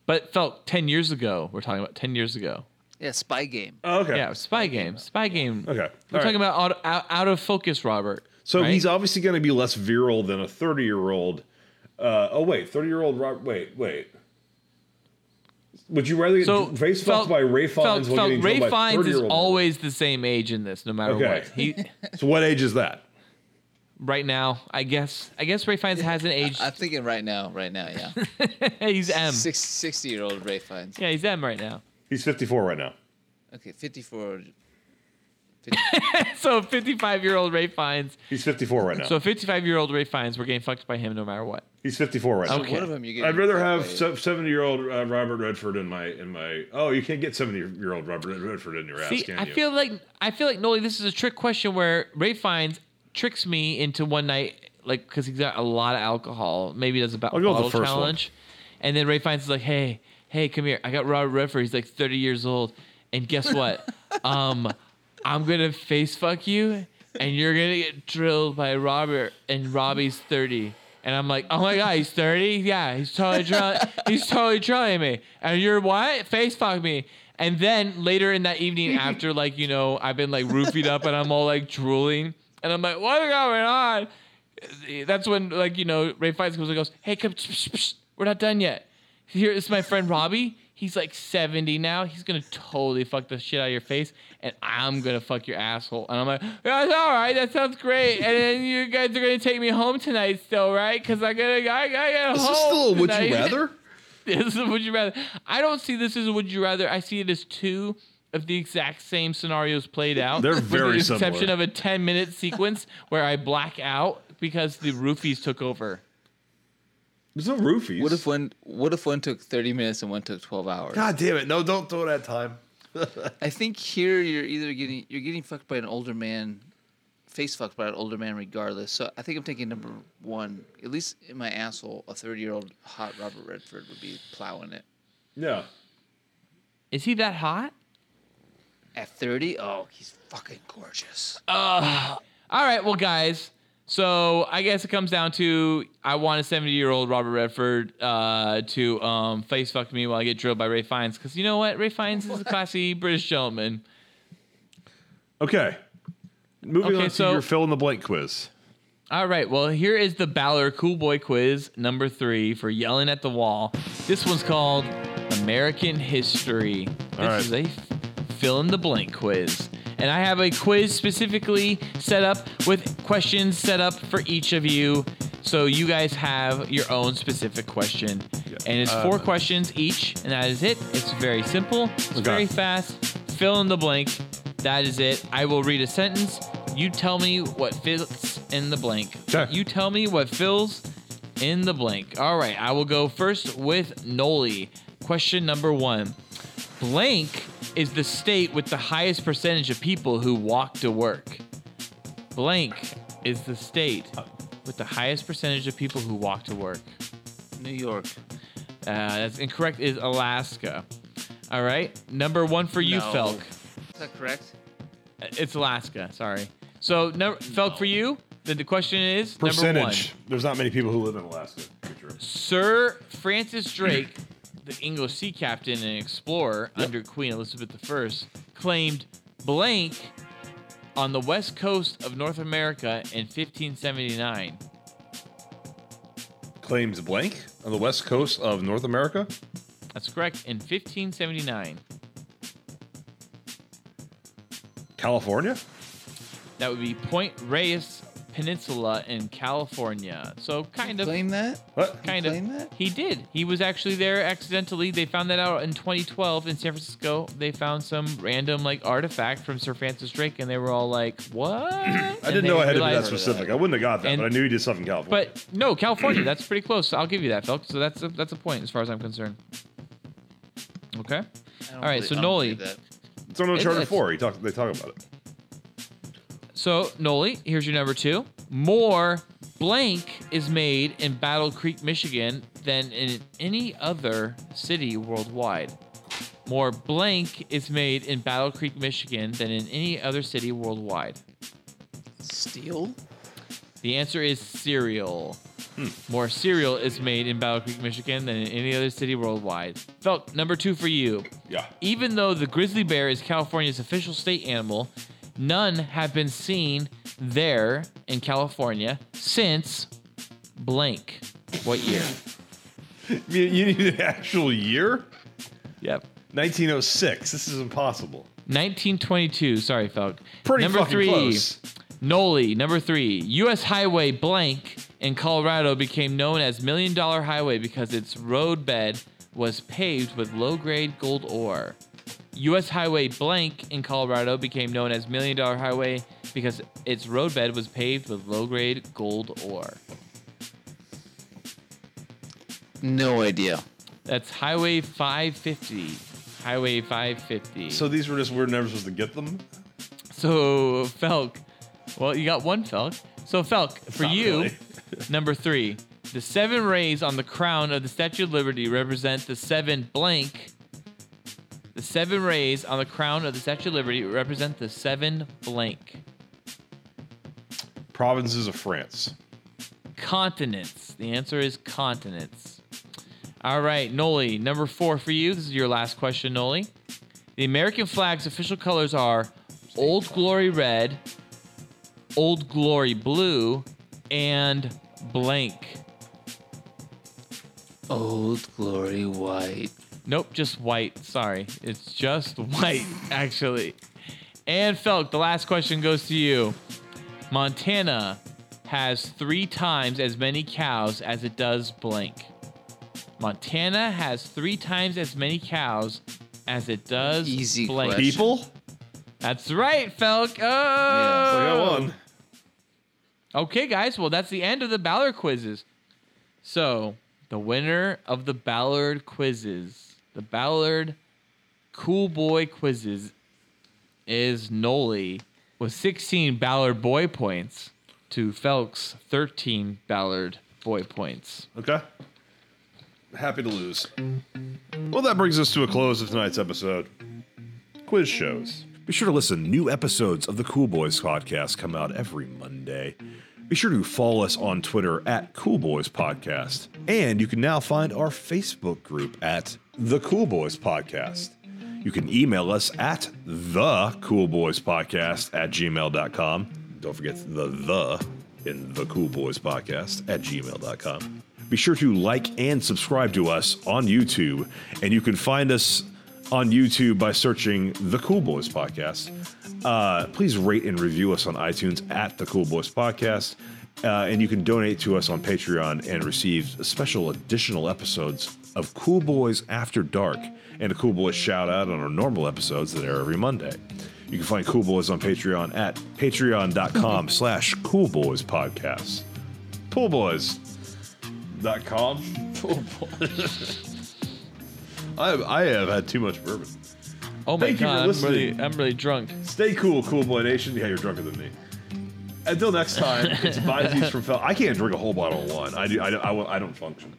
But felt 10 years ago. We're talking about 10 years ago. Yeah, spy game. Oh, okay. Yeah, spy game. Spy game. Okay. All We're right. talking about out, out, out of focus, Robert. So right? he's obviously going to be less virile than a 30 year old. Uh, oh, wait. 30 year old Robert. Wait, wait. Would you rather get so face felt- fucked by Ray felt- Fiennes? while felt getting Ray drilled by Fiennes is 30-year-old? always the same age in this, no matter Okay. what. He So what age is that? right now, I guess. I guess Ray Fiennes hasn't aged. I'm thinking right now, right now, yeah. he's M. Six, 60 year old Ray Fiennes. Yeah, he's M right now. He's 54 right now. Okay, 54. So 55 year old Ray Fiennes. He's 54 right now. So 55 year old Ray Fiennes. We're getting fucked by him no matter what. He's 54 right now. Okay. One of them you get. I'd rather have Wait. se- 70 year old uh, Robert Redford in my in my. Oh, you can't get 70 year old Robert Redford in your ass, See, can I you? feel like I feel like Noli. This is a trick question where Ray finds tricks me into one night, like because he's got a lot of alcohol. Maybe does a ba- I'll go with the bottle first one. challenge, and then Ray finds is like, "Hey, hey, come here. I got Robert Redford. He's like 30 years old, and guess what? um, I'm gonna face fuck you, and you're gonna get drilled by Robert, and Robbie's 30." And I'm like, oh my god, he's 30. Yeah, he's totally drunk. he's totally drilling me. And you're what? Face fuck me. And then later in that evening, after like you know, I've been like roofied up and I'm all like drooling, and I'm like, what's going on? That's when like you know, Ray Fiennes comes and goes, hey, come, psh, psh, psh, we're not done yet. Here is my friend Robbie. He's like 70 now. He's gonna totally fuck the shit out of your face, and I'm gonna fuck your asshole. And I'm like, that's all right. That sounds great. And then you guys are gonna take me home tonight, still, right? Because I gotta, I gotta get Is home. this still a would you tonight." rather? this is a would you rather. I don't see this as a would you rather. I see it as two of the exact same scenarios played out. They're very with the exception similar. of a ten minute sequence where I black out because the roofies took over. There's no roofies. What if one? What if one took 30 minutes and one took 12 hours? God damn it! No, don't throw that time. I think here you're either getting you're getting fucked by an older man, face fucked by an older man regardless. So I think I'm taking number one. At least in my asshole, a 30 year old hot Robert Redford would be plowing it. Yeah. Is he that hot? At 30, oh, he's fucking gorgeous. All right, well, guys. So I guess it comes down to I want a 70 year old Robert Redford uh, to um, face fuck me while I get drilled by Ray Fiennes because you know what? Ray Fiennes is a classy British gentleman. Okay. Moving Okay, on to so- your fill in the blank quiz. All right. Well, here is the Balor Cool Boy quiz number three for yelling at the wall. This one's called American History. This right. is a fill in the blank quiz. And I have a quiz specifically set up with questions set up for each of you. So you guys have your own specific question. And it's four questions each, and that is it. It's very simple, it's very fast. Fill in the blank. That is it. I will read a sentence. You tell me what fits in the blank. Okay. You tell me what fills in the blank. All right, I will go first with Noli. Question number one Blank is the state with the highest percentage of people who walk to work. Blank is the state with the highest percentage of people who walk to work. New York. Uh, that's incorrect. Is Alaska. All right. Number one for you, No. Felk. Is that correct? It's Alaska. Sorry. So, no, Felk, for you, the, the question is number one. Percentage. There's not many people who live in Alaska. Sir Francis Drake, the English sea captain and explorer under Queen Elizabeth I, claimed blank on the west coast of North America in 1579. Claims blank on the west coast of North America. That's correct. In 1579. California? That would be Point Reyes Peninsula in California. So kind of, Claim that? What? kind of. claim that? He did. He was actually there accidentally. They found that out in 2012 in San Francisco. They found some random like artifact from Sir Francis Drake, and they were all like, "What?" I didn't know I had to be that specific. I wouldn't have got that, And- but I knew you did stuff in California. But no, California. that's pretty close. I'll give you that, Felk. So that's a, that's a point as far as I'm concerned. Okay. I don't All right, believe- so I don't Noli. believe that. it's on it's- Uncharted it's- 4. He talk, they talk about it. So, Noli, here's your number two. More blank is made in Battle Creek, Michigan than in any other city worldwide. More blank is made in Battle Creek, Michigan than in any other city worldwide. Steel? The answer is cereal. More cereal is made in Battle Creek, Michigan than in any other city worldwide. Felt number two for you. Yeah. Even though the grizzly bear is California's official state animal, none have been seen there in California since blank. What year? You, you need an actual year? yep. 1906. This is impossible. 1922. Sorry, Felk. Pretty number fucking three, close. Noli. Number three, U.S. Highway blank in Colorado became known as Million Dollar Highway because its roadbed was paved with low-grade gold ore. U.S. Highway blank in Colorado became known as Million Dollar Highway because its roadbed was paved with low-grade gold ore. No idea. That's Highway 550. Highway 550. So these were just we're never supposed to get them. So Felk, well, you got one Felk. So Felk, for Not you, really. number three, the seven rays on the crown of the Statue of Liberty represent the seven blank. The seven rays on the crown of the Statue of Liberty represent the seven blank Provinces of France. continents. The answer is continents. All right, Noli, number four for you. This is your last question, Noli. The American flag's official colors are Old Glory Red, Old Glory Blue, and blank. Old Glory White. Nope, just white. Sorry. It's just white, actually. And Felk, the last question goes to you. Montana has three times as many cows as it does blank. Montana has three times as many cows as it does Easy blank. question. People? That's right, Felk. Oh, So I got one. Okay, guys. Well, that's the end of the Ballard quizzes. So, the winner of the Ballard quizzes, the Ballard Cool Boy quizzes, is Noli with 16 Ballard boy points to Felk's 13 Ballard boy points. Okay. Happy to lose. Well, that brings us to a close of tonight's episode. Quiz shows. Be sure to listen. New episodes of the Cool Boys podcast come out every Monday. Be sure to follow us on Twitter at Cool Boys Podcast. And you can now find our Facebook group at The Cool Boys Podcast. You can email us at The Cool Boys Podcast at gmail.com. Don't forget the The in The Cool Boys Podcast at gmail.com. Be sure to like and subscribe to us on YouTube. And you can find us on YouTube by searching The Cool Boys Podcast. Uh, please rate and review us on iTunes at The Cool Boys Podcast. Uh, and you can donate to us on Patreon and receive special additional episodes of Cool Boys After Dark and a Cool Boys shout out on our normal episodes that air every Monday. You can find Cool Boys on Patreon at patreon.com slash Cool Boys Podcast. Pool Boys. Dot com. Pool Boys. I, have, I have had too much bourbon. Oh my Thank you for god, I'm really, listening. I'm really drunk. Stay cool, Cool Boy Nation. Yeah, you're drunker than me. Until next time, it's Bizees from Fel. I can't drink a whole bottle of wine. I do. I don't, I, will- I don't function.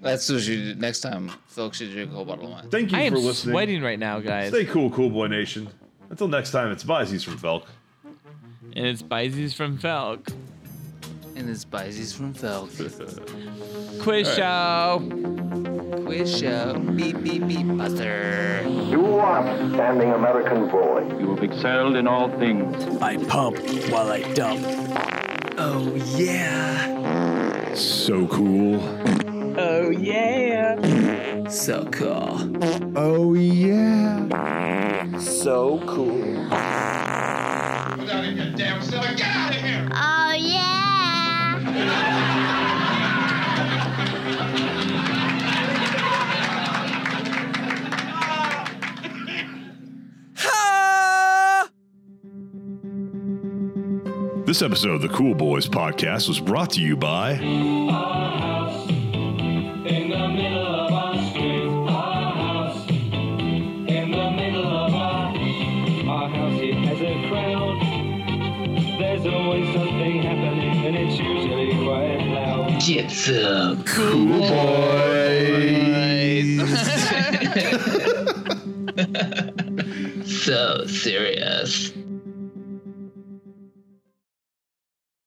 That's what you do next time. Folks should drink a whole bottle of wine. Thank you I am for listening. sweating right now, guys. Stay cool, Cool Boy Nation. Until next time, it's Bizees from Felk. And it's Bizees from Felk. And it's Bizees from Felk. Quiz show. Quiz show. Beep, beep, beep, buzzer. You are an outstanding American boy. You have excelled in all things. I pump while I dump. Oh yeah. So cool. Oh yeah. So cool. Oh, yeah. So cool. Get out of here, damn son. Get out of here! Oh, yeah. This episode of the Cool Boys Podcast was brought to you by. In the middle of our street, our house. In the middle of our, our house, it has a crowd. There's always something happening, and it's usually quite loud. Get some cool boys. so serious.